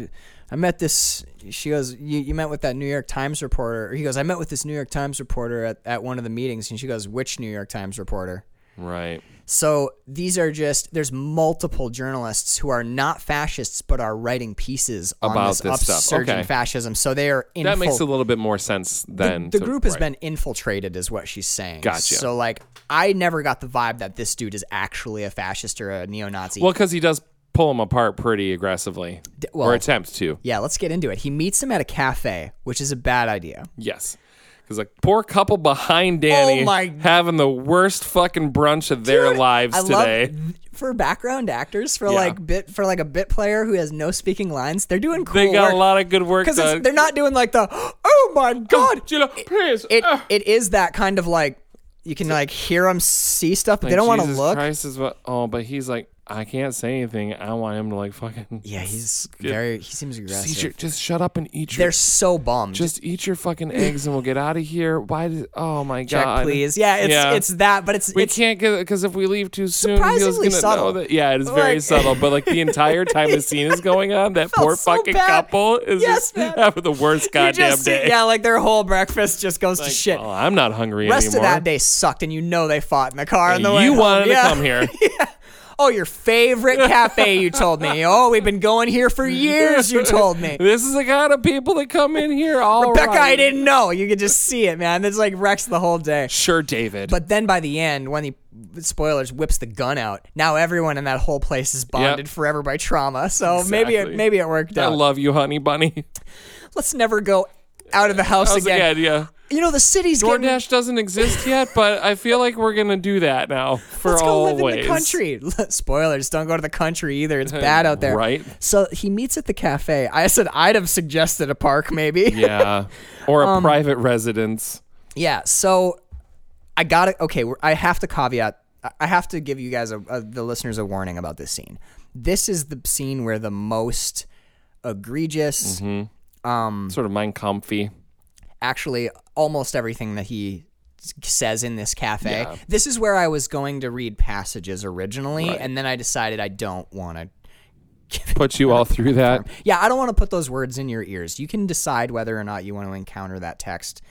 Speaker 1: I met this." She goes, you, "You met with that New York Times reporter." Or he goes, "I met with this New York Times reporter at, at one of the meetings," and she goes, "Which New York Times reporter?"
Speaker 3: Right.
Speaker 1: So these are just there's multiple journalists who are not fascists but are writing pieces on
Speaker 3: About
Speaker 1: this,
Speaker 3: this stuff.
Speaker 1: upsurge in
Speaker 3: Okay.
Speaker 1: fascism. So they are infil-
Speaker 3: That makes a little bit more sense than
Speaker 1: the
Speaker 3: to-
Speaker 1: group has
Speaker 3: right.
Speaker 1: been infiltrated, is what she's saying.
Speaker 3: Gotcha.
Speaker 1: So like, I never got the vibe that this dude is actually a fascist or a neo-Nazi.
Speaker 3: Well, because he does pull them apart pretty aggressively,
Speaker 1: well-
Speaker 3: or attempt to.
Speaker 1: yeah, let's get into it. He meets him at a cafe, which is a bad idea.
Speaker 3: Yes, because like poor couple behind Danny,
Speaker 1: Oh my-
Speaker 3: having the worst fucking brunch of their
Speaker 1: Dude,
Speaker 3: lives
Speaker 1: I love-
Speaker 3: today.
Speaker 1: for background actors, for
Speaker 3: Yeah.
Speaker 1: like bit for like a bit player who has no speaking lines, they're doing cool.
Speaker 3: They got
Speaker 1: work
Speaker 3: a lot of good work
Speaker 1: because
Speaker 3: done.
Speaker 1: they're not doing like the oh my god.
Speaker 3: You know, please,
Speaker 1: It
Speaker 3: ah.
Speaker 1: it is that kind of like you can like hear them see stuff, but they
Speaker 3: Like,
Speaker 1: don't want to
Speaker 3: Jesus
Speaker 1: look.
Speaker 3: Christ is what. Oh, but he's like, I can't say anything. I want him to like fucking.
Speaker 1: Yeah, he's very. He seems
Speaker 3: Just,
Speaker 1: aggressive.
Speaker 3: eat your, just shut up and eat your.
Speaker 1: they're so bummed.
Speaker 3: just eat your fucking eggs and we'll get out of here. Why did? Oh my
Speaker 1: check,
Speaker 3: god!
Speaker 1: please. Yeah, it's
Speaker 3: Yeah.
Speaker 1: it's that, but it's
Speaker 3: We
Speaker 1: it's
Speaker 3: can't get because if we leave too soon, he's
Speaker 1: Surprisingly
Speaker 3: gonna
Speaker 1: subtle.
Speaker 3: know that. Yeah, it is very
Speaker 1: Like-
Speaker 3: subtle. But like the entire time the scene is going on, that
Speaker 1: felt
Speaker 3: poor
Speaker 1: so
Speaker 3: fucking
Speaker 1: bad.
Speaker 3: couple is
Speaker 1: Yes,
Speaker 3: just
Speaker 1: man.
Speaker 3: having the worst
Speaker 1: you
Speaker 3: goddamn
Speaker 1: just see-
Speaker 3: day.
Speaker 1: yeah, like their whole breakfast just goes to
Speaker 3: Like,
Speaker 1: shit.
Speaker 3: Oh, I'm not hungry
Speaker 1: Rest
Speaker 3: anymore.
Speaker 1: of that day sucked, and you know they fought in the car on the way.
Speaker 3: you
Speaker 1: home.
Speaker 3: wanted
Speaker 1: Yeah.
Speaker 3: to come here.
Speaker 1: Oh, your favorite cafe, you told me. Oh, we've been going here for years, you told me.
Speaker 3: This is the kind of people that come in here. All
Speaker 1: Becca, I
Speaker 3: right.
Speaker 1: didn't know. You could just see it, man. It's like wrecks the whole day.
Speaker 3: Sure, David.
Speaker 1: But then by the end, when he spoilers whips the gun out, now everyone in that whole place is bonded forever by trauma. So maybe it
Speaker 3: Exactly.
Speaker 1: maybe it worked
Speaker 3: I
Speaker 1: out.
Speaker 3: love you, honey bunny.
Speaker 1: Let's never go out of the house
Speaker 3: That was the
Speaker 1: again.
Speaker 3: idea.
Speaker 1: You know the city's getting.
Speaker 3: DoorDash doesn't exist yet, but I feel like we're gonna do that now for
Speaker 1: Let's go
Speaker 3: always.
Speaker 1: live in the country. Spoilers, don't go to the country either. It's bad out there.
Speaker 3: Right?
Speaker 1: So he meets at the cafe. I said I'd have suggested a park maybe.
Speaker 3: Yeah, or a
Speaker 1: Um,
Speaker 3: private residence.
Speaker 1: Yeah, so I got to Okay, we're- I have to caveat. I- I have to give you guys a, a, the listeners a warning about this scene. This is the scene where the most egregious, hmm.
Speaker 3: sort of mind comfy.
Speaker 1: actually, almost everything that he s- says in this cafe. This is where I was going to read passages originally, and then I decided I don't want to.
Speaker 3: Put you all through that.
Speaker 1: Yeah, I don't want to put those words in your ears. You can decide whether or not you want to encounter that text.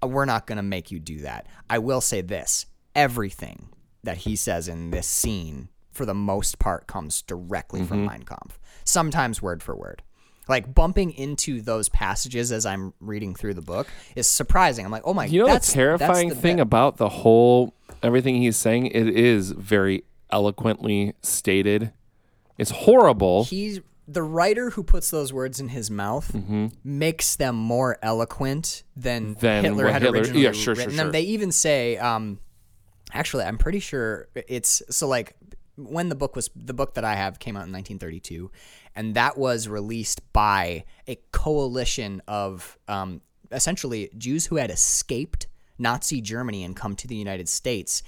Speaker 1: Uh, We're not going to make you do that. I will say this everything that he says in this scene, for the most part, comes directly
Speaker 3: Mm-hmm.
Speaker 1: from Mein Kampf, sometimes word for word. Like bumping into those passages as I'm reading through the book is surprising. I'm like, oh my,
Speaker 3: You know
Speaker 1: that's
Speaker 3: the
Speaker 1: that's
Speaker 3: terrifying
Speaker 1: the
Speaker 3: thing
Speaker 1: bit.
Speaker 3: about the whole everything he's saying. It is very eloquently stated. It's horrible.
Speaker 1: he's the writer who puts those words in his mouth makes them more eloquent than,
Speaker 3: Mm-hmm. Than
Speaker 1: Hitler
Speaker 3: what
Speaker 1: had
Speaker 3: Hitler-
Speaker 1: originally
Speaker 3: yeah, sure, sure,
Speaker 1: written them.
Speaker 3: sure.
Speaker 1: They even say, um, actually, I'm pretty sure it's so like when the book was the book that I have came out in 1932, and that was released by a coalition of um, essentially Jews who had escaped Nazi Germany and come to the United States.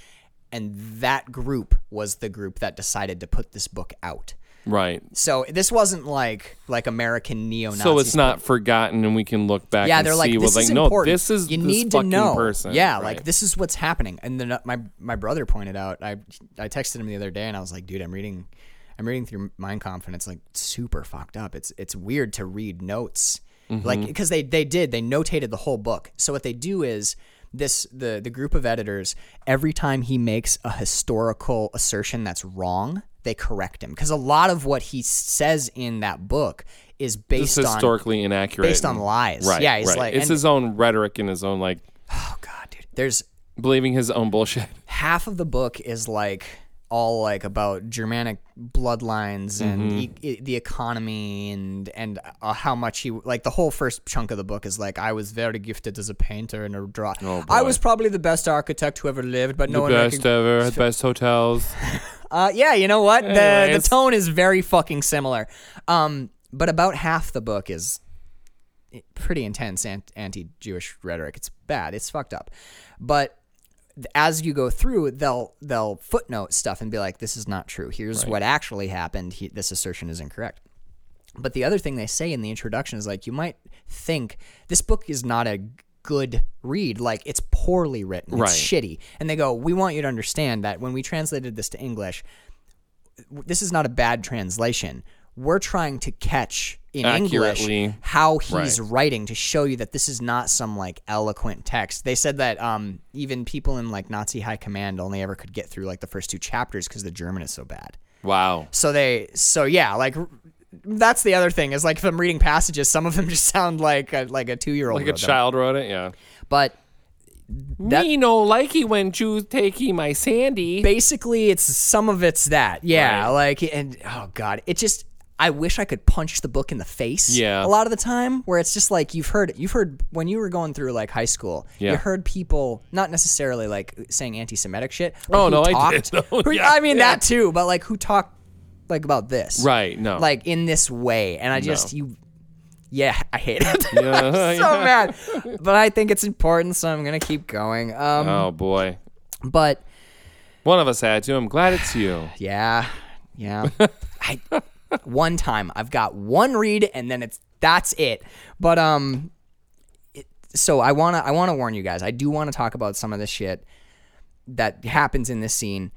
Speaker 1: And that group was the group that decided to put this book out.
Speaker 3: right.
Speaker 1: So this wasn't like like American neo Nazi.
Speaker 3: So it's not forgotten, and we can look back.
Speaker 1: yeah.
Speaker 3: and
Speaker 1: They're
Speaker 3: see
Speaker 1: like
Speaker 3: what,
Speaker 1: this
Speaker 3: like
Speaker 1: is
Speaker 3: no,
Speaker 1: important.
Speaker 3: this is
Speaker 1: you
Speaker 3: this
Speaker 1: need to
Speaker 3: fucking
Speaker 1: know.
Speaker 3: person.
Speaker 1: Yeah,
Speaker 3: Right.
Speaker 1: like this is what's happening. And then uh, my my brother pointed out. I I texted him the other day, and I was like, dude, I'm reading. I'm reading through Mein Kampf and it's like super fucked up. It's it's weird to read notes,
Speaker 3: Mm-hmm.
Speaker 1: like because they they did they notated the whole book. So what they do is this the the group of editors every time he makes a historical assertion that's wrong, they correct him because a lot of what he says in that book is
Speaker 3: It's
Speaker 1: based on
Speaker 3: historically inaccurate.
Speaker 1: based on
Speaker 3: and-
Speaker 1: lies.
Speaker 3: Right.
Speaker 1: Yeah, he's
Speaker 3: right.
Speaker 1: like,
Speaker 3: it's
Speaker 1: and-
Speaker 3: his own rhetoric and his own like
Speaker 1: oh god, dude. There's
Speaker 3: believing his own bullshit.
Speaker 1: half of the book is like all like about Germanic bloodlines and
Speaker 3: Mm-hmm.
Speaker 1: e- e- the economy and and uh, how much he like the whole first chunk of the book is like I was very gifted as a painter and a draw. I was probably the best architect who ever lived, but no one
Speaker 3: Oh, best
Speaker 1: recognized.
Speaker 3: ever, had best hotels.
Speaker 1: Uh, yeah, you know what? The, the
Speaker 3: Anyways.
Speaker 1: tone is very fucking similar. Um, but about half the book is pretty intense ant- anti-Jewish rhetoric. It's bad. It's fucked up. But th- as you go through, they'll they'll footnote stuff and be like, "This is not true. Here's what actually happened. He, this assertion is incorrect." But the other thing they say in the introduction is like, you might think this book is not a good read. Like, it's poorly written, it's
Speaker 3: Right.
Speaker 1: shitty. And they go, we want you to understand that when we translated this to English, w- this is not a bad translation. We're trying to catch in English
Speaker 3: Accurately.
Speaker 1: how he's writing to show you that this is not some like eloquent text. They said that um, even people in like Nazi high command only ever could get through like the first two chapters because the German is so bad.
Speaker 3: Wow.
Speaker 1: So they, so yeah, like r- that's the other thing is like if I'm reading passages, some of them just sound like a, like a two year old,
Speaker 3: Like a child wrote it, yeah.
Speaker 1: But That-
Speaker 3: Me no likey when Jews takey my sandy.
Speaker 1: basically, it's some of it's that, yeah.
Speaker 3: Right.
Speaker 1: Like and oh god, it just I wish I could punch the book in the face.
Speaker 3: Yeah.
Speaker 1: a lot of the time where it's just like you've heard you've heard when you were going through like high school, you
Speaker 3: Yeah.
Speaker 1: heard people not necessarily like saying anti-Semitic shit. but
Speaker 3: Oh,
Speaker 1: who
Speaker 3: no, I
Speaker 1: talked,
Speaker 3: did, though.
Speaker 1: who-
Speaker 3: Yeah,
Speaker 1: I mean
Speaker 3: yeah.
Speaker 1: that too, but like who talked like about this,
Speaker 3: right, no.
Speaker 1: like in this way and i just you yeah i hate it I'm so
Speaker 3: yeah.
Speaker 1: mad but i think it's important so i'm gonna keep going um
Speaker 3: Oh boy.
Speaker 1: but
Speaker 3: One of us had to. I'm glad it's you.
Speaker 1: yeah yeah i one time i've got one read and then it's that's it but um it, so i wanna i wanna warn you guys i do wanna talk about some of the shit that happens in this scene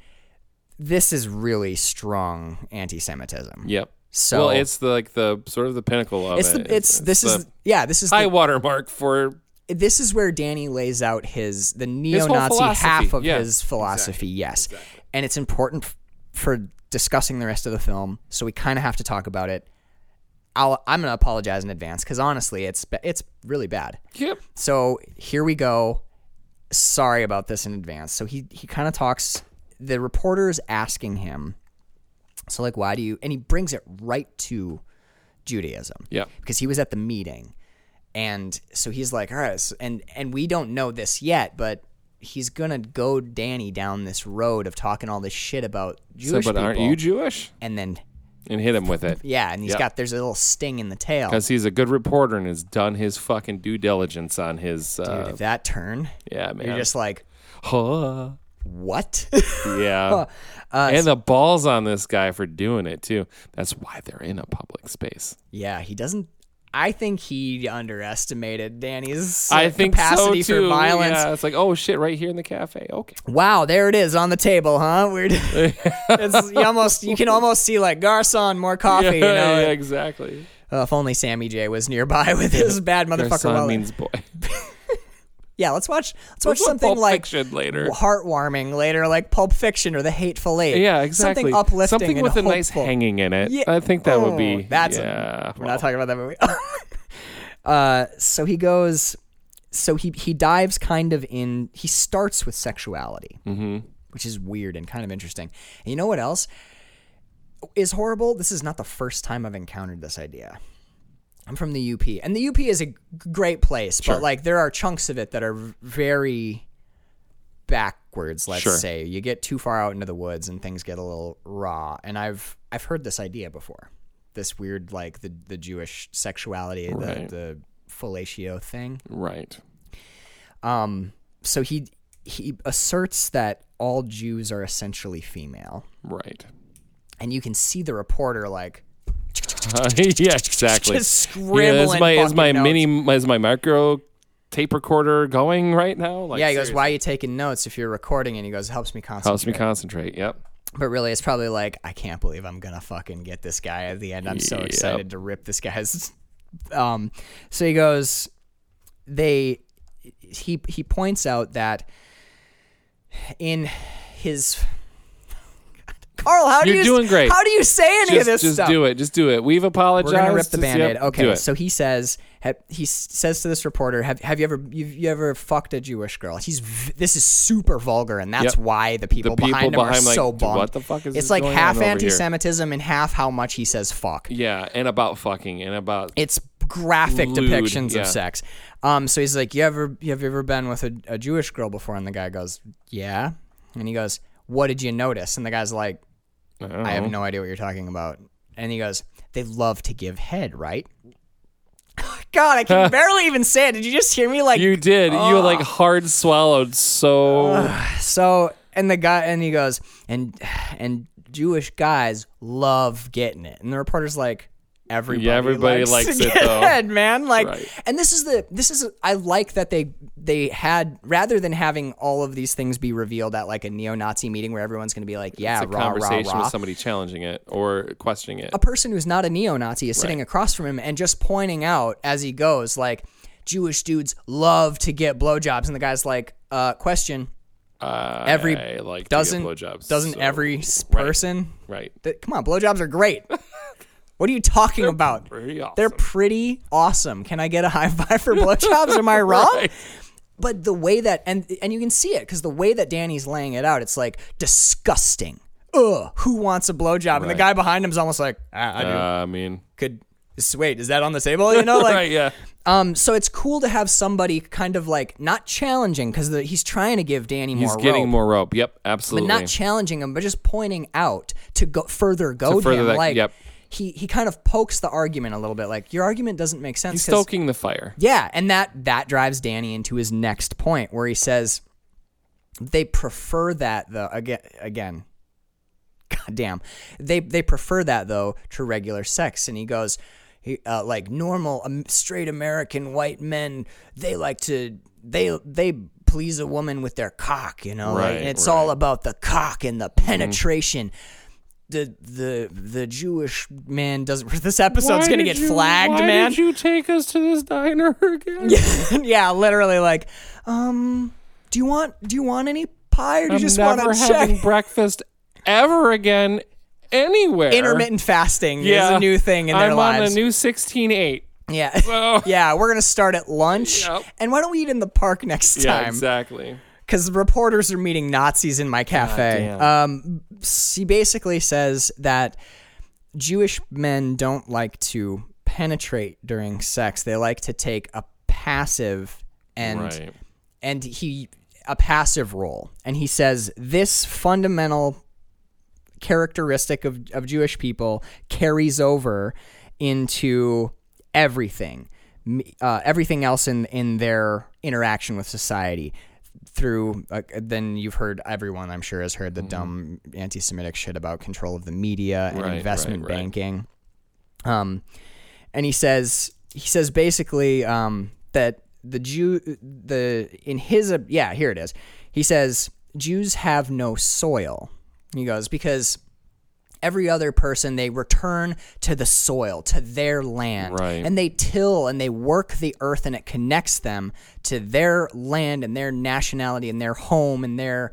Speaker 1: this is really strong anti-semitism
Speaker 3: Yep.
Speaker 1: So-
Speaker 3: well, it's the, like the sort of the pinnacle of
Speaker 1: it's the
Speaker 3: it.
Speaker 1: it's, this
Speaker 3: the
Speaker 1: is yeah this is the
Speaker 3: high watermark for
Speaker 1: this is where Danny lays out his the
Speaker 3: whole
Speaker 1: neo-Nazi
Speaker 3: philosophy,
Speaker 1: half of
Speaker 3: yeah.
Speaker 1: his philosophy. Yes, and it's important f- for discussing the rest of the film, so we kind of have to talk about it. I'll, I'm gonna apologize in advance because honestly, it's ba- it's really bad.
Speaker 3: Yep.
Speaker 1: So here we go. Sorry about this in advance. So he he kind of talks. The reporter is asking him, so like, why do you? And he brings it right to Judaism
Speaker 3: Yep.
Speaker 1: because he was at the meeting and so he's like all right so, and and we don't know this yet but he's gonna go danny down this road of talking all this shit about
Speaker 3: So,
Speaker 1: jewish
Speaker 3: but
Speaker 1: people
Speaker 3: aren't you Jewish?
Speaker 1: and then
Speaker 3: And hit him with it.
Speaker 1: yeah and he's
Speaker 3: Yeah.
Speaker 1: got there's a little sting in the tail
Speaker 3: Because he's a good reporter and has done his fucking due diligence on his. Uh,
Speaker 1: Dude, that turn
Speaker 3: yeah, man.
Speaker 1: you're just like
Speaker 3: Huh.
Speaker 1: what
Speaker 3: Yeah.
Speaker 1: Uh,
Speaker 3: and the balls on this guy for doing it, too. That's why they're in a public space.
Speaker 1: yeah he doesn't I think he underestimated Danny's
Speaker 3: I think
Speaker 1: capacity
Speaker 3: so too.
Speaker 1: for violence.
Speaker 3: Yeah, it's like, oh shit, right here in the cafe. Okay.
Speaker 1: Wow, there it is on the table, huh? Weird. it's, you almost you can almost see like Garson, more coffee.
Speaker 3: yeah,
Speaker 1: you know,
Speaker 3: yeah, exactly.
Speaker 1: Uh, if only Sammy J was nearby with his bad
Speaker 3: Their
Speaker 1: motherfucker
Speaker 3: son
Speaker 1: wallet.
Speaker 3: means boy.
Speaker 1: yeah, let's watch. Let's watch
Speaker 3: Put
Speaker 1: something
Speaker 3: Pulp
Speaker 1: like
Speaker 3: Fiction later.
Speaker 1: heartwarming later, like Pulp Fiction or The Hateful Eight.
Speaker 3: Yeah, exactly.
Speaker 1: Something uplifting
Speaker 3: Something
Speaker 1: and
Speaker 3: with a nice
Speaker 1: hopeful.
Speaker 3: hanging in it.
Speaker 1: Yeah.
Speaker 3: I think that would be.
Speaker 1: Oh, that's a-
Speaker 3: yeah.
Speaker 1: We're not talking about that movie. uh, so he goes. So he he dives kind of in. He starts with sexuality,
Speaker 3: Mm-hmm.
Speaker 1: which is weird and kind of interesting. And you know what else is horrible? This is not the first time I've encountered this idea. I'm from the UP, and the UP is a g- great place, but like there are chunks of it that are v- very backwards. Let's
Speaker 3: Sure.
Speaker 1: say you get too far out into the woods and things get a little raw. And I've I've heard this idea before, this weird like the the Jewish sexuality,
Speaker 3: Right.
Speaker 1: the, the fellatio thing.
Speaker 3: right.
Speaker 1: Um, so he he asserts that all Jews are essentially female,
Speaker 3: Right.
Speaker 1: and you can see the reporter like
Speaker 3: Uh, yeah, exactly.
Speaker 1: Just
Speaker 3: yeah, is
Speaker 1: scribbling
Speaker 3: my is
Speaker 1: fucking
Speaker 3: my
Speaker 1: notes.
Speaker 3: mini is my micro tape recorder going right now? Like,
Speaker 1: yeah, he goes,
Speaker 3: seriously.
Speaker 1: "Why are you taking notes if you're recording?" And he goes, "It "Helps me concentrate."
Speaker 3: Helps me concentrate. Yep.
Speaker 1: But really, it's probably like, "I can't believe I'm gonna fucking get this guy at the end. I'm so
Speaker 3: Yep.
Speaker 1: excited to rip this guy's." Um, so he goes, "They," he he points out that in his Carl, how do
Speaker 3: You're
Speaker 1: you
Speaker 3: doing great.
Speaker 1: How do you say any
Speaker 3: just,
Speaker 1: of this
Speaker 3: just
Speaker 1: stuff?
Speaker 3: do it. Just do it. We've apologized.
Speaker 1: We're gonna rip the
Speaker 3: Just-
Speaker 1: band-aid.
Speaker 3: yep, do
Speaker 1: okay,
Speaker 3: it.
Speaker 1: so he says have, he s- says to this reporter, "Have have you ever you've, you ever fucked a Jewish girl?" He's v- this is super vulgar, and that's
Speaker 3: Yep.
Speaker 1: why the people,
Speaker 3: people
Speaker 1: behind him
Speaker 3: behind,
Speaker 1: are
Speaker 3: like,
Speaker 1: so
Speaker 3: "Dude,
Speaker 1: bummed.
Speaker 3: what the fuck
Speaker 1: it's
Speaker 3: is this
Speaker 1: like
Speaker 3: going on
Speaker 1: half
Speaker 3: over here?"
Speaker 1: anti-Semitism and half how much he says fuck.
Speaker 3: yeah, and about fucking and about
Speaker 1: It's graphic
Speaker 3: Lewd,
Speaker 1: depictions
Speaker 3: yeah.
Speaker 1: of sex. Um, so he's like, "You ever you have you ever been with a, a Jewish girl before?" And the guy goes, "Yeah," and he goes, "What did you notice?" And the guy's like,
Speaker 3: don't
Speaker 1: "I have no idea what you're talking about." And he goes, "They love to give head, right?" God, I can barely even say it. Did you just hear me? Like
Speaker 3: You did. You like hard swallowed. So
Speaker 1: so, and the guy, and he goes, and and Jewish guys love getting it, and the reporter's like, everybody,
Speaker 3: Yeah, everybody likes
Speaker 1: to
Speaker 3: it,
Speaker 1: get
Speaker 3: though.
Speaker 1: head, man. Like,
Speaker 3: Right.
Speaker 1: and this is the this is I like that they they had rather than having all of these things be revealed at like a neo-Nazi meeting where everyone's going to be like, yeah,
Speaker 3: it's a
Speaker 1: rah,
Speaker 3: conversation
Speaker 1: rah, rah.
Speaker 3: with somebody challenging it or questioning it.
Speaker 1: a person who's not a neo-Nazi is sitting across from him and just pointing out as he goes, like Jewish dudes love to get blowjobs, and the guy's like, uh, question.
Speaker 3: Uh,
Speaker 1: every
Speaker 3: I like to
Speaker 1: doesn't
Speaker 3: get blowjobs,
Speaker 1: doesn't
Speaker 3: so-
Speaker 1: every s- person
Speaker 3: right?
Speaker 1: that come on blowjobs are great what are you talking about
Speaker 3: pretty awesome.
Speaker 1: they're pretty awesome can i get a high five for blowjobs am i wrong
Speaker 3: Right.
Speaker 1: but the way that and and you can see it because the way that danny's laying it out it's like disgusting Ugh, who wants a blowjob? And the
Speaker 3: Right.
Speaker 1: guy behind him's almost like, ah, I
Speaker 3: Uh,
Speaker 1: do.
Speaker 3: I mean,
Speaker 1: could is- wait, is that on the table? You know, like,
Speaker 3: right? Yeah.
Speaker 1: um. So it's cool to have somebody kind of like not challenging because he's trying to give Danny more.
Speaker 3: He's getting
Speaker 1: rope.
Speaker 3: more rope. Yep, absolutely.
Speaker 1: But not challenging him, but just pointing out to go further goad
Speaker 3: further
Speaker 1: him.
Speaker 3: that-
Speaker 1: like
Speaker 3: yep.
Speaker 1: he he kind of pokes the argument a little bit. Like your argument doesn't make sense.
Speaker 3: He's
Speaker 1: 'cause-"
Speaker 3: stoking the fire.
Speaker 1: yeah, and that that drives Danny into his next point where he says they prefer that though again again. God damn, they they prefer that though to regular sex. And he goes. He, uh, like normal um, straight American white men, they like to they they please a woman with their cock, you know. like,
Speaker 3: Right,
Speaker 1: it's
Speaker 3: right. Mm-hmm.
Speaker 1: all about the cock and the penetration. The the the Jewish man doesn't. This episode's gonna get flagged, man.
Speaker 3: you take us to this diner again?
Speaker 1: yeah, literally like, um, do you want do you want any pie or do you just want to check?
Speaker 3: breakfast ever again anywhere.
Speaker 1: Intermittent fasting is a new thing in their lives.
Speaker 3: new sixteen eight. Oh.
Speaker 1: yeah. yeah, we're going to start at lunch.
Speaker 3: Yep.
Speaker 1: And why don't we eat in the park next
Speaker 3: Yeah,
Speaker 1: time?
Speaker 3: exactly.
Speaker 1: Cuz reporters are meeting Nazis in my cafe.
Speaker 3: damn.
Speaker 1: Um she basically says that Jewish men don't like to penetrate during sex. They like to take a passive and
Speaker 3: Right.
Speaker 1: and he a passive role and he says this fundamental characteristic of, of jewish people carries over into everything m- uh, everything else in in their interaction with society through uh, then you've heard everyone i'm sure has heard the dumb anti-semitic shit about control of the media and
Speaker 3: Mm-hmm. Right, right,
Speaker 1: investment
Speaker 3: right.
Speaker 1: banking um and he says he says basically um, that the Jew the in his yeah here it is he says Jews have no soil he goes because every other person they return to the soil to their land
Speaker 3: Right.
Speaker 1: and they till and they work the earth and it connects them to their land and their nationality and their home and their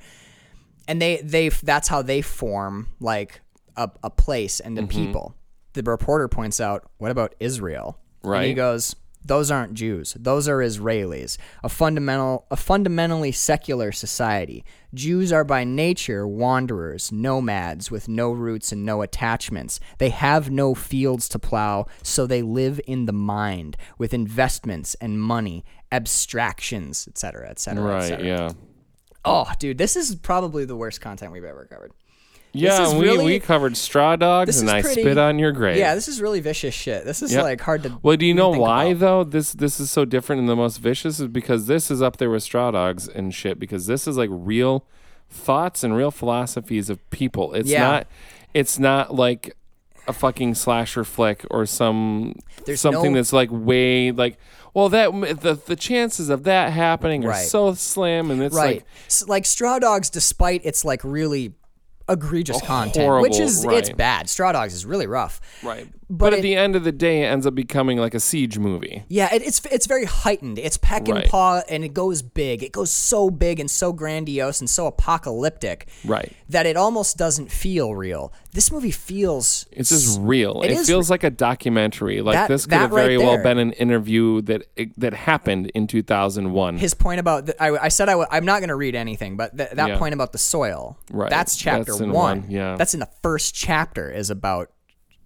Speaker 1: and they they that's how they form like a, a place and a
Speaker 3: Mm-hmm.
Speaker 1: people the reporter points out what about israel and he
Speaker 3: Right.
Speaker 1: goes those aren't jews those are israelis a fundamental a fundamentally secular society jews are by nature wanderers nomads with no roots and no attachments they have no fields to plow so they live in the mind with investments and money abstractions etc etc
Speaker 3: Right.
Speaker 1: etc
Speaker 3: Yeah.
Speaker 1: Oh, dude, this is probably the worst content we've ever covered.
Speaker 3: Yeah,
Speaker 1: is
Speaker 3: we,
Speaker 1: really-
Speaker 3: we covered straw dogs
Speaker 1: This
Speaker 3: and
Speaker 1: is
Speaker 3: I
Speaker 1: pretty-
Speaker 3: spit on your grave.
Speaker 1: Yeah, this is really vicious shit. This is
Speaker 3: Yep.
Speaker 1: like hard to.
Speaker 3: Well, do you know
Speaker 1: think
Speaker 3: why
Speaker 1: about.
Speaker 3: though? This this is so different and the most vicious is because this is up there with straw dogs and shit because this is like real thoughts and real philosophies of people. It's
Speaker 1: Yeah.
Speaker 3: not it's not like a fucking slasher flick or some
Speaker 1: There's
Speaker 3: something
Speaker 1: no-
Speaker 3: that's like way like well that the the chances of that happening are
Speaker 1: Right.
Speaker 3: so slim and it's
Speaker 1: right?
Speaker 3: like
Speaker 1: S- Like, Straw Dogs, despite its like really egregious content,
Speaker 3: horrible,
Speaker 1: which is it's
Speaker 3: right.
Speaker 1: bad. Straw Dogs is really rough.
Speaker 3: Right. But,
Speaker 1: it-
Speaker 3: at the end of the day, it ends up becoming like a siege movie.
Speaker 1: Yeah, it, it's it's very heightened. It's peck and
Speaker 3: Right.
Speaker 1: paw, and it goes big. It goes so big and so grandiose and so apocalyptic,
Speaker 3: Right.
Speaker 1: That it almost doesn't feel real. This movie feels
Speaker 3: It's just real.
Speaker 1: It
Speaker 3: It,
Speaker 1: is
Speaker 3: feels like a documentary. Like
Speaker 1: That-
Speaker 3: this could
Speaker 1: that
Speaker 3: have very
Speaker 1: right
Speaker 3: well
Speaker 1: there.
Speaker 3: been an interview that that happened in 2001.
Speaker 1: his point about. The, I, I said I w- I'm not going to read anything, but th- that
Speaker 3: Yeah.
Speaker 1: point about the soil,
Speaker 3: Right.
Speaker 1: That's chapter
Speaker 3: That's in
Speaker 1: one.
Speaker 3: one, yeah.
Speaker 1: that's in the first chapter is about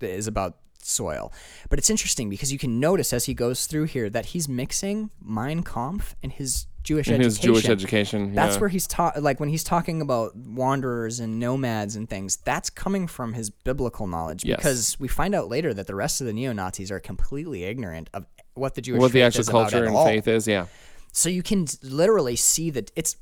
Speaker 1: is about soil. But it's interesting because you can notice as he goes through here that he's mixing Mein Kampf and his Jewish
Speaker 3: in
Speaker 1: education.
Speaker 3: his Jewish education.
Speaker 1: That's
Speaker 3: yeah.
Speaker 1: where he's taught, like when he's talking about wanderers and nomads and things, that's coming from his biblical knowledge
Speaker 3: Yes.
Speaker 1: because we find out later that the rest of the neo Nazis are completely ignorant of what the Jewish
Speaker 3: what the
Speaker 1: faith
Speaker 3: actual
Speaker 1: is about
Speaker 3: culture
Speaker 1: at
Speaker 3: and
Speaker 1: all.
Speaker 3: faith is. Yeah.
Speaker 1: So you can literally see that it's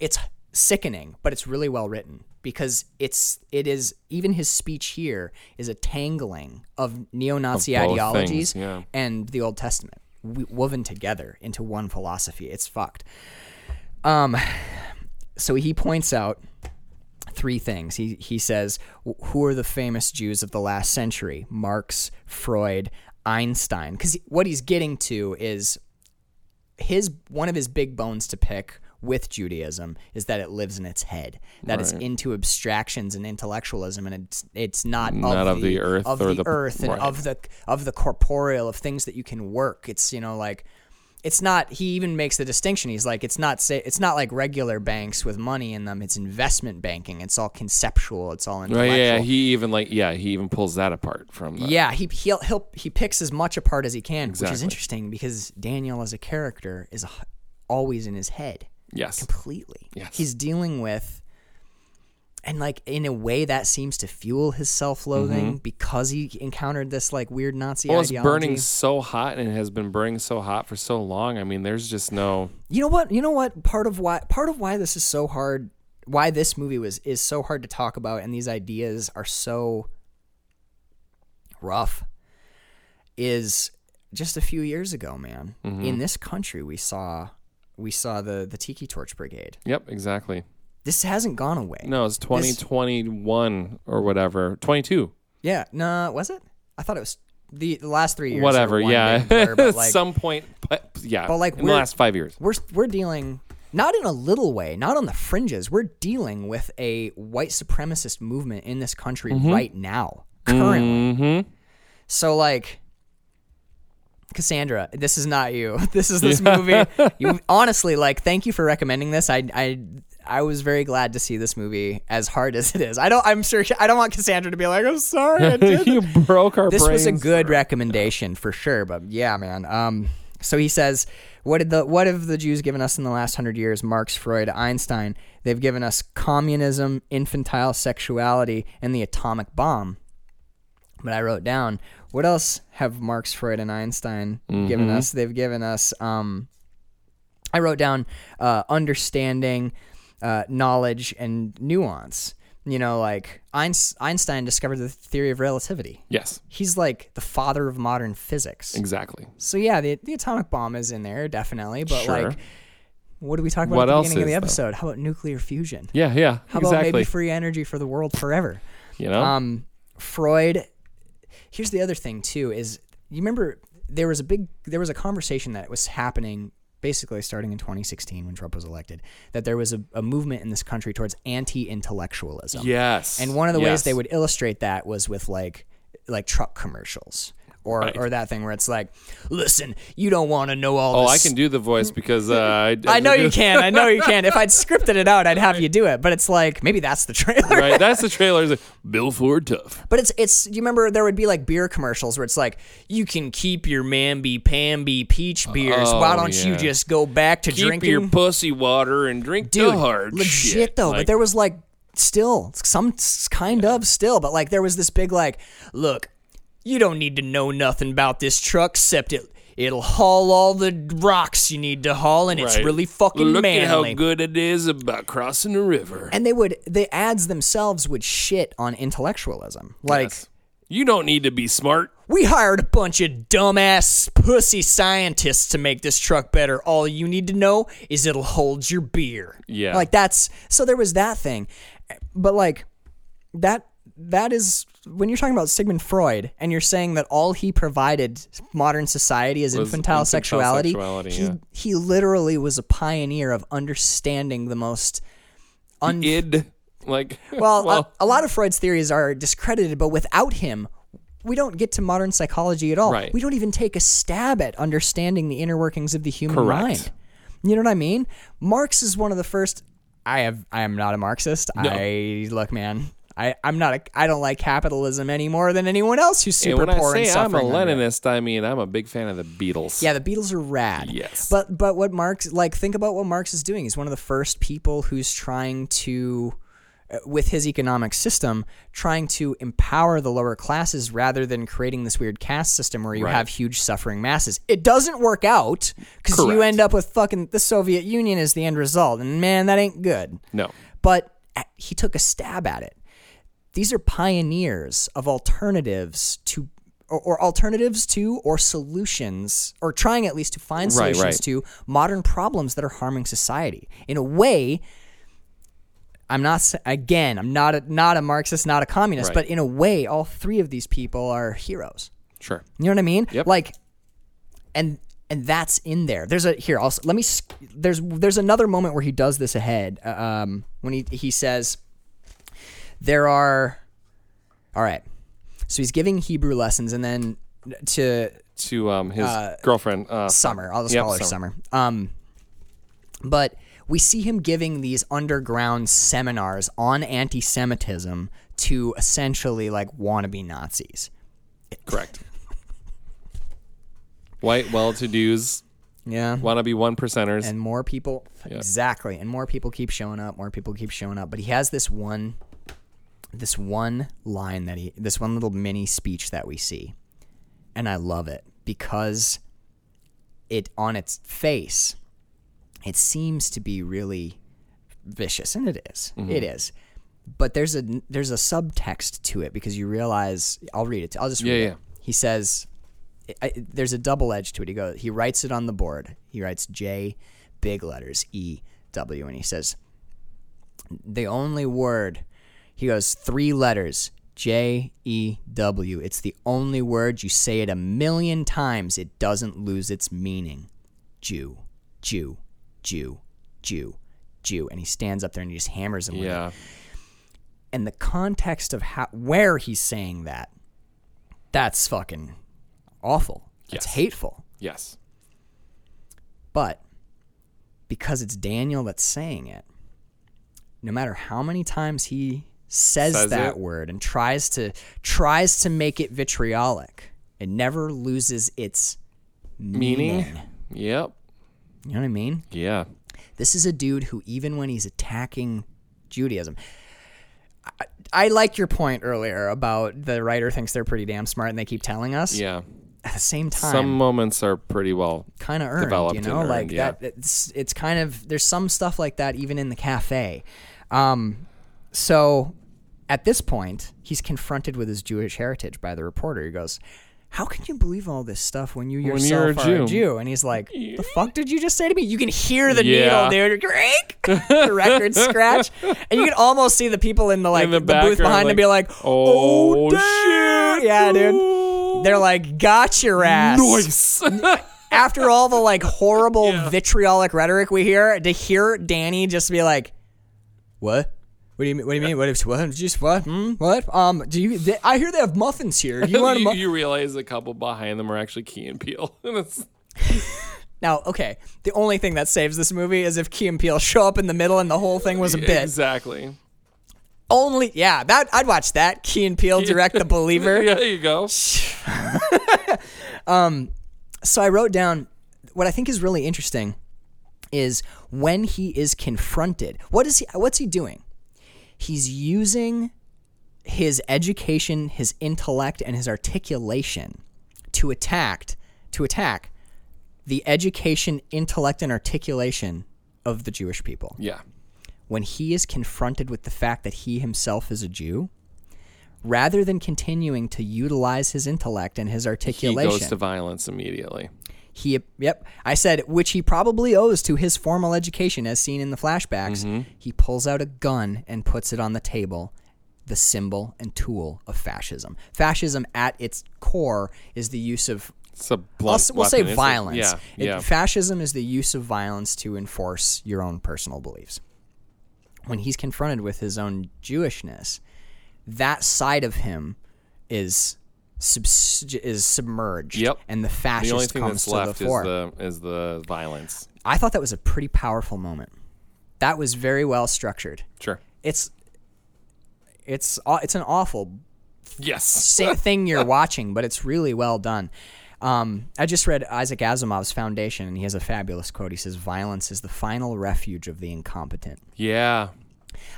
Speaker 1: it's sickening, but it's really well written because it's it is even his speech here is a tangling of neo-Nazi
Speaker 3: Of both
Speaker 1: ideologies
Speaker 3: things, yeah.
Speaker 1: and the Old Testament w- woven together into one philosophy. It's fucked. Um, so he points out three things. He he says, "Wh- "Who are the famous Jews of the last century? Marx, Freud, Einstein." Because what he's getting to is his one of his big bones to pick with Judaism is that it lives in its head, that it's into abstractions and intellectualism, and it's it's not,
Speaker 3: Not of the earth
Speaker 1: of
Speaker 3: or
Speaker 1: the,
Speaker 3: the-
Speaker 1: earth and
Speaker 3: right.
Speaker 1: of the of the corporeal of things that you can work. It's you know like. It's not. He even makes the distinction. He's like, it's not. Say, it's not like regular banks with money in them. It's investment banking. It's all conceptual. It's all
Speaker 3: Right.
Speaker 1: intellectual.
Speaker 3: Yeah. He even like yeah. He even pulls that apart from. uh, The,
Speaker 1: Yeah, he he'll, he'll he picks as much apart as he can, which is
Speaker 3: Exactly.
Speaker 1: interesting because Daniel as a character is h- always in his head
Speaker 3: Yes.
Speaker 1: completely.
Speaker 3: Yes.
Speaker 1: He's dealing with and like in a way that seems to fuel his self-loathing because he encountered this like weird Nazi
Speaker 3: Mm-hmm. Well, it's
Speaker 1: ideology.
Speaker 3: burning so hot and it has been burning so hot for so long. I mean, there's just no.
Speaker 1: You know what? You know what? Part of why part of why this is so hard, why this movie was is so hard to talk about, and these ideas are so rough, is just a few years ago, man.
Speaker 3: Mm-hmm.
Speaker 1: In this country, we saw we saw the the Tiki Torch Brigade.
Speaker 3: Yep. Exactly.
Speaker 1: This hasn't gone away.
Speaker 3: No, it's 2021 or whatever. 22.
Speaker 1: Yeah. No. Was it? I thought it was the, the last three years.
Speaker 3: Whatever.
Speaker 1: were one
Speaker 3: Yeah.
Speaker 1: big blur, but,
Speaker 3: At
Speaker 1: like,
Speaker 3: some point. But, yeah.
Speaker 1: But, like,
Speaker 3: in the
Speaker 1: we're-
Speaker 3: last five years.
Speaker 1: we're we're dealing not in a little way, not on the fringes. We're dealing with a white supremacist movement in this country right now, currently.
Speaker 3: Mm-hmm.
Speaker 1: So like Cassandra, this is not you. This is this movie. You honestly like thank you for recommending this. I I I was very glad to see this movie as hard as it is. I don't I'm sure I don't want Cassandra to be like, "I'm sorry I did
Speaker 3: you broke our
Speaker 1: this was a
Speaker 3: brains.
Speaker 1: good recommendation for sure but yeah man um so he says what did the what have the jews given us in the last 100 years marx freud einstein they've given us communism infantile sexuality and the atomic bomb but i wrote down what else have marx freud and einstein given us they've given us um i wrote down uh understanding uh knowledge and nuance you know like Einst- einstein discovered the theory of relativity
Speaker 3: Yes.
Speaker 1: he's like the father of modern physics.
Speaker 3: Exactly.
Speaker 1: So yeah, the, the atomic bomb is in there definitely, but
Speaker 3: Sure.
Speaker 1: like, what do we talk about
Speaker 3: What
Speaker 1: at the
Speaker 3: else
Speaker 1: beginning of the
Speaker 3: is, though?
Speaker 1: episode? How about nuclear fusion?
Speaker 3: Yeah. Yeah.
Speaker 1: How about
Speaker 3: exactly.
Speaker 1: maybe free energy for the world forever?
Speaker 3: you know.
Speaker 1: Um, Freud. Here's the other thing too: is you remember there was a big there was a conversation that was happening basically starting in 2016 when Trump was elected that there was a, a movement in this country towards anti-intellectualism.
Speaker 3: yes.
Speaker 1: And one of the ways
Speaker 3: Yes.
Speaker 1: they would illustrate that was with like like truck commercials. Or,
Speaker 3: Right.
Speaker 1: or that thing where it's like, listen, you don't want to know all
Speaker 3: Oh,
Speaker 1: this.
Speaker 3: I can do the voice because uh, I.
Speaker 1: I know you can. I know you can. If I'd scripted it out, I'd have you do it. But it's like maybe that's the trailer.
Speaker 3: Right. That's the trailer. It's like, Bill Ford tough.
Speaker 1: But it's it's. Do you remember there would be like beer commercials where it's like you can keep your mamby pamby peach beers. Why
Speaker 3: Oh,
Speaker 1: don't you
Speaker 3: yeah.
Speaker 1: just go back to
Speaker 3: Keep
Speaker 1: drinking
Speaker 3: your pussy water and drink
Speaker 1: dude,
Speaker 3: the hard
Speaker 1: legit
Speaker 3: shit.
Speaker 1: though. but
Speaker 3: Like,
Speaker 1: there was like still some s- kind of still, but like there was this big like, look, you don't need to know nothing about this truck except it it'll haul all the rocks you need to haul, and it's
Speaker 3: right.
Speaker 1: really fucking
Speaker 3: Look
Speaker 1: manly.
Speaker 3: at how good it is about crossing the river.
Speaker 1: and they would the ads themselves would shit on intellectualism, like.
Speaker 3: Yes. you don't need to be smart.
Speaker 1: We hired a bunch of dumbass pussy scientists to make this truck better. All you need to know is it'll hold your beer.
Speaker 3: Yeah.
Speaker 1: Like that's so there was that thing. But like that that is when you're talking about Sigmund Freud and you're saying that all he provided modern society is
Speaker 3: Was
Speaker 1: infantile,
Speaker 3: infantile
Speaker 1: sexuality.
Speaker 3: sexuality,
Speaker 1: he
Speaker 3: yeah.
Speaker 1: he literally was a pioneer of understanding the most un-
Speaker 3: Id, like
Speaker 1: well, uh, a, a lot of Freud's theories are discredited, but without him, we don't get to modern psychology at all.
Speaker 3: Right.
Speaker 1: We don't even take a stab at understanding the inner workings of the human
Speaker 3: Correct.
Speaker 1: mind. You know what I mean? Marx is one of the first. I have. I am not a Marxist. I look, man. I, I'm not. A, I don't like capitalism any more than anyone else who's
Speaker 3: and
Speaker 1: super
Speaker 3: when I
Speaker 1: poor
Speaker 3: say
Speaker 1: and
Speaker 3: I'm a
Speaker 1: suffering. under it.
Speaker 3: Leninist, I mean I'm a big fan of the Beatles.
Speaker 1: Yeah, the Beatles are rad.
Speaker 3: Yes.
Speaker 1: But but what Marx like think about what Marx is doing. He's one of the first people who's trying to uh, with his economic system trying to empower the lower classes rather than creating this weird caste system where you
Speaker 3: Right.
Speaker 1: have huge suffering masses. It doesn't work out cuz you
Speaker 3: Correct.
Speaker 1: end up with fucking the Soviet Union is the end result and man that ain't good.
Speaker 3: No.
Speaker 1: But uh, he took a stab at it these are pioneers of alternatives to or, or alternatives to or solutions or trying at least to find
Speaker 3: Right,
Speaker 1: solutions
Speaker 3: right.
Speaker 1: to modern problems that are harming society in a way i'm not s- again i'm not a, not a marxist not a communist
Speaker 3: Right.
Speaker 1: but in a way all three of these people are heroes
Speaker 3: Sure.
Speaker 1: you know what I mean?
Speaker 3: Yep.
Speaker 1: Like, and and that's in there. There's a here. Also, let me. s- There's there's another moment where he does this ahead. uh, Um, when he he says, there are, all right. So he's giving Hebrew lessons, and then to
Speaker 3: To um his girlfriend. Uh,
Speaker 1: Summer. I'll just
Speaker 3: Yep,
Speaker 1: call her Summer. Um, but we see him giving these underground seminars on anti-Semitism to essentially like wannabe Nazis.
Speaker 3: Correct. White well-to-dos
Speaker 1: Yeah.
Speaker 3: want to be one percenters.
Speaker 1: and more people exactly and more people keep showing up more people keep showing up but he has this one this one line that he this one little mini speech that we see and i love it because it on its face it seems to be really vicious and it is.
Speaker 3: Mm-hmm.
Speaker 1: It is but there's a there's a subtext to it because you realize i'll read it i'll just read
Speaker 3: Yeah,
Speaker 1: it
Speaker 3: yeah.
Speaker 1: he says I, I- there's a double edge to it. He goes, he writes it on the board. He writes J, big letters E W, and he says the only word. He goes three letters J E W. It's the only word you say it a million times. It doesn't lose its meaning. Jew, Jew, Jew, Jew, Jew. And he stands up there and he just hammers him. with it
Speaker 3: yeah.
Speaker 1: and the context of how where he's saying that that's fucking awful it's
Speaker 3: Yes.
Speaker 1: hateful
Speaker 3: Yes.
Speaker 1: but because it's daniel that's saying it no matter how many times he says,
Speaker 3: Says
Speaker 1: that
Speaker 3: it.
Speaker 1: word and tries to tries to make it vitriolic it never loses its
Speaker 3: Meaning.
Speaker 1: meaning
Speaker 3: Yep.
Speaker 1: you know what i mean
Speaker 3: Yeah.
Speaker 1: This is a dude who, even when he's attacking Judaism, I, I like your point earlier about the writer thinks they're pretty damn smart and they keep telling us.
Speaker 3: Yeah.
Speaker 1: At the same time,
Speaker 3: Some moments are pretty well.
Speaker 1: kind of earned,
Speaker 3: developed
Speaker 1: you
Speaker 3: and
Speaker 1: know,
Speaker 3: earned,
Speaker 1: like
Speaker 3: yeah.
Speaker 1: that. It's, it's kind of there's some stuff like that even in the cafe. Um, so at this point, he's confronted with his Jewish heritage by the reporter. He goes. How can you believe all this stuff when you
Speaker 3: When
Speaker 1: yourself
Speaker 3: you're a
Speaker 1: are a
Speaker 3: Jew."
Speaker 1: Jew? And he's like, "The fuck did you just say to me?" You can hear the
Speaker 3: Yeah.
Speaker 1: needle, dude there, creak, the record scratch, and you can almost see the people in the like
Speaker 3: In the
Speaker 1: the, booth
Speaker 3: background,
Speaker 1: behind
Speaker 3: like,
Speaker 1: and be like, "Oh,
Speaker 3: "Oh,
Speaker 1: shit, yeah, dude." They're like, "Got your ass."
Speaker 3: Nice.
Speaker 1: After all the like horrible vitriolic rhetoric we hear, to hear Danny just be like, "What?" What do you mean? What do you mean? What if what? Just what? Hmm? What? Um? Do you? They, I hear they have muffins here. Do you want a
Speaker 3: you,
Speaker 1: mu-
Speaker 3: you realize the couple behind them are actually Key and Peele. And it's-
Speaker 1: now? Okay. The only thing that saves this movie is if Key and Peele show up in the middle and the whole thing was a bit.
Speaker 3: Exactly.
Speaker 1: Only yeah, that I'd watch that. Key and Peele direct the believer.
Speaker 3: Yeah, there you go.
Speaker 1: So I wrote down what I think is really interesting is when he is confronted. What is he what's he doing? He's using his education, his intellect, and his articulation to attack to attack the education, intellect, and articulation of the Jewish people.
Speaker 3: Yeah.
Speaker 1: when he is confronted with the fact that he himself is a Jew, rather than continuing to utilize his intellect and his
Speaker 3: He
Speaker 1: articulation,
Speaker 3: goes to violence immediately.
Speaker 1: he yep, I said which he probably owes to his
Speaker 3: Mm-hmm.
Speaker 1: formal education as seen in the flashbacks, he pulls out a gun and puts it on the table the symbol and tool of fascism. Fascism at its core is the use of
Speaker 3: It's a
Speaker 1: I'll,
Speaker 3: blunt
Speaker 1: s- we'll say
Speaker 3: weapon, isn't it?
Speaker 1: violence.
Speaker 3: Yeah,
Speaker 1: It-
Speaker 3: yeah.
Speaker 1: fascism is the use of violence to enforce your own personal beliefs. When he's confronted with his own Jewishness, that side of him is subs- is submerged,
Speaker 3: Yep.
Speaker 1: and the
Speaker 3: the
Speaker 1: fascist
Speaker 3: only thing
Speaker 1: comes
Speaker 3: that's
Speaker 1: to
Speaker 3: left
Speaker 1: the
Speaker 3: is
Speaker 1: fore.
Speaker 3: the is the violence.
Speaker 1: I thought that was a pretty powerful moment. That was very well structured.
Speaker 3: Sure.
Speaker 1: It's it's aw- it's an awful
Speaker 3: Yes.
Speaker 1: sa- thing you're watching, but it's really well done. Um, I just read Isaac Asimov's Foundation, and he has a fabulous quote. He says, "Violence is the final refuge of the incompetent."
Speaker 3: Yeah.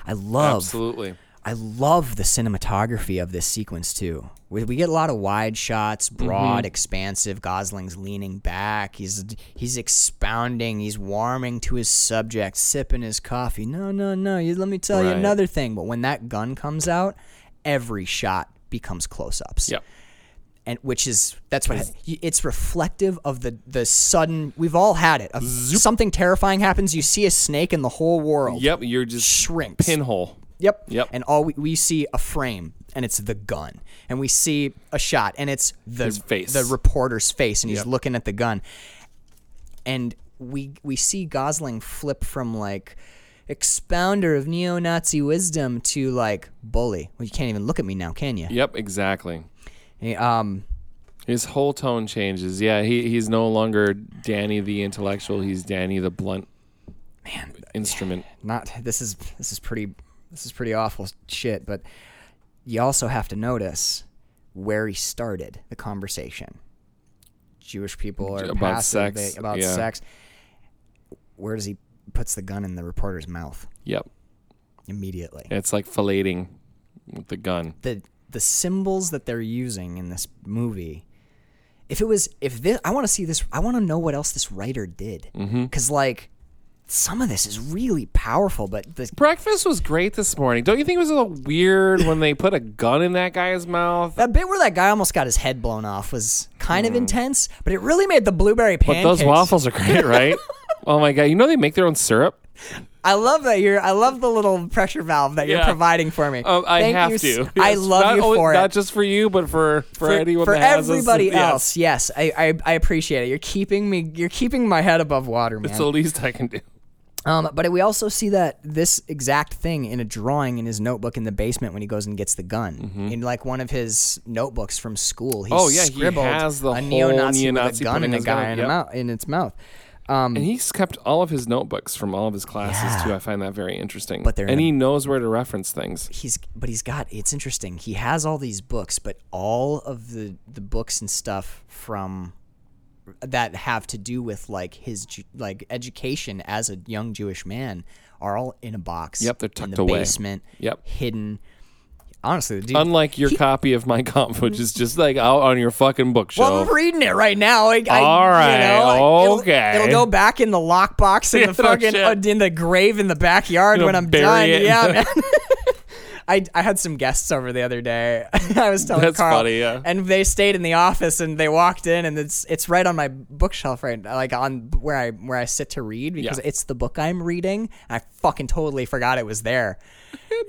Speaker 1: I love,
Speaker 3: Absolutely.
Speaker 1: I love the cinematography of this sequence too. We, we get a lot of wide shots,
Speaker 3: Mm-hmm.
Speaker 1: broad, expansive. Gosling's leaning back. He's he's expounding. He's warming to his subject, sipping his coffee. No, no, no. You, let me tell you
Speaker 3: Right.
Speaker 1: another thing. But when that gun comes out, every shot becomes close-ups
Speaker 3: Yep.
Speaker 1: and which is that's what it- it's reflective of the the sudden we've all had it Of something terrifying happens you see a snake and the whole world
Speaker 3: Yep. You're just
Speaker 1: shrinks
Speaker 3: pinhole.
Speaker 1: yep
Speaker 3: Yep.
Speaker 1: and all we, we see a frame and it's the gun and we see a shot and it's the
Speaker 3: His face.
Speaker 1: the reporter's face and he's
Speaker 3: Yep.
Speaker 1: looking at the gun and we we see Gosling flip from like expounder of neo-Nazi wisdom to like bully well you can't even look at me now can you
Speaker 3: Yep. Exactly.
Speaker 1: He, um
Speaker 3: His whole tone changes. Yeah, he he's no longer Danny the intellectual. He's Danny the blunt man instrument.
Speaker 1: not this is this is pretty this is pretty awful shit but you also have to notice where he started the conversation jewish people are
Speaker 3: About
Speaker 1: passive,
Speaker 3: sex,
Speaker 1: they- about
Speaker 3: yeah.
Speaker 1: sex where does he puts the gun in the reporter's mouth
Speaker 3: Yep,
Speaker 1: immediately
Speaker 3: it's like filleting with the gun.
Speaker 1: the the symbols that they're using in this movie if it was if this i want to see this i want to know what else this writer did
Speaker 3: Mm-hmm.
Speaker 1: because like some of this is really powerful but the
Speaker 3: Breakfast was great this morning. Don't you think it was a little weird when they put a gun in that guy's mouth?
Speaker 1: That bit where that guy almost got his head blown off was kind of intense, but it really made the blueberry
Speaker 3: Mm. But
Speaker 1: pancakes.
Speaker 3: those waffles are great, right? oh my god! You know they make their own syrup.
Speaker 1: I love that you're. I love the little pressure valve that you're
Speaker 3: Yeah.
Speaker 1: providing for me.
Speaker 3: Um, I
Speaker 1: Thank
Speaker 3: have
Speaker 1: you
Speaker 3: to.
Speaker 1: s- I
Speaker 3: Yes,
Speaker 1: love
Speaker 3: not
Speaker 1: you
Speaker 3: only-
Speaker 1: for
Speaker 3: Not
Speaker 1: it.
Speaker 3: just for you, but for for, anyone
Speaker 1: for
Speaker 3: that has this-
Speaker 1: everybody
Speaker 3: yes.
Speaker 1: else, yes, I, I I appreciate it. You're keeping me. You're keeping my head above water, man.
Speaker 3: It's the least I can do.
Speaker 1: Um, but we also see that this exact thing in a drawing in his notebook in the basement when he goes and gets the gun in like one of his notebooks from school. He
Speaker 3: Mm-hmm. Oh, yeah, he
Speaker 1: scribbled
Speaker 3: has the
Speaker 1: a
Speaker 3: whole
Speaker 1: neo-Nazi, with a
Speaker 3: neo-Nazi
Speaker 1: gun
Speaker 3: putting
Speaker 1: in a
Speaker 3: his gun
Speaker 1: guy
Speaker 3: in-
Speaker 1: in, a
Speaker 3: yep.
Speaker 1: mouth, in its mouth. Um,
Speaker 3: And he's kept all of his notebooks from all of his classes too. I find that very interesting.
Speaker 1: But they're in
Speaker 3: and
Speaker 1: a-
Speaker 3: he knows where to reference things.
Speaker 1: he's but he's got it's interesting. He has all these books, but all of the the books and stuff from that have to do with like his Ju- like education as a young Jewish man are all in a box.
Speaker 3: Yep, they're
Speaker 1: in
Speaker 3: tucked
Speaker 1: the
Speaker 3: away.
Speaker 1: basement.
Speaker 3: Yep.
Speaker 1: hidden. Honestly, the dude,
Speaker 3: Unlike your copy of My Kampf, which is just like out on your fucking
Speaker 1: Well,
Speaker 3: bookshelf.
Speaker 1: I'm reading it right now. I, I,
Speaker 3: All right,
Speaker 1: you know, it'll-
Speaker 3: okay.
Speaker 1: It'll, go back in the lockbox in
Speaker 3: Yeah,
Speaker 1: the
Speaker 3: no
Speaker 1: fucking
Speaker 3: shit.
Speaker 1: uh, in the grave in the backyard
Speaker 3: You'll
Speaker 1: when I'm
Speaker 3: bury
Speaker 1: done.
Speaker 3: it.
Speaker 1: Yeah, man. I, I had some guests over the other day. I was telling
Speaker 3: That's
Speaker 1: Carl,
Speaker 3: funny, yeah.
Speaker 1: and they stayed in the office and they walked in and it's it's right on my bookshelf right like on where I where I sit to read because
Speaker 3: Yeah.
Speaker 1: it's the book I'm reading. I fucking totally forgot it was there.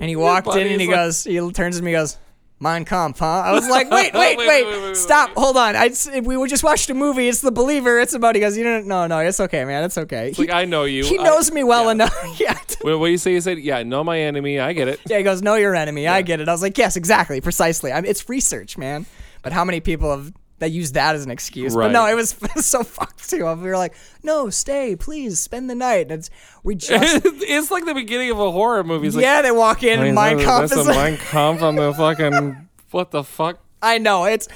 Speaker 1: And he walked in and he
Speaker 3: buddy's like-
Speaker 1: goes, he turns to me, and goes, Mein Kampf, huh? I was like, wait, wait,
Speaker 3: Wait,
Speaker 1: wait,
Speaker 3: wait, wait, wait, wait,
Speaker 1: stop, hold on. I s- we were just watched a movie. It's The Believer. It's about. He goes, you don't. No, no, it's okay, man. It's okay. he,
Speaker 3: like I know you.
Speaker 1: he
Speaker 3: I-
Speaker 1: knows me well enough. yeah.
Speaker 3: Wait, what do you say? You said, "Yeah, I know my enemy. I get it."
Speaker 1: Yeah, he goes, know your enemy. I get it. I was like, yes, exactly, precisely. I mean, it's research, man. But how many people have that use that as an excuse? But
Speaker 3: Right.
Speaker 1: no, it was so fucked too. We were like, no, stay, please, spend the night. And it's we just.
Speaker 3: it's like the beginning of a horror movie. It's like,
Speaker 1: Yeah, they walk in
Speaker 3: "Hey,
Speaker 1: and Mein
Speaker 3: that's-
Speaker 1: Kampf
Speaker 3: That's
Speaker 1: is
Speaker 3: a Mein Kampf on the fucking what the fuck?
Speaker 1: I know it's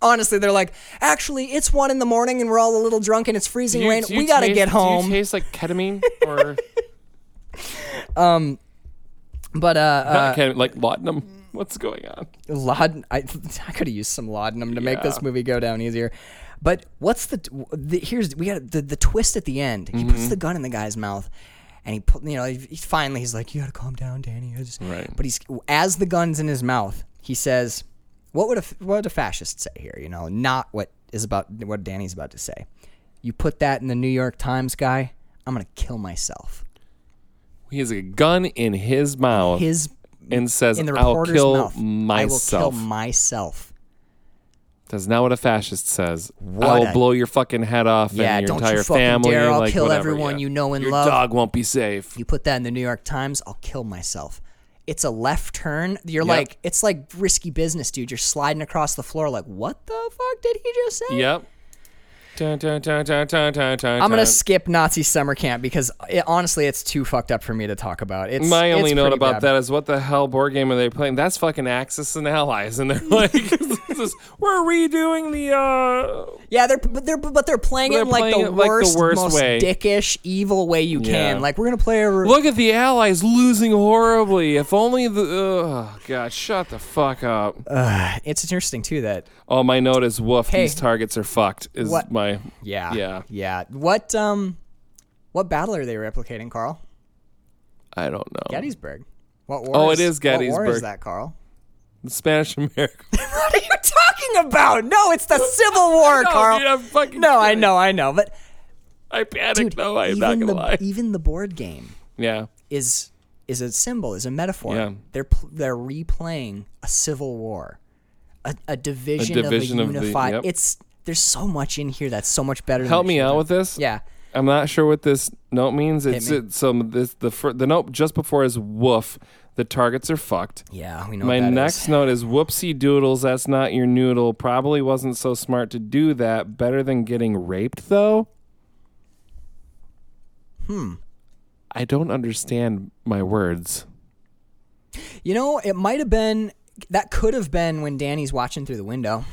Speaker 1: honestly they're like actually it's one in the morning and we're all a little drunk and it's freezing
Speaker 3: Do you-
Speaker 1: rain.
Speaker 3: do you
Speaker 1: we gotta
Speaker 3: taste-
Speaker 1: get
Speaker 3: Do
Speaker 1: home.
Speaker 3: you taste like ketamine or
Speaker 1: but uh, uh
Speaker 3: not ketamine, like laudanum? What's going on?
Speaker 1: laud I, I could have used some laudanum to make this
Speaker 3: Yeah.
Speaker 1: movie go down easier. But what's the, the here's we got the the twist at the end. He
Speaker 3: Mm-hmm.
Speaker 1: puts the gun in the guy's mouth. And he put, you know, he, he finally he's like, "You gotta calm down, Danny." I just,
Speaker 3: Right.
Speaker 1: But he's as the gun's in his mouth, he says, "What would a f- what would a fascist say here? You know, not what is about what Danny's about to say. You put that in the New York Times, guy. I'm gonna kill myself."
Speaker 3: He has a gun in his mouth.
Speaker 1: His
Speaker 3: and says,
Speaker 1: in the
Speaker 3: Oh, "I'll
Speaker 1: reporter's
Speaker 3: kill
Speaker 1: mouth. I will
Speaker 3: myself."
Speaker 1: kill myself.
Speaker 3: That's not what a fascist says. I
Speaker 1: What
Speaker 3: will
Speaker 1: a-
Speaker 3: blow your fucking head off
Speaker 1: Yeah,
Speaker 3: and your
Speaker 1: don't you
Speaker 3: entire
Speaker 1: fucking
Speaker 3: family.
Speaker 1: dare. I'll
Speaker 3: like,
Speaker 1: kill
Speaker 3: whatever,
Speaker 1: everyone
Speaker 3: yeah.
Speaker 1: you know and
Speaker 3: your
Speaker 1: love.
Speaker 3: dog won't be safe.
Speaker 1: You put that in the New York Times, I'll kill myself. It's a left turn. You're
Speaker 3: Yep.
Speaker 1: like, it's like risky business, dude. You're sliding across the floor, like, what the fuck did he just say?
Speaker 3: Yep. Dun, dun, dun, dun, dun, dun, dun,
Speaker 1: I'm
Speaker 3: dun.
Speaker 1: gonna skip Nazi summer camp because it, honestly, it's too fucked up for me to talk about. It's
Speaker 3: My
Speaker 1: it's
Speaker 3: only note
Speaker 1: pretty
Speaker 3: about
Speaker 1: bad.
Speaker 3: that is what the hell board game are they playing? That's fucking Axis and Allies, and they're like, this is- "We're redoing the." uh
Speaker 1: Yeah, they're but they're but they're playing it
Speaker 3: They're
Speaker 1: in like,
Speaker 3: playing
Speaker 1: the
Speaker 3: it like the
Speaker 1: worst,
Speaker 3: worst
Speaker 1: most
Speaker 3: way.
Speaker 1: dickish, evil way you
Speaker 3: Yeah.
Speaker 1: can. Like we're gonna play a re-
Speaker 3: Look at the Allies losing horribly. If only the oh god, shut the fuck up.
Speaker 1: It's interesting too that
Speaker 3: oh, my note is woof.
Speaker 1: Hey.
Speaker 3: these targets are fucked. Is
Speaker 1: What?
Speaker 3: my
Speaker 1: yeah
Speaker 3: Yeah.
Speaker 1: yeah. What um, what battle are they replicating, Carl?
Speaker 3: I don't know.
Speaker 1: Gettysburg. What war?
Speaker 3: Oh,
Speaker 1: is,
Speaker 3: it is
Speaker 1: What war
Speaker 3: Gettysburg.
Speaker 1: is that, Carl?
Speaker 3: Spanish America.
Speaker 1: What are you talking about? No, it's the Civil War,
Speaker 3: No,
Speaker 1: Carl.
Speaker 3: dude, I'm fucking
Speaker 1: no, I
Speaker 3: kidding.
Speaker 1: know, I know, but
Speaker 3: I panicked
Speaker 1: dude,
Speaker 3: though. I'm
Speaker 1: even
Speaker 3: not gonna
Speaker 1: the
Speaker 3: lie.
Speaker 1: even the board game
Speaker 3: Yeah.
Speaker 1: is is a symbol, is a metaphor.
Speaker 3: Yeah.
Speaker 1: They're pl- they're replaying a civil war, a, a division,
Speaker 3: division
Speaker 1: of
Speaker 3: of
Speaker 1: a
Speaker 3: the-
Speaker 1: unified.
Speaker 3: yep.
Speaker 1: It's there's so much in here that's so much better.
Speaker 3: Help
Speaker 1: than it
Speaker 3: me
Speaker 1: should
Speaker 3: out
Speaker 1: be.
Speaker 3: with this.
Speaker 1: Yeah,
Speaker 3: I'm not sure what this note means. It's
Speaker 1: me.
Speaker 3: it, so this the fir- the note just before is woof. The targets are fucked.
Speaker 1: yeah, we know.
Speaker 3: My
Speaker 1: what that
Speaker 3: next
Speaker 1: is.
Speaker 3: note is whoopsie doodles. That's not your noodle. Probably wasn't so smart to do that. Better than getting raped though. Hmm. I don't understand my words.
Speaker 1: you know, it might have been that could have been when Danny's watching through the window.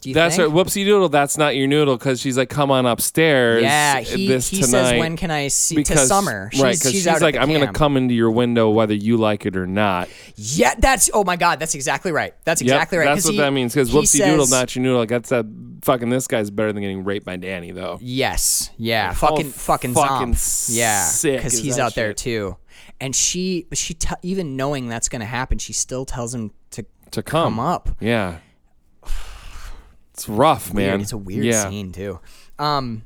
Speaker 1: Do you
Speaker 3: That's
Speaker 1: think?
Speaker 3: right. Whoopsie doodle. That's not your noodle because she's like, come on upstairs. uh,
Speaker 1: Yeah, he,
Speaker 3: this
Speaker 1: he
Speaker 3: tonight.
Speaker 1: says, "When can I see?"
Speaker 3: because
Speaker 1: to summer, she's,
Speaker 3: right?
Speaker 1: she's,
Speaker 3: Because she's,
Speaker 1: out at
Speaker 3: like,
Speaker 1: the
Speaker 3: I'm gonna
Speaker 1: camp."
Speaker 3: come into your window whether you like it or not.
Speaker 1: Yeah, that's oh my god, that's exactly right. That's
Speaker 3: Yep,
Speaker 1: exactly right.
Speaker 3: That's
Speaker 1: 'cause
Speaker 3: what
Speaker 1: he-
Speaker 3: that means. Because
Speaker 1: he
Speaker 3: whoopsie doodle,
Speaker 1: says-
Speaker 3: not your noodle. Like, that's a fucking. This guy's better than getting raped by Danny, though.
Speaker 1: Yes. Yeah. Fucking fucking
Speaker 3: fucking
Speaker 1: Zomp. Yeah.
Speaker 3: sick
Speaker 1: Because
Speaker 3: is
Speaker 1: he's
Speaker 3: that
Speaker 1: out there
Speaker 3: shit.
Speaker 1: too, and she she t- even knowing that's gonna happen, she still tells him to
Speaker 3: To come,
Speaker 1: come up.
Speaker 3: Yeah. It's rough, man.
Speaker 1: Weird. It's a weird
Speaker 3: yeah.
Speaker 1: scene too. Um.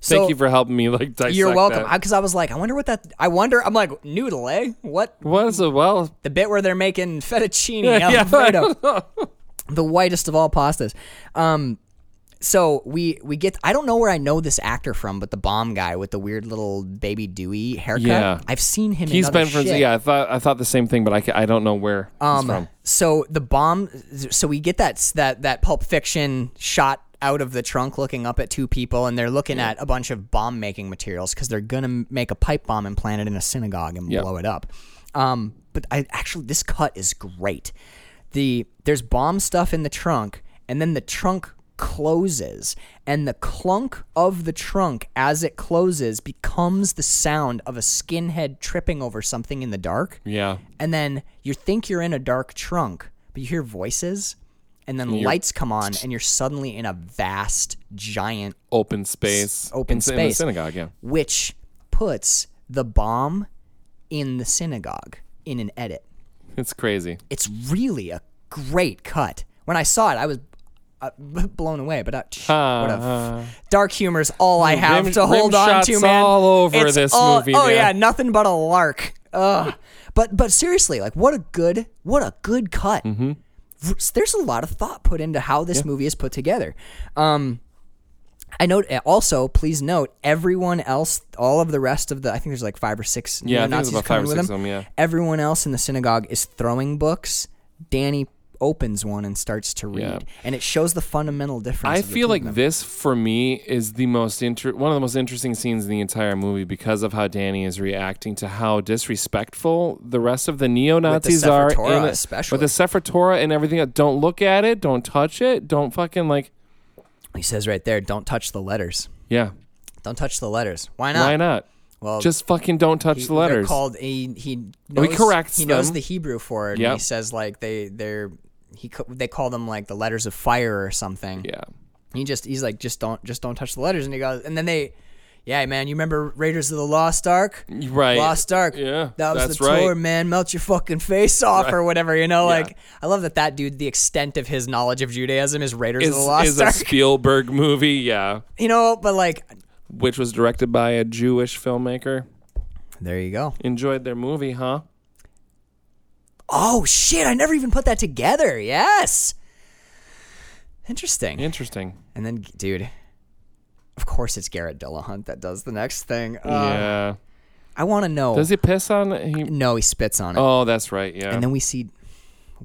Speaker 1: So
Speaker 3: Thank you for helping me. Like, dissect
Speaker 1: you're welcome.
Speaker 3: that.
Speaker 1: Because I, was like, I wonder what that. I wonder. I'm like noodle, eh? What
Speaker 3: What is it? Well,
Speaker 1: the bit where they're making fettuccine alfredo, the whitest of all pastas. Um. So we we get. I don't know where I know this actor from, but the bomb guy with the weird little baby Dewey haircut.
Speaker 3: Yeah.
Speaker 1: I've seen him.
Speaker 3: he's
Speaker 1: in other
Speaker 3: been from.
Speaker 1: shit. Um,
Speaker 3: Yeah, I thought I thought the same thing, but I, ca- I don't know where he's from.
Speaker 1: So the bomb. So we get that that that Pulp Fiction shot out of the trunk, looking up at two people, and they're looking at a bunch of bomb making materials because they're gonna make a pipe bomb and plant it in a synagogue and
Speaker 3: Yep.
Speaker 1: blow it up. Um, but I actually this cut is great. The there's bomb stuff in the trunk, and then the trunk closes and the clunk of the trunk as it closes becomes the sound of a skinhead tripping over something in the dark
Speaker 3: Yeah.
Speaker 1: and then you think you're in a dark trunk, but you hear voices, and then lights come on, and you're suddenly in a vast, giant,
Speaker 3: Open space.
Speaker 1: open
Speaker 3: in, in the
Speaker 1: space.
Speaker 3: synagogue. Yeah.
Speaker 1: which puts the bomb in the synagogue in an edit.
Speaker 3: It's crazy.
Speaker 1: It's really a great cut. When I saw it, I was uh, blown away. But uh, tch, what a f- dark humor's all I have
Speaker 3: Uh-huh. Rim-
Speaker 1: to hold
Speaker 3: rim
Speaker 1: on
Speaker 3: shots
Speaker 1: to, man.
Speaker 3: all over
Speaker 1: It's
Speaker 3: this
Speaker 1: all-
Speaker 3: movie,
Speaker 1: Oh
Speaker 3: man.
Speaker 1: yeah, nothing but a lark. Ugh. but but seriously, like what a good what a good cut.
Speaker 3: Mm-hmm.
Speaker 1: R- There's a lot of thought put into how this movie is put together. Um, I note eh, also please note everyone else, all of the rest of the I think there's like five or six
Speaker 3: Yeah, I think
Speaker 1: Nazis
Speaker 3: there's about five
Speaker 1: coming
Speaker 3: or
Speaker 1: with
Speaker 3: six
Speaker 1: them.
Speaker 3: of them, yeah.
Speaker 1: Everyone else in the synagogue is throwing books. Danny opens one and starts to read,
Speaker 3: Yeah.
Speaker 1: and it shows the fundamental difference.
Speaker 3: I
Speaker 1: of the
Speaker 3: feel
Speaker 1: two of
Speaker 3: like
Speaker 1: them.
Speaker 3: this for me is the most inter- one of the most interesting scenes in the entire movie because of how Danny is reacting to how disrespectful the rest of the neo Nazis are,
Speaker 1: Sefer Torah
Speaker 3: in
Speaker 1: especially.
Speaker 3: with the Sefer Torah and everything. Don't look at it. Don't touch it. Don't fucking like.
Speaker 1: he says right there, "Don't touch the letters.
Speaker 3: Yeah.
Speaker 1: Don't touch the letters. Why not?
Speaker 3: Why not?
Speaker 1: Ah. Well,
Speaker 3: Just fucking don't touch
Speaker 1: he-
Speaker 3: the letters.
Speaker 1: They're called. He he knows,
Speaker 3: corrects
Speaker 1: He knows
Speaker 3: them.
Speaker 1: the Hebrew for it. and
Speaker 3: Yep.
Speaker 1: he says like they they're he co- they call them like the letters of fire or something.
Speaker 3: yeah.
Speaker 1: He just he's like just don't just don't touch the letters, and he goes, and then they. Yeah, man, you remember Raiders of the Lost Ark?
Speaker 3: Right.
Speaker 1: Lost Ark.
Speaker 3: Yeah,
Speaker 1: That was
Speaker 3: that's
Speaker 1: the tour,
Speaker 3: right.
Speaker 1: man. Melt your fucking face off or whatever, you know? Like, I love that that dude, the extent of his knowledge of Judaism is Raiders
Speaker 3: Is,
Speaker 1: of the Lost
Speaker 3: is a
Speaker 1: Ark.
Speaker 3: Spielberg movie. Yeah.
Speaker 1: you know, but like,
Speaker 3: Which was directed by a Jewish filmmaker.
Speaker 1: there you go.
Speaker 3: Enjoyed their movie, huh?
Speaker 1: Oh shit, I never even put that together. Yes. Interesting.
Speaker 3: Interesting.
Speaker 1: And then dude, of course it's Garrett Dillahunt that does the next thing. Uh,
Speaker 3: yeah.
Speaker 1: I want to know.
Speaker 3: Does he piss on it? He,
Speaker 1: no, he spits on it.
Speaker 3: oh, that's right. Yeah.
Speaker 1: And then we see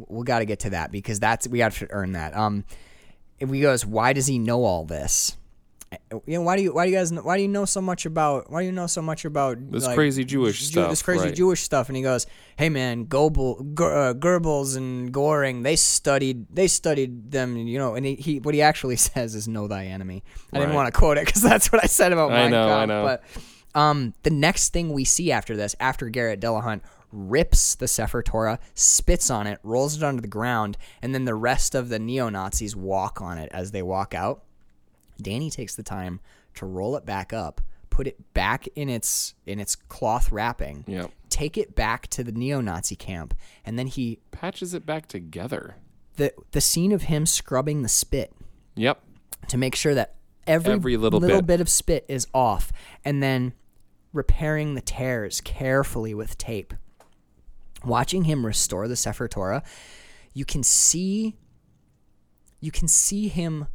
Speaker 1: we got to get to that because that's we got to earn that. Um if he goes, "Why does he know all this?" Eh, You know, why do you why do you guys kn- why do you know so much about why do you know so much about
Speaker 3: this
Speaker 1: like,
Speaker 3: crazy Jewish
Speaker 1: Jew-
Speaker 3: stuff.
Speaker 1: This crazy
Speaker 3: right.
Speaker 1: Jewish stuff, and he goes, "Hey man, Goebel, Ger, uh, Goebbels and Goring, they studied, they studied them, you know." And he, he what he actually says is, "Know thy enemy." I didn't
Speaker 3: Right.
Speaker 1: want to quote it because that's what I said about
Speaker 3: I
Speaker 1: Mein
Speaker 3: know, I
Speaker 1: Kampf,
Speaker 3: know.
Speaker 1: But um, the next thing we see after this, after Garrett Delahunt rips the Sefer Torah, spits on it, rolls it onto the ground, and then the rest of the neo Nazis walk on it as they walk out. Danny takes the time to roll it back up, put it back in its in its cloth wrapping,
Speaker 3: Yep.
Speaker 1: take it back to the neo-Nazi camp, and then he
Speaker 3: Patches it back together.
Speaker 1: the the scene of him scrubbing the spit
Speaker 3: Yep.
Speaker 1: to make sure that every,
Speaker 3: Every little
Speaker 1: little
Speaker 3: bit.
Speaker 1: bit of spit is off, and then repairing the tears carefully with tape. Watching him restore the Sefer Torah, you can see you can see him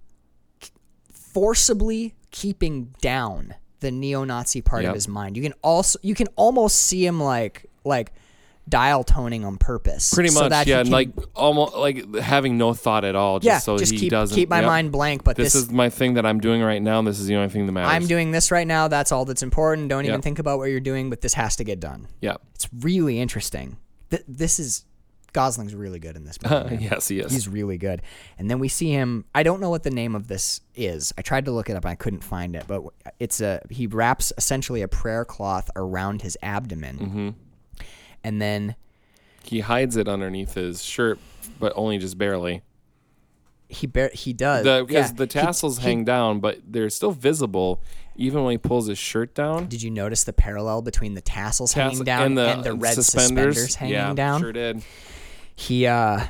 Speaker 1: forcibly keeping down the neo-Nazi part
Speaker 3: Yep.
Speaker 1: of his mind. You can also you can almost see him like like dial toning on purpose.
Speaker 3: Pretty
Speaker 1: so
Speaker 3: much.
Speaker 1: that he
Speaker 3: yeah.
Speaker 1: can-
Speaker 3: like almost like having no thought at all. Just
Speaker 1: yeah,
Speaker 3: so
Speaker 1: just
Speaker 3: he
Speaker 1: keep
Speaker 3: doesn't.
Speaker 1: keep my
Speaker 3: yep.
Speaker 1: mind blank. But
Speaker 3: This,
Speaker 1: this,
Speaker 3: is my thing that I'm doing right now. And this is the only thing that matters.
Speaker 1: I'm doing this right now. That's all that's important. Don't even
Speaker 3: Yeah.
Speaker 1: think about what you're doing, but this has to get done.
Speaker 3: Yep.
Speaker 1: It's really interesting. Th- this is Gosling's really good in this movie. man.
Speaker 3: yes. Yes.
Speaker 1: He's really good. And then we see him. I don't know what the name of this is. I tried to look it up. I couldn't find it. But it's a he wraps essentially a prayer cloth around his abdomen,
Speaker 3: Mm-hmm.
Speaker 1: and then
Speaker 3: he hides it underneath his shirt, but only just barely.
Speaker 1: he bar- he does
Speaker 3: The because
Speaker 1: yeah,
Speaker 3: the
Speaker 1: he-
Speaker 3: tassels
Speaker 1: he-
Speaker 3: hang down, but they're still visible even when he pulls his shirt down.
Speaker 1: Did you notice the parallel between the tassels hanging
Speaker 3: Tassel-
Speaker 1: down and the, red suspenders, hanging
Speaker 3: yeah,
Speaker 1: down?
Speaker 3: Sure did.
Speaker 1: he uh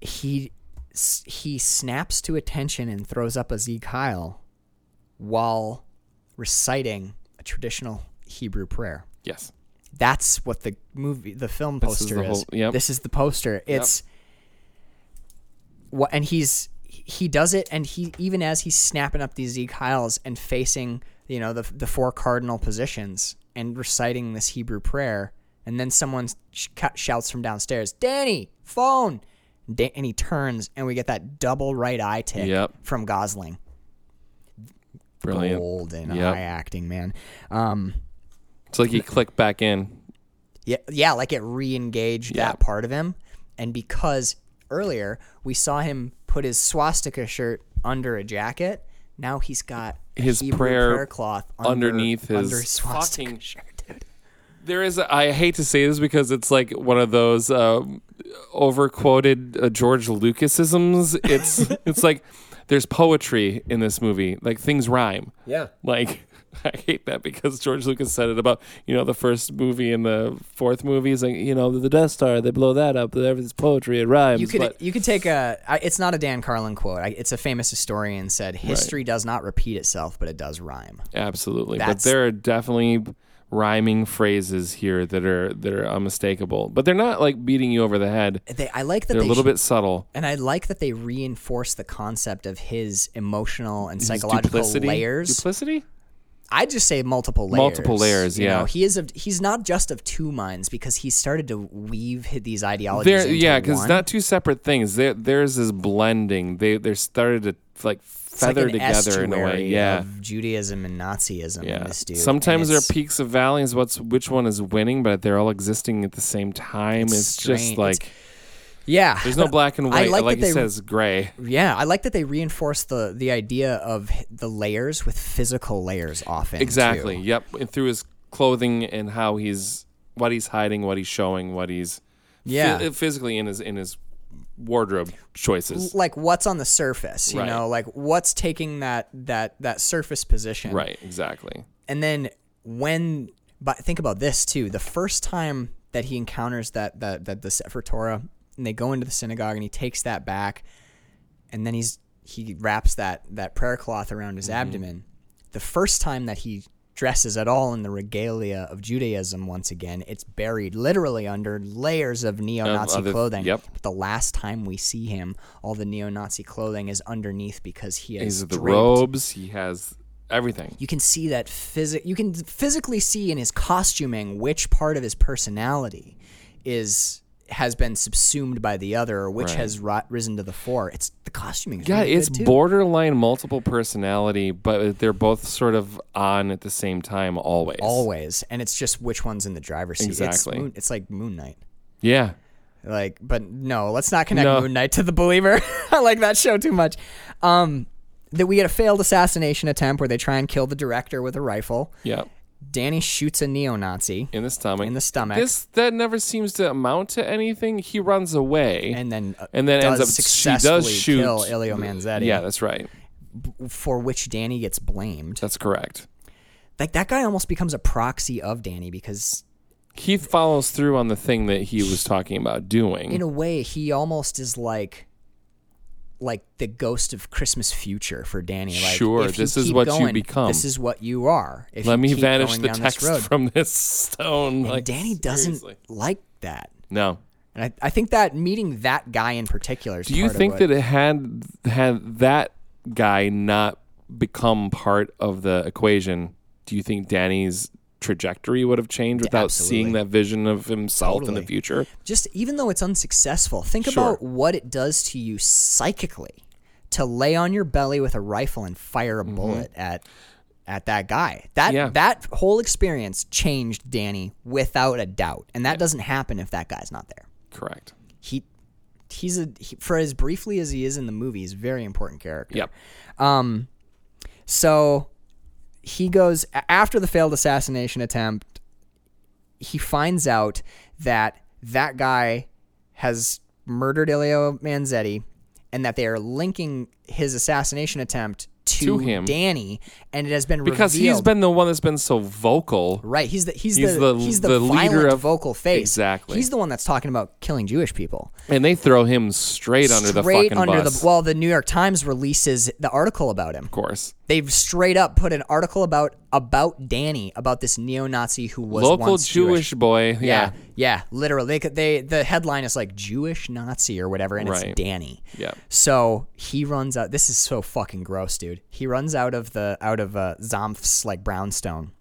Speaker 1: he s- he snaps to attention and throws up a Zeke Heil while reciting a traditional Hebrew prayer.
Speaker 3: Yes.
Speaker 1: That's what the movie, the film
Speaker 3: is
Speaker 1: poster
Speaker 3: the
Speaker 1: is.
Speaker 3: whole- yep.
Speaker 1: This is the poster. It's what, and he's he does it, and he even as he's snapping up these Zeke Heiles and facing you know the the four cardinal positions and reciting this Hebrew prayer, and then someone sh- ca- shouts from downstairs, "Danny, phone!" Da- and he turns, and we get that double right eye tick
Speaker 3: Yep.
Speaker 1: from Gosling.
Speaker 3: Brilliant.
Speaker 1: Golden
Speaker 3: Yep.
Speaker 1: eye acting, man. Um,
Speaker 3: It's like he clicked back in.
Speaker 1: Yeah, yeah, like it re-engaged
Speaker 3: Yeah.
Speaker 1: that part of him. And because earlier we saw him put his swastika shirt under a jacket, now he's got a
Speaker 3: His
Speaker 1: Hebrew
Speaker 3: prayer
Speaker 1: cloth
Speaker 3: underneath
Speaker 1: under,
Speaker 3: his
Speaker 1: under swastika
Speaker 3: fucking-
Speaker 1: shirt. Dude.
Speaker 3: There is. A, I hate to say this because it's like one of those um, overquoted uh, George Lucasisms. It's it's like there's poetry in this movie. Like things rhyme.
Speaker 4: Yeah.
Speaker 3: Like I hate that because George Lucas said it about you know the first movie and the fourth movie is like you know the Death Star they blow that up everything's poetry it rhymes.
Speaker 1: You could
Speaker 3: but
Speaker 1: you could take a. I- It's not a Dan Carlin quote. I, it's a famous historian said, "History does not repeat itself, but it does rhyme."
Speaker 3: absolutely, but
Speaker 1: That's-
Speaker 3: there are definitely rhyming phrases here that are that are unmistakable. But they're not like beating you over the head.
Speaker 1: They, I like that
Speaker 3: They're a
Speaker 1: they
Speaker 3: little
Speaker 1: sh-
Speaker 3: bit subtle.
Speaker 1: and I like that they reinforce the concept of his emotional and psychological
Speaker 3: Duplicity?
Speaker 1: layers.
Speaker 3: Duplicity.
Speaker 1: I just say multiple layers.
Speaker 3: Multiple layers,
Speaker 1: you
Speaker 3: yeah.
Speaker 1: know? he is. Of, he's not just of two minds because he started to weave hi- these ideologies.
Speaker 3: There,
Speaker 1: into
Speaker 3: yeah, because
Speaker 1: one.
Speaker 3: not two separate things. There, theirs is blending. They they started to like
Speaker 1: It's like
Speaker 3: feather
Speaker 1: an
Speaker 3: together in a way.
Speaker 1: estuary
Speaker 3: Yeah,
Speaker 1: of Judaism and Nazism.
Speaker 3: yeah.
Speaker 1: This dude.
Speaker 3: Sometimes
Speaker 1: and
Speaker 3: there
Speaker 1: it's-
Speaker 3: are peaks of valleys. What's which one is winning? But they're all existing at the same time. It's,
Speaker 1: strange.
Speaker 3: just
Speaker 1: It's-
Speaker 3: like
Speaker 1: Yeah,
Speaker 3: there's no
Speaker 1: but
Speaker 3: black and white.
Speaker 1: I like,
Speaker 3: Like,
Speaker 1: that they.
Speaker 3: you said, it's gray.
Speaker 1: yeah, I like that they reinforce the the idea of h- the layers with physical layers often. too.
Speaker 3: Exactly. Yep. And through his clothing and how he's what he's hiding, what he's showing, what he's
Speaker 1: Yeah.
Speaker 3: phy- physically in his in his wardrobe choices.
Speaker 1: Like what's on the surface, you
Speaker 3: Right.
Speaker 1: know, like what's taking that that that surface position,
Speaker 3: Right. Exactly.
Speaker 1: and then when but think about this too the first time that he encounters that that that the Sefer Torah and they go into the synagogue and he takes that back and
Speaker 3: Mm-hmm.
Speaker 1: then he's he wraps that that prayer cloth around his abdomen the first time that he dresses at all in the regalia of Judaism once again. It's buried literally under layers of neo Nazi
Speaker 3: other-
Speaker 1: clothing.
Speaker 3: yep.
Speaker 1: But the last time we see him, all the neo Nazi clothing is underneath because he
Speaker 3: He's
Speaker 1: is
Speaker 3: the
Speaker 1: draped.
Speaker 3: robes. He has everything.
Speaker 1: You can see that physic you can physically see in his costuming which part of his personality is has been subsumed by the other or which
Speaker 3: Right.
Speaker 1: has ri- risen to the fore. It's the costuming. Is
Speaker 3: Yeah,
Speaker 1: really
Speaker 3: it's
Speaker 1: good too.
Speaker 3: borderline multiple personality, but they're both sort of on at the same time always.
Speaker 1: always, and it's just which one's in the driver's seat.
Speaker 3: Exactly.
Speaker 1: It's, moon, it's like Moon Knight.
Speaker 3: Yeah.
Speaker 1: Like, but no, let's not connect
Speaker 3: No.
Speaker 1: Moon Knight to the Believer. I like that show too much. Um, that we get a failed assassination attempt where they try and kill the director with a rifle.
Speaker 3: Yeah.
Speaker 1: Danny shoots a neo-Nazi
Speaker 3: In the stomach.
Speaker 1: in the stomach,
Speaker 3: This that never seems to amount to anything. He runs away.
Speaker 1: and then uh,
Speaker 3: and then
Speaker 1: does
Speaker 3: ends up- she does
Speaker 1: successfully
Speaker 3: shoot-
Speaker 1: kill Ilio Manzetti.
Speaker 3: yeah, that's right.
Speaker 1: for which Danny gets blamed.
Speaker 3: That's correct.
Speaker 1: Like that guy almost becomes a proxy of Danny because
Speaker 3: He follows through on the thing that he was talking about doing.
Speaker 1: in a way he almost is like like the ghost of christmas future for danny like
Speaker 3: Sure,
Speaker 1: if you
Speaker 3: this is
Speaker 1: keep
Speaker 3: what you
Speaker 1: going,
Speaker 3: become.
Speaker 1: this is what you are if
Speaker 3: Let
Speaker 1: you
Speaker 3: me
Speaker 1: keep
Speaker 3: vanish
Speaker 1: going
Speaker 3: the
Speaker 1: down
Speaker 3: text
Speaker 1: this road.
Speaker 3: from this stone.
Speaker 1: and
Speaker 3: like
Speaker 1: danny doesn't
Speaker 3: seriously.
Speaker 1: like that
Speaker 3: No.
Speaker 1: and I, I think that meeting that guy in particular is
Speaker 3: Do you
Speaker 1: part of
Speaker 3: think
Speaker 1: what-
Speaker 3: that it had had that guy not become part of the equation? Do you think Danny's trajectory would have changed without seeing
Speaker 1: absolutely.
Speaker 3: that vision of himself in
Speaker 1: Totally.
Speaker 3: the future?
Speaker 1: just even though it's unsuccessful think
Speaker 3: Sure.
Speaker 1: about what it does to you psychically to lay on your belly with a rifle and fire a bullet at at that guy that
Speaker 3: Mm-hmm. Yeah.
Speaker 1: that whole experience changed danny without a doubt and that doesn't happen if that guy's not there
Speaker 3: Correct.
Speaker 1: he he's a he, for as briefly as he is in the movie he's a very important character
Speaker 3: Yep.
Speaker 1: um, so he goes a- after the failed assassination attempt. He finds out that that guy has murdered Ilio Manzetti, and that they are linking his assassination attempt to,
Speaker 3: To him.
Speaker 1: Danny, and it has been
Speaker 3: Because he's
Speaker 1: revealed-
Speaker 3: been the one that's been so vocal.
Speaker 1: Right, he's the he's,
Speaker 3: He's
Speaker 1: the,
Speaker 3: the-
Speaker 1: he's the,
Speaker 3: the leader
Speaker 1: violent
Speaker 3: of-
Speaker 1: vocal face.
Speaker 3: Exactly.
Speaker 1: he's the one that's talking about killing Jewish people
Speaker 3: And they throw him straight under the
Speaker 1: Straight
Speaker 3: fucking
Speaker 1: under
Speaker 3: bus.
Speaker 1: the well, the New York Times releases the article about him.
Speaker 3: of course.
Speaker 1: They've straight up put an article about about Danny about this neo-Nazi who was
Speaker 3: Local
Speaker 1: once
Speaker 3: Jewish,
Speaker 1: Jewish.
Speaker 3: boy. Yeah.
Speaker 1: Yeah, yeah, literally. They, could- they the headline is like Jewish Nazi or whatever, and
Speaker 3: Right.
Speaker 1: it's Danny.
Speaker 3: Yeah.
Speaker 1: So he runs out. This is so fucking gross, dude. He runs out of the out of uh, Zomf's like brownstone,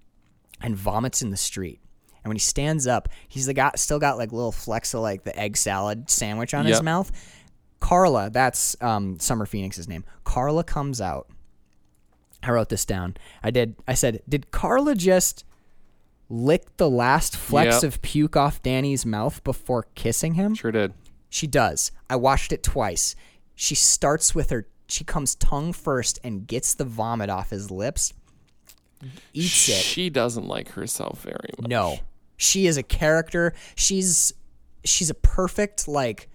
Speaker 1: and vomits in the street. And when he stands up, he's the guy still got like little flecks of like the egg salad sandwich on his
Speaker 3: Yep.
Speaker 1: mouth. Carla, that's um, Summer Phoenix's name. Carla comes out. I wrote this down. I did. I said, did Carla just lick the last flecks
Speaker 3: Yep.
Speaker 1: of puke off Danny's mouth before kissing him?
Speaker 3: Sure did.
Speaker 1: She does. I watched it twice. She starts with her. She comes tongue first and gets the vomit off his lips. Eats it.
Speaker 3: She doesn't like herself very much.
Speaker 1: No. She is a character. She's she's a perfect like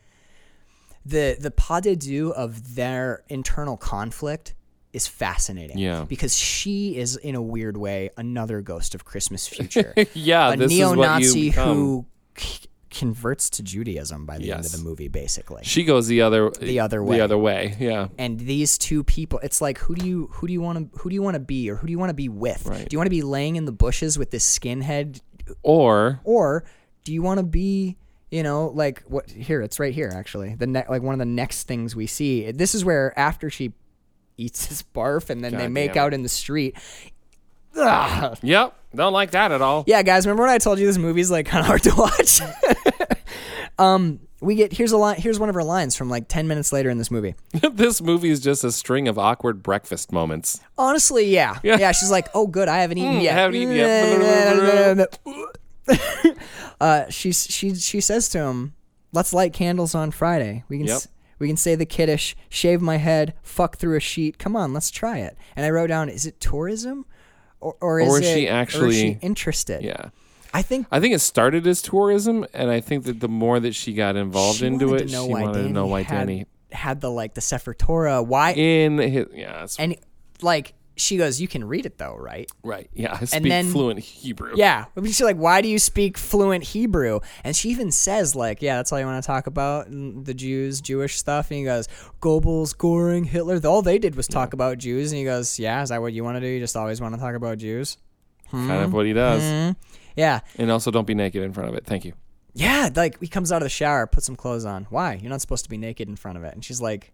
Speaker 1: the the pas de deux of their internal conflict is fascinating.
Speaker 3: Yeah.
Speaker 1: Because she is in a weird way another ghost of Christmas future.
Speaker 3: Yeah,
Speaker 1: a
Speaker 3: this is what you
Speaker 1: neo-Nazi
Speaker 3: become.
Speaker 1: who c- converts to Judaism by the end of
Speaker 3: Yes.
Speaker 1: the movie basically.
Speaker 3: She goes the other
Speaker 1: The other way.
Speaker 3: The other way. Yeah.
Speaker 1: and these two people it's like who do you who do you want to who do you want to be or who do you want to be with?
Speaker 3: Right.
Speaker 1: Do you want to be laying in the bushes with this skinhead
Speaker 3: Or
Speaker 1: or do you want to be you know like what here it's right here actually the ne- like one of the next things we see this is where after she eats his barf and then they
Speaker 3: God
Speaker 1: make
Speaker 3: damn it.
Speaker 1: out in the street Ugh.
Speaker 3: Yep. Don't like that at all.
Speaker 1: yeah guys remember when i told you this movie's like kind of hard to watch um we get here's a line here's one of her lines from like 10 minutes later in this movie
Speaker 3: this movie is just a string of awkward breakfast moments.
Speaker 1: honestly yeah yeah, she's like oh good i haven't eaten
Speaker 3: Mm, I
Speaker 1: yet
Speaker 3: haven't eaten yet.
Speaker 1: uh, she she she says to him, "Let's light candles on Friday. We can
Speaker 3: Yep.
Speaker 1: s- we can say the kiddish, shave my head, fuck through a sheet. Come on, let's try it." And I wrote down, "Is it tourism, or or is,
Speaker 3: Or is
Speaker 1: it-
Speaker 3: she
Speaker 1: or is
Speaker 3: actually-
Speaker 1: she interested?"
Speaker 3: Yeah.
Speaker 1: I think
Speaker 3: I think it started as tourism, and I think that the more that she got involved
Speaker 1: she
Speaker 3: into
Speaker 1: wanted
Speaker 3: it,
Speaker 1: to
Speaker 3: she
Speaker 1: know why
Speaker 3: wanted
Speaker 1: Danny
Speaker 3: to know why
Speaker 1: had,
Speaker 3: Danny
Speaker 1: had the like the Sephora why
Speaker 3: in his yeah, that's
Speaker 1: and like she goes, "You can read it though, right?"
Speaker 3: right. Yeah, I speak
Speaker 1: then-
Speaker 3: fluent Hebrew.
Speaker 1: Yeah. I mean, she's like, why do you speak fluent Hebrew? And she even says, like, yeah, that's all you want to talk about, and the Jews, Jewish stuff. And he goes, Goebbels, Goring, Hitler, all they did was talk about Jews. And he goes, yeah, is that what you want to do? You just always want to talk about Jews?
Speaker 3: Kind of what he does.
Speaker 1: Mm-hmm. Yeah.
Speaker 3: And also, don't be naked in front of it. Thank you.
Speaker 1: Yeah. Like, he comes out of the shower, puts some clothes on. Why? You're not supposed to be naked in front of it. And she's like,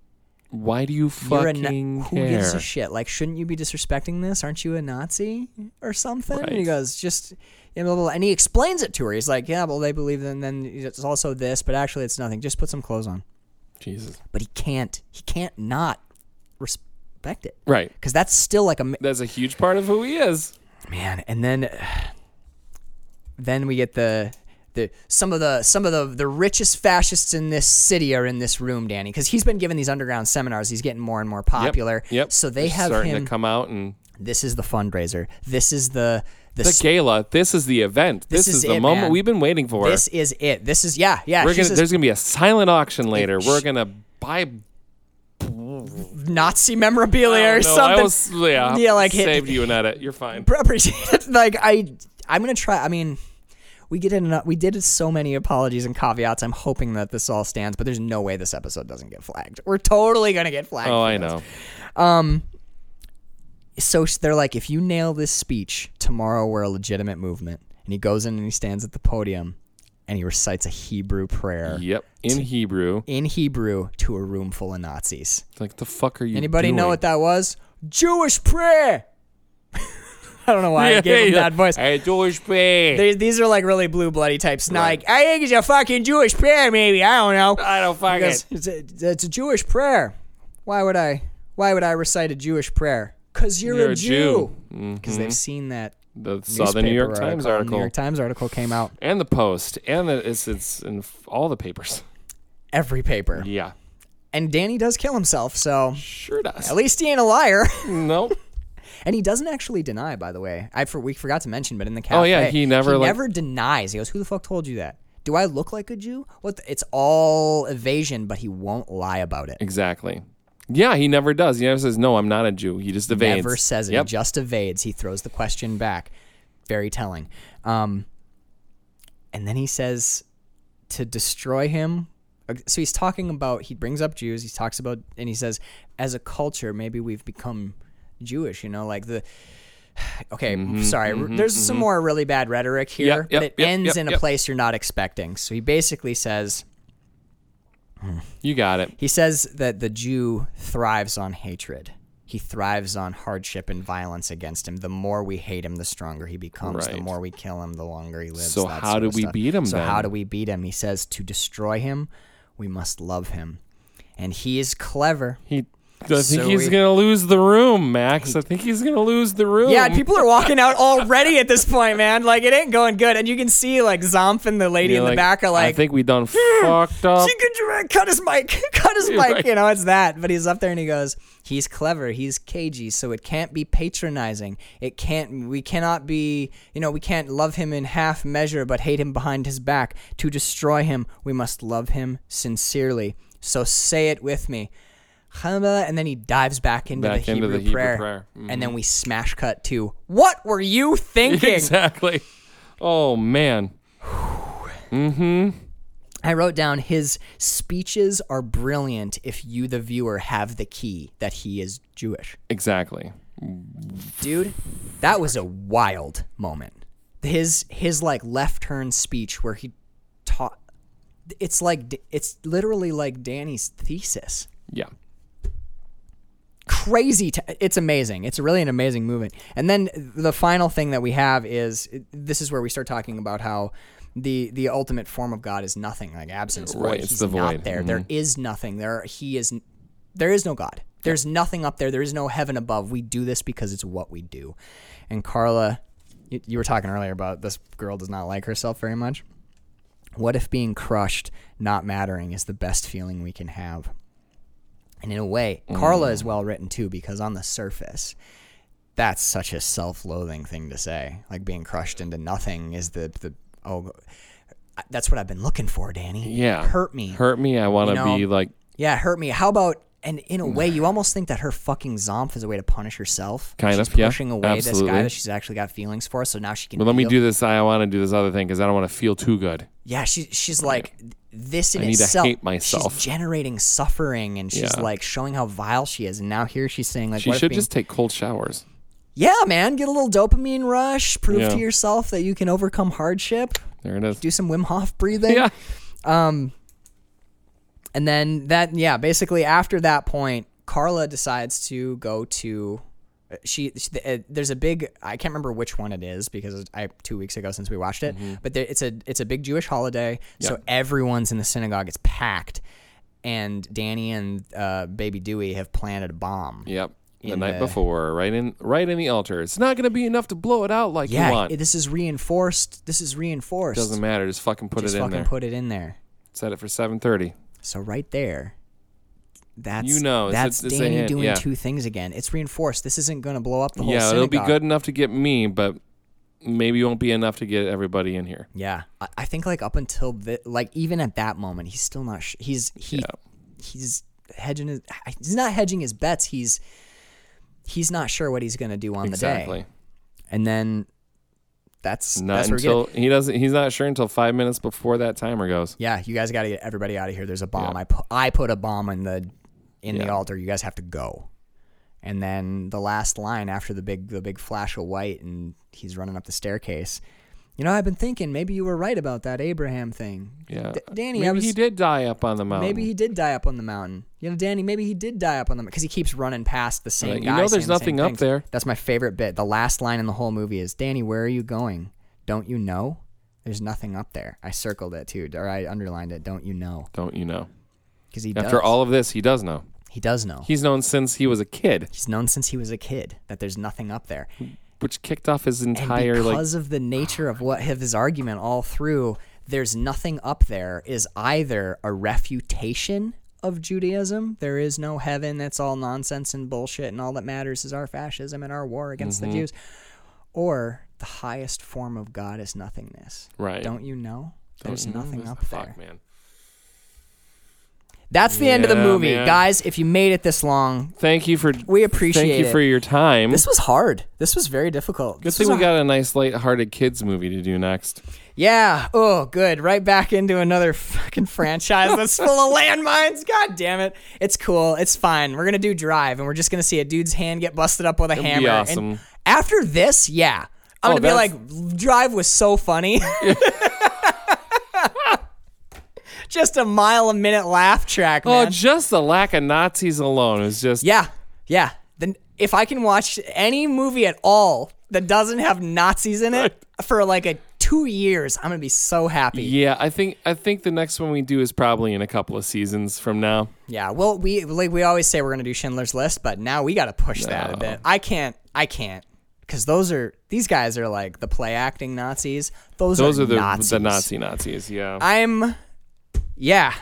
Speaker 3: Why do you
Speaker 1: You're a
Speaker 3: fucking
Speaker 1: na- who
Speaker 3: care?
Speaker 1: gives a shit? Like, shouldn't you be disrespecting this? Aren't you a Nazi or something? And he
Speaker 3: Right.
Speaker 1: goes, just yeah, blah, blah, blah. and he explains it to her. He's like, yeah, well, they believe in then it's also this, but actually, it's nothing. Just put some clothes on.
Speaker 3: Jesus.
Speaker 1: But he can't. He can't not respect it
Speaker 3: Right.
Speaker 1: because that's still like a ma-
Speaker 3: That's a huge part of who he is.
Speaker 1: man. And then, then we get the. The, some of the some of the, the richest fascists in this city are in this room, Danny, because he's been giving these underground seminars. He's getting more and more
Speaker 3: Yep.
Speaker 1: popular.
Speaker 3: Yep.
Speaker 1: So they
Speaker 3: It's
Speaker 1: have
Speaker 3: starting
Speaker 1: him
Speaker 3: to come out and
Speaker 1: this is the fundraiser. This is the the,
Speaker 3: the
Speaker 1: sp-
Speaker 3: gala. This is the event. This,
Speaker 1: is
Speaker 3: is, the
Speaker 1: it,
Speaker 3: moment
Speaker 1: man.
Speaker 3: we've been waiting for.
Speaker 1: this is it. This is yeah yeah.
Speaker 3: We're
Speaker 1: she's
Speaker 3: gonna,
Speaker 1: this
Speaker 3: there's gonna be a silent auction later. We're gonna buy
Speaker 1: Nazi memorabilia
Speaker 3: I
Speaker 1: or
Speaker 3: don't know.
Speaker 1: something.
Speaker 3: I was, yeah,
Speaker 1: Yeah, like hit-
Speaker 3: saved you an edit. You're fine.
Speaker 1: Appreciate it. Like I I'm gonna try. I mean. We get in. We did so many apologies and caveats. I'm hoping that this all stands, but there's no way this episode doesn't get flagged. We're totally gonna get flagged.
Speaker 3: Oh, I know.
Speaker 1: so sh- they're like, if you nail this speech tomorrow, we're a legitimate movement. And he goes in and he stands at the podium, and he recites a Hebrew prayer
Speaker 3: Yep. In Hebrew,
Speaker 1: in Hebrew to a room full of Nazis.
Speaker 3: it's like the fuck are you?
Speaker 1: Anybody
Speaker 3: doing?
Speaker 1: know what that was? Jewish prayer. I don't know why I gave him that voice.
Speaker 3: Hey, Jewish pay.
Speaker 1: They- these are like really blue bloody types. Not like I think it's a fucking Jewish prayer, maybe. I don't know.
Speaker 3: I don't fucking.
Speaker 1: Because it's, a, it's a Jewish prayer. Why would I? Why would I recite a Jewish prayer? Because you're,
Speaker 3: You're
Speaker 1: a
Speaker 3: a
Speaker 1: Jew.
Speaker 3: Jew.
Speaker 1: Because they've seen that.
Speaker 3: the saw the New
Speaker 1: newspaper
Speaker 3: York Times
Speaker 1: New
Speaker 3: article
Speaker 1: York Times article came out.
Speaker 3: and the Post and the, it's it's in f- all the papers.
Speaker 1: Every paper.
Speaker 3: Yeah,
Speaker 1: And Danny does kill himself, so
Speaker 3: sure does.
Speaker 1: at least he ain't a liar.
Speaker 3: Nope.
Speaker 1: And he doesn't actually deny, by the way. I for, we forgot to mention, but in the cafe,
Speaker 3: Oh, yeah, he never, like-
Speaker 1: never denies. He goes, "Who the fuck told you that? Do I look like a Jew? What? The, it's all evasion, but he won't lie about it.
Speaker 3: Exactly. Yeah, he never does. He never says no. I'm not a Jew. He just evades.
Speaker 1: Never says it.
Speaker 3: Yep.
Speaker 1: He just evades. He throws the question back. Very telling. Um, and then he says to destroy him. So he's talking about. He brings up Jews. He talks about, and he says, as a culture, maybe we've become Jewish. You know, like the. Okay, sorry. There's some more really bad rhetoric here,
Speaker 3: Mm-hmm,
Speaker 1: but
Speaker 3: Yep, yep,
Speaker 1: it
Speaker 3: yep,
Speaker 1: ends
Speaker 3: yep,
Speaker 1: in a
Speaker 3: yep.
Speaker 1: place you're not expecting. So he basically says
Speaker 3: you got it.
Speaker 1: he says that the Jew thrives on hatred. He thrives on hardship and violence against him. The more we hate him, the stronger he becomes. The
Speaker 3: Right.
Speaker 1: more we kill him, the longer he lives.
Speaker 3: So
Speaker 1: that
Speaker 3: how
Speaker 1: sort
Speaker 3: do
Speaker 1: of
Speaker 3: we
Speaker 1: stuff.
Speaker 3: beat him
Speaker 1: So
Speaker 3: then?
Speaker 1: how do we beat him? He says to destroy him, we must love him, and he is clever.
Speaker 3: He. I think
Speaker 1: So
Speaker 3: he's
Speaker 1: we-
Speaker 3: gonna lose the room, Max. I think he's gonna lose the room.
Speaker 1: Yeah, and people are walking out already at this point, man. Like it ain't going good, and you can see like Zomp and the lady
Speaker 3: You're
Speaker 1: in the
Speaker 3: like,
Speaker 1: back are
Speaker 3: I
Speaker 1: like, "Hmm,
Speaker 3: think we done fucked up.
Speaker 1: She could cut his mic, cut his
Speaker 3: You're
Speaker 1: mic.
Speaker 3: right.
Speaker 1: You know, it's that. But he's up there and he goes, he's clever, he's cagey, so it can't be patronizing. It can't. We cannot be. You know, we can't love him in half measure, but hate him behind his back. To destroy him, we must love him sincerely. So say it with me. Chama, And then he dives back into,
Speaker 3: Back
Speaker 1: the,
Speaker 3: into
Speaker 1: Hebrew
Speaker 3: the Hebrew
Speaker 1: prayer,
Speaker 3: prayer. Mm-hmm.
Speaker 1: and then we smash cut to "What were you thinking?"
Speaker 3: Exactly. Oh man.
Speaker 1: I wrote down his speeches are brilliant if you, the viewer, have the key that he is Jewish.
Speaker 3: Exactly.
Speaker 1: Dude, that was a wild moment. His his like left turn speech where he taught. It's like it's literally like Danny's thesis.
Speaker 3: Yeah.
Speaker 1: Crazy. T- it's amazing. It's really an amazing movement. And then the final thing that we have is this is where we start talking about how the the ultimate form of God is nothing, like absence.
Speaker 3: Right,
Speaker 1: void.
Speaker 3: it's
Speaker 1: He's
Speaker 3: the
Speaker 1: not
Speaker 3: void. Mm-hmm.
Speaker 1: there. There is nothing. There he is. There is no God. There's nothing up there. There is no heaven above. We do this because it's what we do. And Carla, you, you were talking earlier about this girl does not like herself very much. What if being crushed, not mattering, is the best feeling we can have? And in a way,
Speaker 3: Mm-hmm.
Speaker 1: Carla is well written too, because on the surface, that's such a self-loathing thing to say. Like being crushed into nothing is the the oh, that's what I've been looking for, Danny.
Speaker 3: Yeah.
Speaker 1: hurt me.
Speaker 3: Hurt me. I want to
Speaker 1: You know,
Speaker 3: be like
Speaker 1: Yeah, hurt me. How about and in
Speaker 3: Mm.
Speaker 1: a way, you almost think that her fucking zomp is a way to punish herself.
Speaker 3: Kind
Speaker 1: she's
Speaker 3: of, yeah.
Speaker 1: pushing away this guy
Speaker 3: Absolutely.
Speaker 1: that she's actually got feelings for, so now she can.
Speaker 3: Well, let me
Speaker 1: feel-
Speaker 3: do this. I want to do this other thing because I don't want to feel too good.
Speaker 1: Yeah, she she's like this in
Speaker 3: I need to
Speaker 1: itself.
Speaker 3: hate myself.
Speaker 1: She's generating suffering, and she's
Speaker 3: Yeah.
Speaker 1: like showing how vile she is. And now here she's saying like,
Speaker 3: She
Speaker 1: what if
Speaker 3: should
Speaker 1: being
Speaker 3: just take cold showers.
Speaker 1: yeah, man, get a little dopamine rush, prove
Speaker 3: Yeah.
Speaker 1: to yourself that you can overcome hardship,
Speaker 3: There it is.
Speaker 1: do some Wim Hof breathing.
Speaker 3: Yeah.
Speaker 1: And then that, yeah, basically after that point, Carla decides to go to. uh, She, she uh, there's a big I can't remember which one it is because I two weeks ago since we watched it,
Speaker 3: Mm-hmm.
Speaker 1: but there, it's a it's a big Jewish holiday, so everyone's in the synagogue. It's packed, and Danny and uh, Baby Dewey have planted a bomb.
Speaker 3: Yep. The
Speaker 1: In
Speaker 3: night
Speaker 1: the-
Speaker 3: before, right in right in the altar. It's not going to be enough to blow it out like
Speaker 1: Yeah,
Speaker 3: you want.
Speaker 1: it- this is reinforced. This is reinforced.
Speaker 3: Doesn't matter. Just fucking put
Speaker 1: Just
Speaker 3: it in
Speaker 1: fucking
Speaker 3: there.
Speaker 1: put it in there.
Speaker 3: Set it for seven thirty.
Speaker 1: So right there, that's
Speaker 3: You know, it's-
Speaker 1: that's
Speaker 3: it's a
Speaker 1: Danny
Speaker 3: hint,
Speaker 1: doing
Speaker 3: yeah.
Speaker 1: two things again. It's reinforced. This isn't going to blow up the whole.
Speaker 3: Yeah, it'll be
Speaker 1: synagogue.
Speaker 3: good enough to get me, but maybe it won't be enough to get everybody in here.
Speaker 1: Yeah, I, I think like up until the, like even at that moment, he's still not. Sh- he's he he's hedging his. He's not hedging his bets. He's he's not sure what he's going to do on the
Speaker 3: Exactly.
Speaker 1: day. And then that's
Speaker 3: Not
Speaker 1: that's where we
Speaker 3: until
Speaker 1: get.
Speaker 3: he doesn't. He's not sure until five minutes before that timer goes.
Speaker 1: Yeah, you guys got to get everybody out of here. There's a bomb.
Speaker 3: Yeah.
Speaker 1: I put I put a bomb in the in the
Speaker 3: Yeah.
Speaker 1: altar. You guys have to go. And then the last line after the big the big flash of white and he's running up the staircase. You know, I've been thinking maybe you were right about that Abraham thing.
Speaker 3: Yeah,
Speaker 1: D- Danny,
Speaker 3: Maybe
Speaker 1: I was
Speaker 3: he did die up on the mountain.
Speaker 1: Maybe he did die up on the mountain. You know, Danny, maybe he did die up on the mountain because he keeps running past the same
Speaker 3: Like, you
Speaker 1: guy.
Speaker 3: know there's
Speaker 1: saying the same
Speaker 3: nothing up
Speaker 1: things.
Speaker 3: there.
Speaker 1: That's my favorite bit. The last line in the whole movie is Danny, where are you going? Don't you know? There's nothing up there. I circled it too, or I underlined it. Don't you know?
Speaker 3: Don't you know?
Speaker 1: Because he
Speaker 3: After
Speaker 1: does.
Speaker 3: all of this, he does know.
Speaker 1: he does know.
Speaker 3: He's known since he was a kid,
Speaker 1: He's known since he was a kid that there's nothing up there.
Speaker 3: which kicked off his
Speaker 1: And
Speaker 3: entire like.
Speaker 1: because of the nature of what of his argument all through, there's nothing up there is either a refutation of Judaism. There is no heaven. That's all nonsense and bullshit. And all that matters is our fascism and our war against
Speaker 3: Mm-hmm.
Speaker 1: the Jews. Or the highest form of God is nothingness.
Speaker 3: Right.
Speaker 1: Don't you know? There's
Speaker 3: Mm,
Speaker 1: nothing
Speaker 3: this-
Speaker 1: up there.
Speaker 3: Fuck, man.
Speaker 1: That's the end of the
Speaker 3: Yeah,
Speaker 1: movie,
Speaker 3: man.
Speaker 1: guys. If you made it this long,
Speaker 3: Thank you for.
Speaker 1: We appreciate
Speaker 3: Thank you
Speaker 1: it.
Speaker 3: for your time.
Speaker 1: this was hard. This was very difficult.
Speaker 3: Good
Speaker 1: This
Speaker 3: thing
Speaker 1: was
Speaker 3: we
Speaker 1: a-
Speaker 3: got a nice light-hearted kids movie to do next.
Speaker 1: Yeah. Oh, good. Right back into another fucking franchise that's full of landmines. God damn it. It's cool. It's fine. We're gonna do Drive, and we're just gonna see a dude's hand get busted up with a
Speaker 3: be
Speaker 1: hammer. And
Speaker 3: awesome.
Speaker 1: after this, yeah, I'm
Speaker 3: Oh,
Speaker 1: gonna be
Speaker 3: that's-
Speaker 1: like, Drive was so funny. just a mile a minute laugh track, man.
Speaker 3: Oh, just the lack of Nazis alone is just
Speaker 1: yeah, yeah. Then if I can watch any movie at all that doesn't have Nazis in it for like a two years, I'm gonna be so happy.
Speaker 3: Yeah, I think I think the next one we do is probably in a couple of seasons from now.
Speaker 1: Yeah, well, we like we always say we're gonna do Schindler's List, but now we gotta push that a bit. I can't, I can't, because those are these guys are like the play acting Nazis. Those,
Speaker 3: Those are the
Speaker 1: Nazis.
Speaker 3: the Nazi Nazis. Yeah,
Speaker 1: I'm, yeah,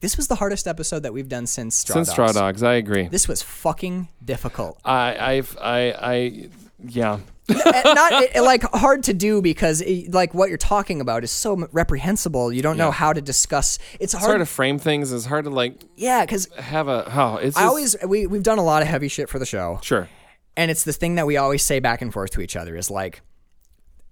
Speaker 1: this was the hardest episode that we've done since Straw
Speaker 3: since
Speaker 1: Dogs.
Speaker 3: Straw Dogs, I agree.
Speaker 1: This was fucking difficult.
Speaker 3: I I've, I I yeah.
Speaker 1: And Eh, not it, it, like hard to do because it, like what you're talking about is so reprehensible. You don't know how to discuss. It's
Speaker 3: It's hard
Speaker 1: hard.
Speaker 3: to frame things. It's hard to like
Speaker 1: yeah, because
Speaker 3: have a oh. It's
Speaker 1: I
Speaker 3: just-
Speaker 1: always we we've done a lot of heavy shit for the show.
Speaker 3: sure.
Speaker 1: and it's the thing that we always say back and forth to each other is like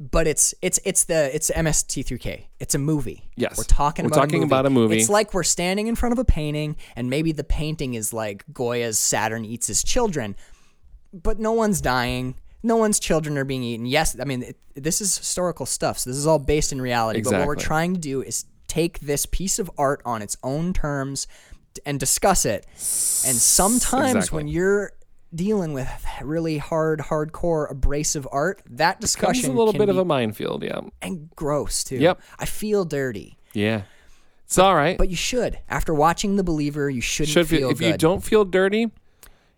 Speaker 1: but it's it's it's the it's MST3K. It's a movie.
Speaker 3: Yes.
Speaker 1: we're talking
Speaker 3: We're
Speaker 1: about
Speaker 3: talking
Speaker 1: a movie.
Speaker 3: about a movie.
Speaker 1: It's like we're standing in front of a painting, and maybe the painting is like Goya's Saturn eats his children, but no one's dying. No one's children are being eaten. Yes, I mean it, this is historical stuff, so this is all based in reality. But what we're
Speaker 3: Exactly.
Speaker 1: trying to do is take this piece of art on its own terms d- and discuss it. And sometimes
Speaker 3: exactly.
Speaker 1: when you're dealing with really hard, hardcore, abrasive art, that
Speaker 3: Comes
Speaker 1: discussion
Speaker 3: a little
Speaker 1: can
Speaker 3: bit of
Speaker 1: be-
Speaker 3: a minefield. Yeah,
Speaker 1: and gross too.
Speaker 3: Yep.
Speaker 1: I feel dirty,
Speaker 3: yeah. It's all right.
Speaker 1: but you should. After watching The Believer, you shouldn't
Speaker 3: Should feel,
Speaker 1: feel
Speaker 3: if
Speaker 1: good.
Speaker 3: you don't feel dirty,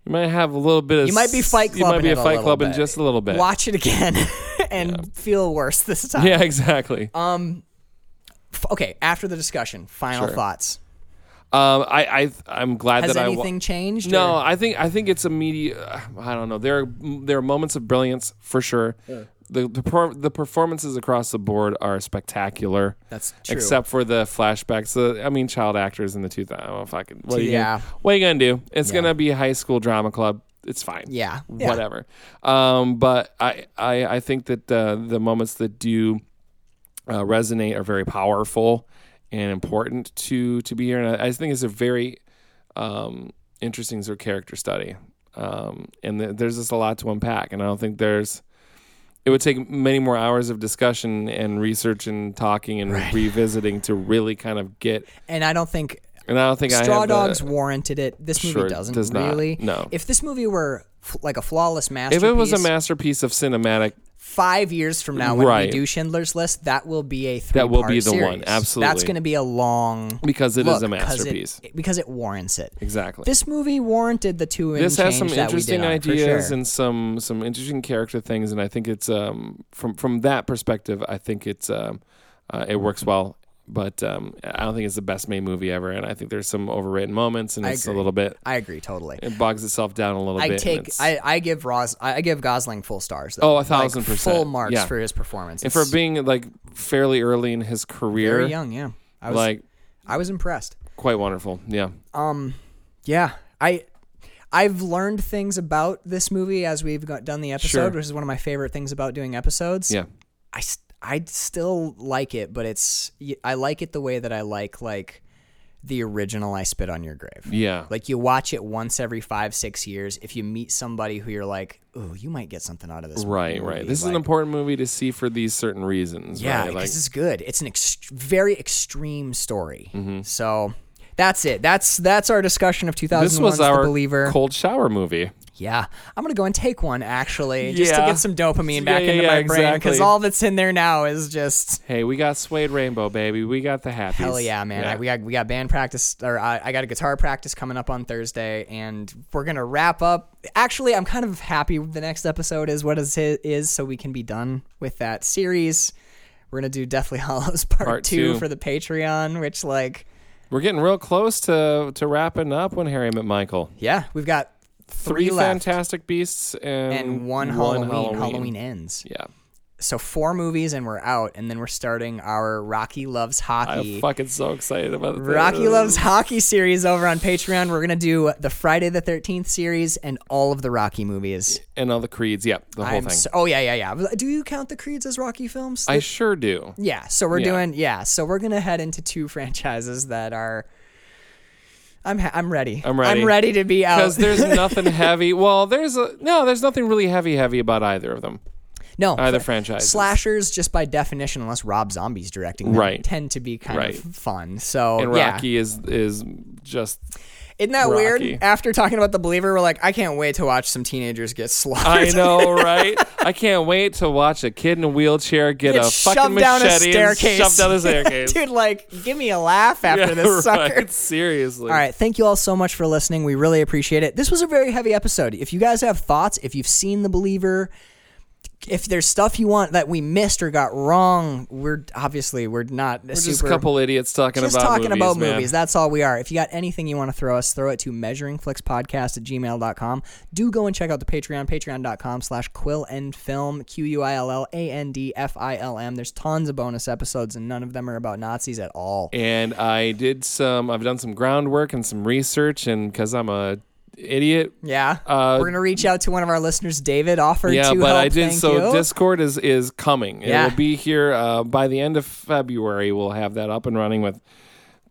Speaker 3: you might have a little bit of
Speaker 1: You might be fight
Speaker 3: s-
Speaker 1: club.
Speaker 3: You might be a fight club in just a little bit.
Speaker 1: Watch it again and feel worse this time.
Speaker 3: Yeah, exactly.
Speaker 1: Um, F- Okay, after the discussion, final thoughts.
Speaker 3: Um, I, I I'm glad
Speaker 1: Has
Speaker 3: that I wa-
Speaker 1: anything changed?
Speaker 3: No,
Speaker 1: or-
Speaker 3: I think I think it's a media. I don't know. There are there are moments of brilliance for sure. The the, per, the performances across the board are spectacular.
Speaker 1: That's true.
Speaker 3: Except for the flashbacks. The, I mean, child actors in the two thousand. Oh, fucking. What are you
Speaker 1: Yeah.
Speaker 3: Gonna, what are you gonna do? It's gonna be high school drama club. It's fine.
Speaker 1: Yeah. Yeah.
Speaker 3: Whatever. Um, but I I I think that uh, the moments that do uh, resonate are very powerful and important to to be here. And I, I think it's a very um, interesting sort of character study. Um, and th- there's just a lot to unpack. And I don't think there's, it would take many more hours of discussion and research and talking and revisiting to really kind of get.
Speaker 1: And I don't think
Speaker 3: And I don't think I
Speaker 1: Straw
Speaker 3: have the-
Speaker 1: Dogs warranted it. This movie
Speaker 3: Sure,
Speaker 1: doesn't
Speaker 3: does not.
Speaker 1: really.
Speaker 3: No.
Speaker 1: If this movie were f- like a flawless masterpiece,
Speaker 3: if it was a masterpiece of cinematic,
Speaker 1: five years from now when we
Speaker 3: Right.
Speaker 1: do Schindler's List, that will be a three
Speaker 3: That will be the one,
Speaker 1: That's
Speaker 3: absolutely.
Speaker 1: going to be a long
Speaker 3: because it is
Speaker 1: look,
Speaker 3: a
Speaker 1: 'cause it-
Speaker 3: masterpiece.
Speaker 1: because it warrants it.
Speaker 3: exactly.
Speaker 1: This movie warranted the two. and
Speaker 3: this has some
Speaker 1: change that we did
Speaker 3: interesting
Speaker 1: on it, for
Speaker 3: ideas
Speaker 1: sure.
Speaker 3: and some some interesting character things and i think it's um from from that perspective i think it's um uh, it works well but um i don't think it's the best made movie ever and i think there's some overwritten moments and
Speaker 1: I
Speaker 3: it's a
Speaker 1: agree.
Speaker 3: little bit
Speaker 1: I agree totally.
Speaker 3: it bogs itself down a little
Speaker 1: I
Speaker 3: bit and
Speaker 1: take
Speaker 3: it's-
Speaker 1: I, I give Ros I I give Gosling full stars. Though.
Speaker 3: Oh, a
Speaker 1: Like,
Speaker 3: thousand percent.
Speaker 1: Full marks
Speaker 3: Yeah.
Speaker 1: for his performance.
Speaker 3: and for
Speaker 1: It's
Speaker 3: being like fairly early in his career
Speaker 1: very young, yeah. I was
Speaker 3: like
Speaker 1: I was impressed.
Speaker 3: quite wonderful yeah
Speaker 1: Yeah, I I've learned things about this movie as we've got, done the episode,
Speaker 3: Sure.
Speaker 1: which is one of my favorite things about doing episodes.
Speaker 3: yeah
Speaker 1: I s- I still like it, but it's y- I like it the way that I like like the original I spit on your grave.
Speaker 3: yeah
Speaker 1: Like you watch it once every five six years. If you meet somebody who you're like, oh, you might get something out of this.
Speaker 3: right
Speaker 1: movie."
Speaker 3: right this is
Speaker 1: Like,
Speaker 3: an important movie to see for these certain reasons
Speaker 1: yeah,
Speaker 3: right?
Speaker 1: because
Speaker 3: like
Speaker 1: it's good. It's an ex- very extreme story.
Speaker 3: Mm-hmm.
Speaker 1: So that's it. That's that's our discussion of 2001's
Speaker 3: this was
Speaker 1: The
Speaker 3: our
Speaker 1: Believer.
Speaker 3: cold shower movie
Speaker 1: Yeah, I'm gonna go and take one actually, just to
Speaker 3: Yeah.
Speaker 1: get some dopamine
Speaker 3: Yeah,
Speaker 1: back
Speaker 3: yeah,
Speaker 1: into
Speaker 3: yeah,
Speaker 1: my brain because
Speaker 3: exactly.
Speaker 1: all that's in there now is just
Speaker 3: Hey, we got suede rainbow, baby. We got the happy.
Speaker 1: hell yeah, man. I, we got we got band practice, or I, I got a guitar practice coming up on Thursday, and we're gonna wrap up. Actually, I'm kind of happy the next episode is what is it is, so we can be done with that series. We're gonna do Deathly Hollows Part,
Speaker 3: Part
Speaker 1: two,
Speaker 3: two.
Speaker 1: for the Patreon, which like
Speaker 3: We're getting real close to to wrapping up when Harry met Michael.
Speaker 1: yeah, we've got three,
Speaker 3: Three
Speaker 1: left
Speaker 3: Fantastic Beasts and,
Speaker 1: and one, Halloween. Halloween ends.
Speaker 3: Yeah,
Speaker 1: so four movies and we're out and then we're starting our rocky loves hockey
Speaker 3: I'm fucking so excited about this.
Speaker 1: rocky loves hockey series over on patreon we're gonna do the friday the 13th series and all of the rocky movies
Speaker 3: and all the creeds. Yeah, the whole
Speaker 1: I'm
Speaker 3: thing.
Speaker 1: so- oh yeah yeah yeah do you count the creeds as rocky films
Speaker 3: I sure do.
Speaker 1: yeah so we're
Speaker 3: Yeah.
Speaker 1: doing yeah so we're gonna head into two franchises that are i'm ha- i'm ready
Speaker 3: I'm ready.
Speaker 1: i'm ready to be out
Speaker 3: Because there's nothing heavy. Well, there's a no. There's nothing really heavy, heavy about either of them.
Speaker 1: no
Speaker 3: Either
Speaker 1: fr-
Speaker 3: franchise.
Speaker 1: slashers just by definition unless rob zombies directing them,
Speaker 3: Right.
Speaker 1: tend to be kind
Speaker 3: Right.
Speaker 1: of fun so
Speaker 3: and
Speaker 1: yeah.
Speaker 3: Rocky is is just.
Speaker 1: Isn't that weird?
Speaker 3: Rocky.
Speaker 1: After talking about the believer, we're like, I can't wait to watch some teenagers get
Speaker 3: I
Speaker 1: slaughtered.
Speaker 3: know, right? I can't wait to watch a kid in a wheelchair get,
Speaker 1: Get
Speaker 3: a fucking
Speaker 1: shoved down a
Speaker 3: machete and
Speaker 1: staircase.
Speaker 3: shoved down a staircase.
Speaker 1: Dude, like, give me a laugh after
Speaker 3: Yeah,
Speaker 1: this sucker.
Speaker 3: right. Seriously.
Speaker 1: All right, thank you all so much for listening. We really appreciate it. This was a very heavy episode. If you guys have thoughts, if you've seen The Believer, if there's stuff you want that we missed or got wrong, we're obviously we're not
Speaker 3: We're
Speaker 1: super
Speaker 3: just a couple idiots talking
Speaker 1: just
Speaker 3: about
Speaker 1: talking
Speaker 3: movies,
Speaker 1: about
Speaker 3: man.
Speaker 1: movies. That's all we are. If you got anything you want to throw us, throw it to measuringflixpodcast at gmail.com. Do go and check out the Patreon, patreon.com slash quill and film, Q U I L L A N D F I L M. There's tons of bonus episodes, and none of them are about Nazis at all.
Speaker 3: And I did some. I've done some groundwork and some research, and because I'm a idiot.
Speaker 1: Yeah.
Speaker 3: Uh,
Speaker 1: We're going to reach out to one of our listeners, David, offered
Speaker 3: Yeah,
Speaker 1: to
Speaker 3: but
Speaker 1: help.
Speaker 3: I did.
Speaker 1: Thank
Speaker 3: So
Speaker 1: you.
Speaker 3: Discord is is coming.
Speaker 1: Yeah.
Speaker 3: It will be here uh, by the end of February. We'll have that up and running with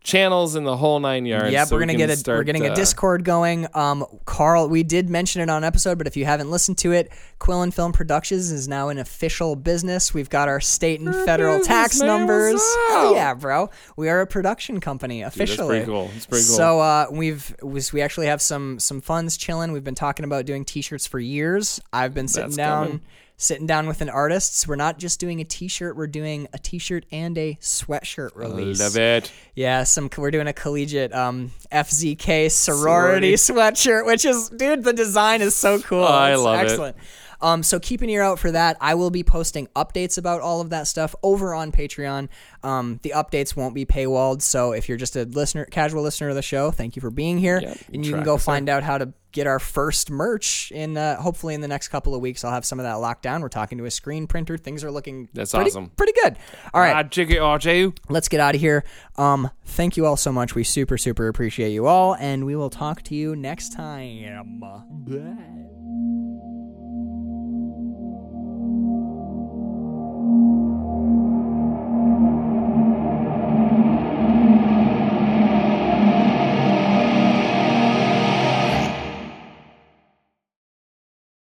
Speaker 3: channels and the whole nine yards.
Speaker 1: Yep,
Speaker 3: so
Speaker 1: we're
Speaker 3: we
Speaker 1: gonna
Speaker 3: can
Speaker 1: get a
Speaker 3: start,
Speaker 1: we're getting a
Speaker 3: uh,
Speaker 1: Discord going. Um, Carl, we did mention it on episode, but if you haven't listened to it, Quillen Film Productions is now an official business. We've got our state and federal
Speaker 3: business,
Speaker 1: tax
Speaker 3: man,
Speaker 1: numbers.
Speaker 3: what's
Speaker 1: Hell
Speaker 3: up?
Speaker 1: yeah, bro! We are a production company officially.
Speaker 3: pretty cool. That's pretty cool.
Speaker 1: So uh, we've was, we actually have some some funds chilling. We've been talking about doing T-shirts for years. I've been sitting
Speaker 3: That's
Speaker 1: down.
Speaker 3: coming.
Speaker 1: Sitting down with an artist, So we're not just doing a T-shirt. We're doing a T-shirt and a sweatshirt release.
Speaker 3: Love it.
Speaker 1: Yeah, some we're doing a collegiate um, FZK sorority, sweatshirt, which is dude, the design is so cool.
Speaker 3: Oh, I
Speaker 1: It's
Speaker 3: love it.
Speaker 1: excellent. Um, so keep an ear out for that. I will be posting updates about all of that stuff over on Patreon. Um, the updates won't be paywalled, so if you're just a listener, casual listener of the show, thank you for being here,
Speaker 3: Yep,
Speaker 1: and you can
Speaker 3: track
Speaker 1: go
Speaker 3: us
Speaker 1: find out how to get our first merch in uh, hopefully in the next couple of weeks. I'll have some of that locked down. We're talking to a screen printer. Things are looking
Speaker 3: That's
Speaker 1: pretty,
Speaker 3: awesome.
Speaker 1: pretty good. All right
Speaker 3: I dig it, RJ.
Speaker 1: let's get out of here. Um, thank you all so much. We super, super appreciate you all, and we will talk to you next time.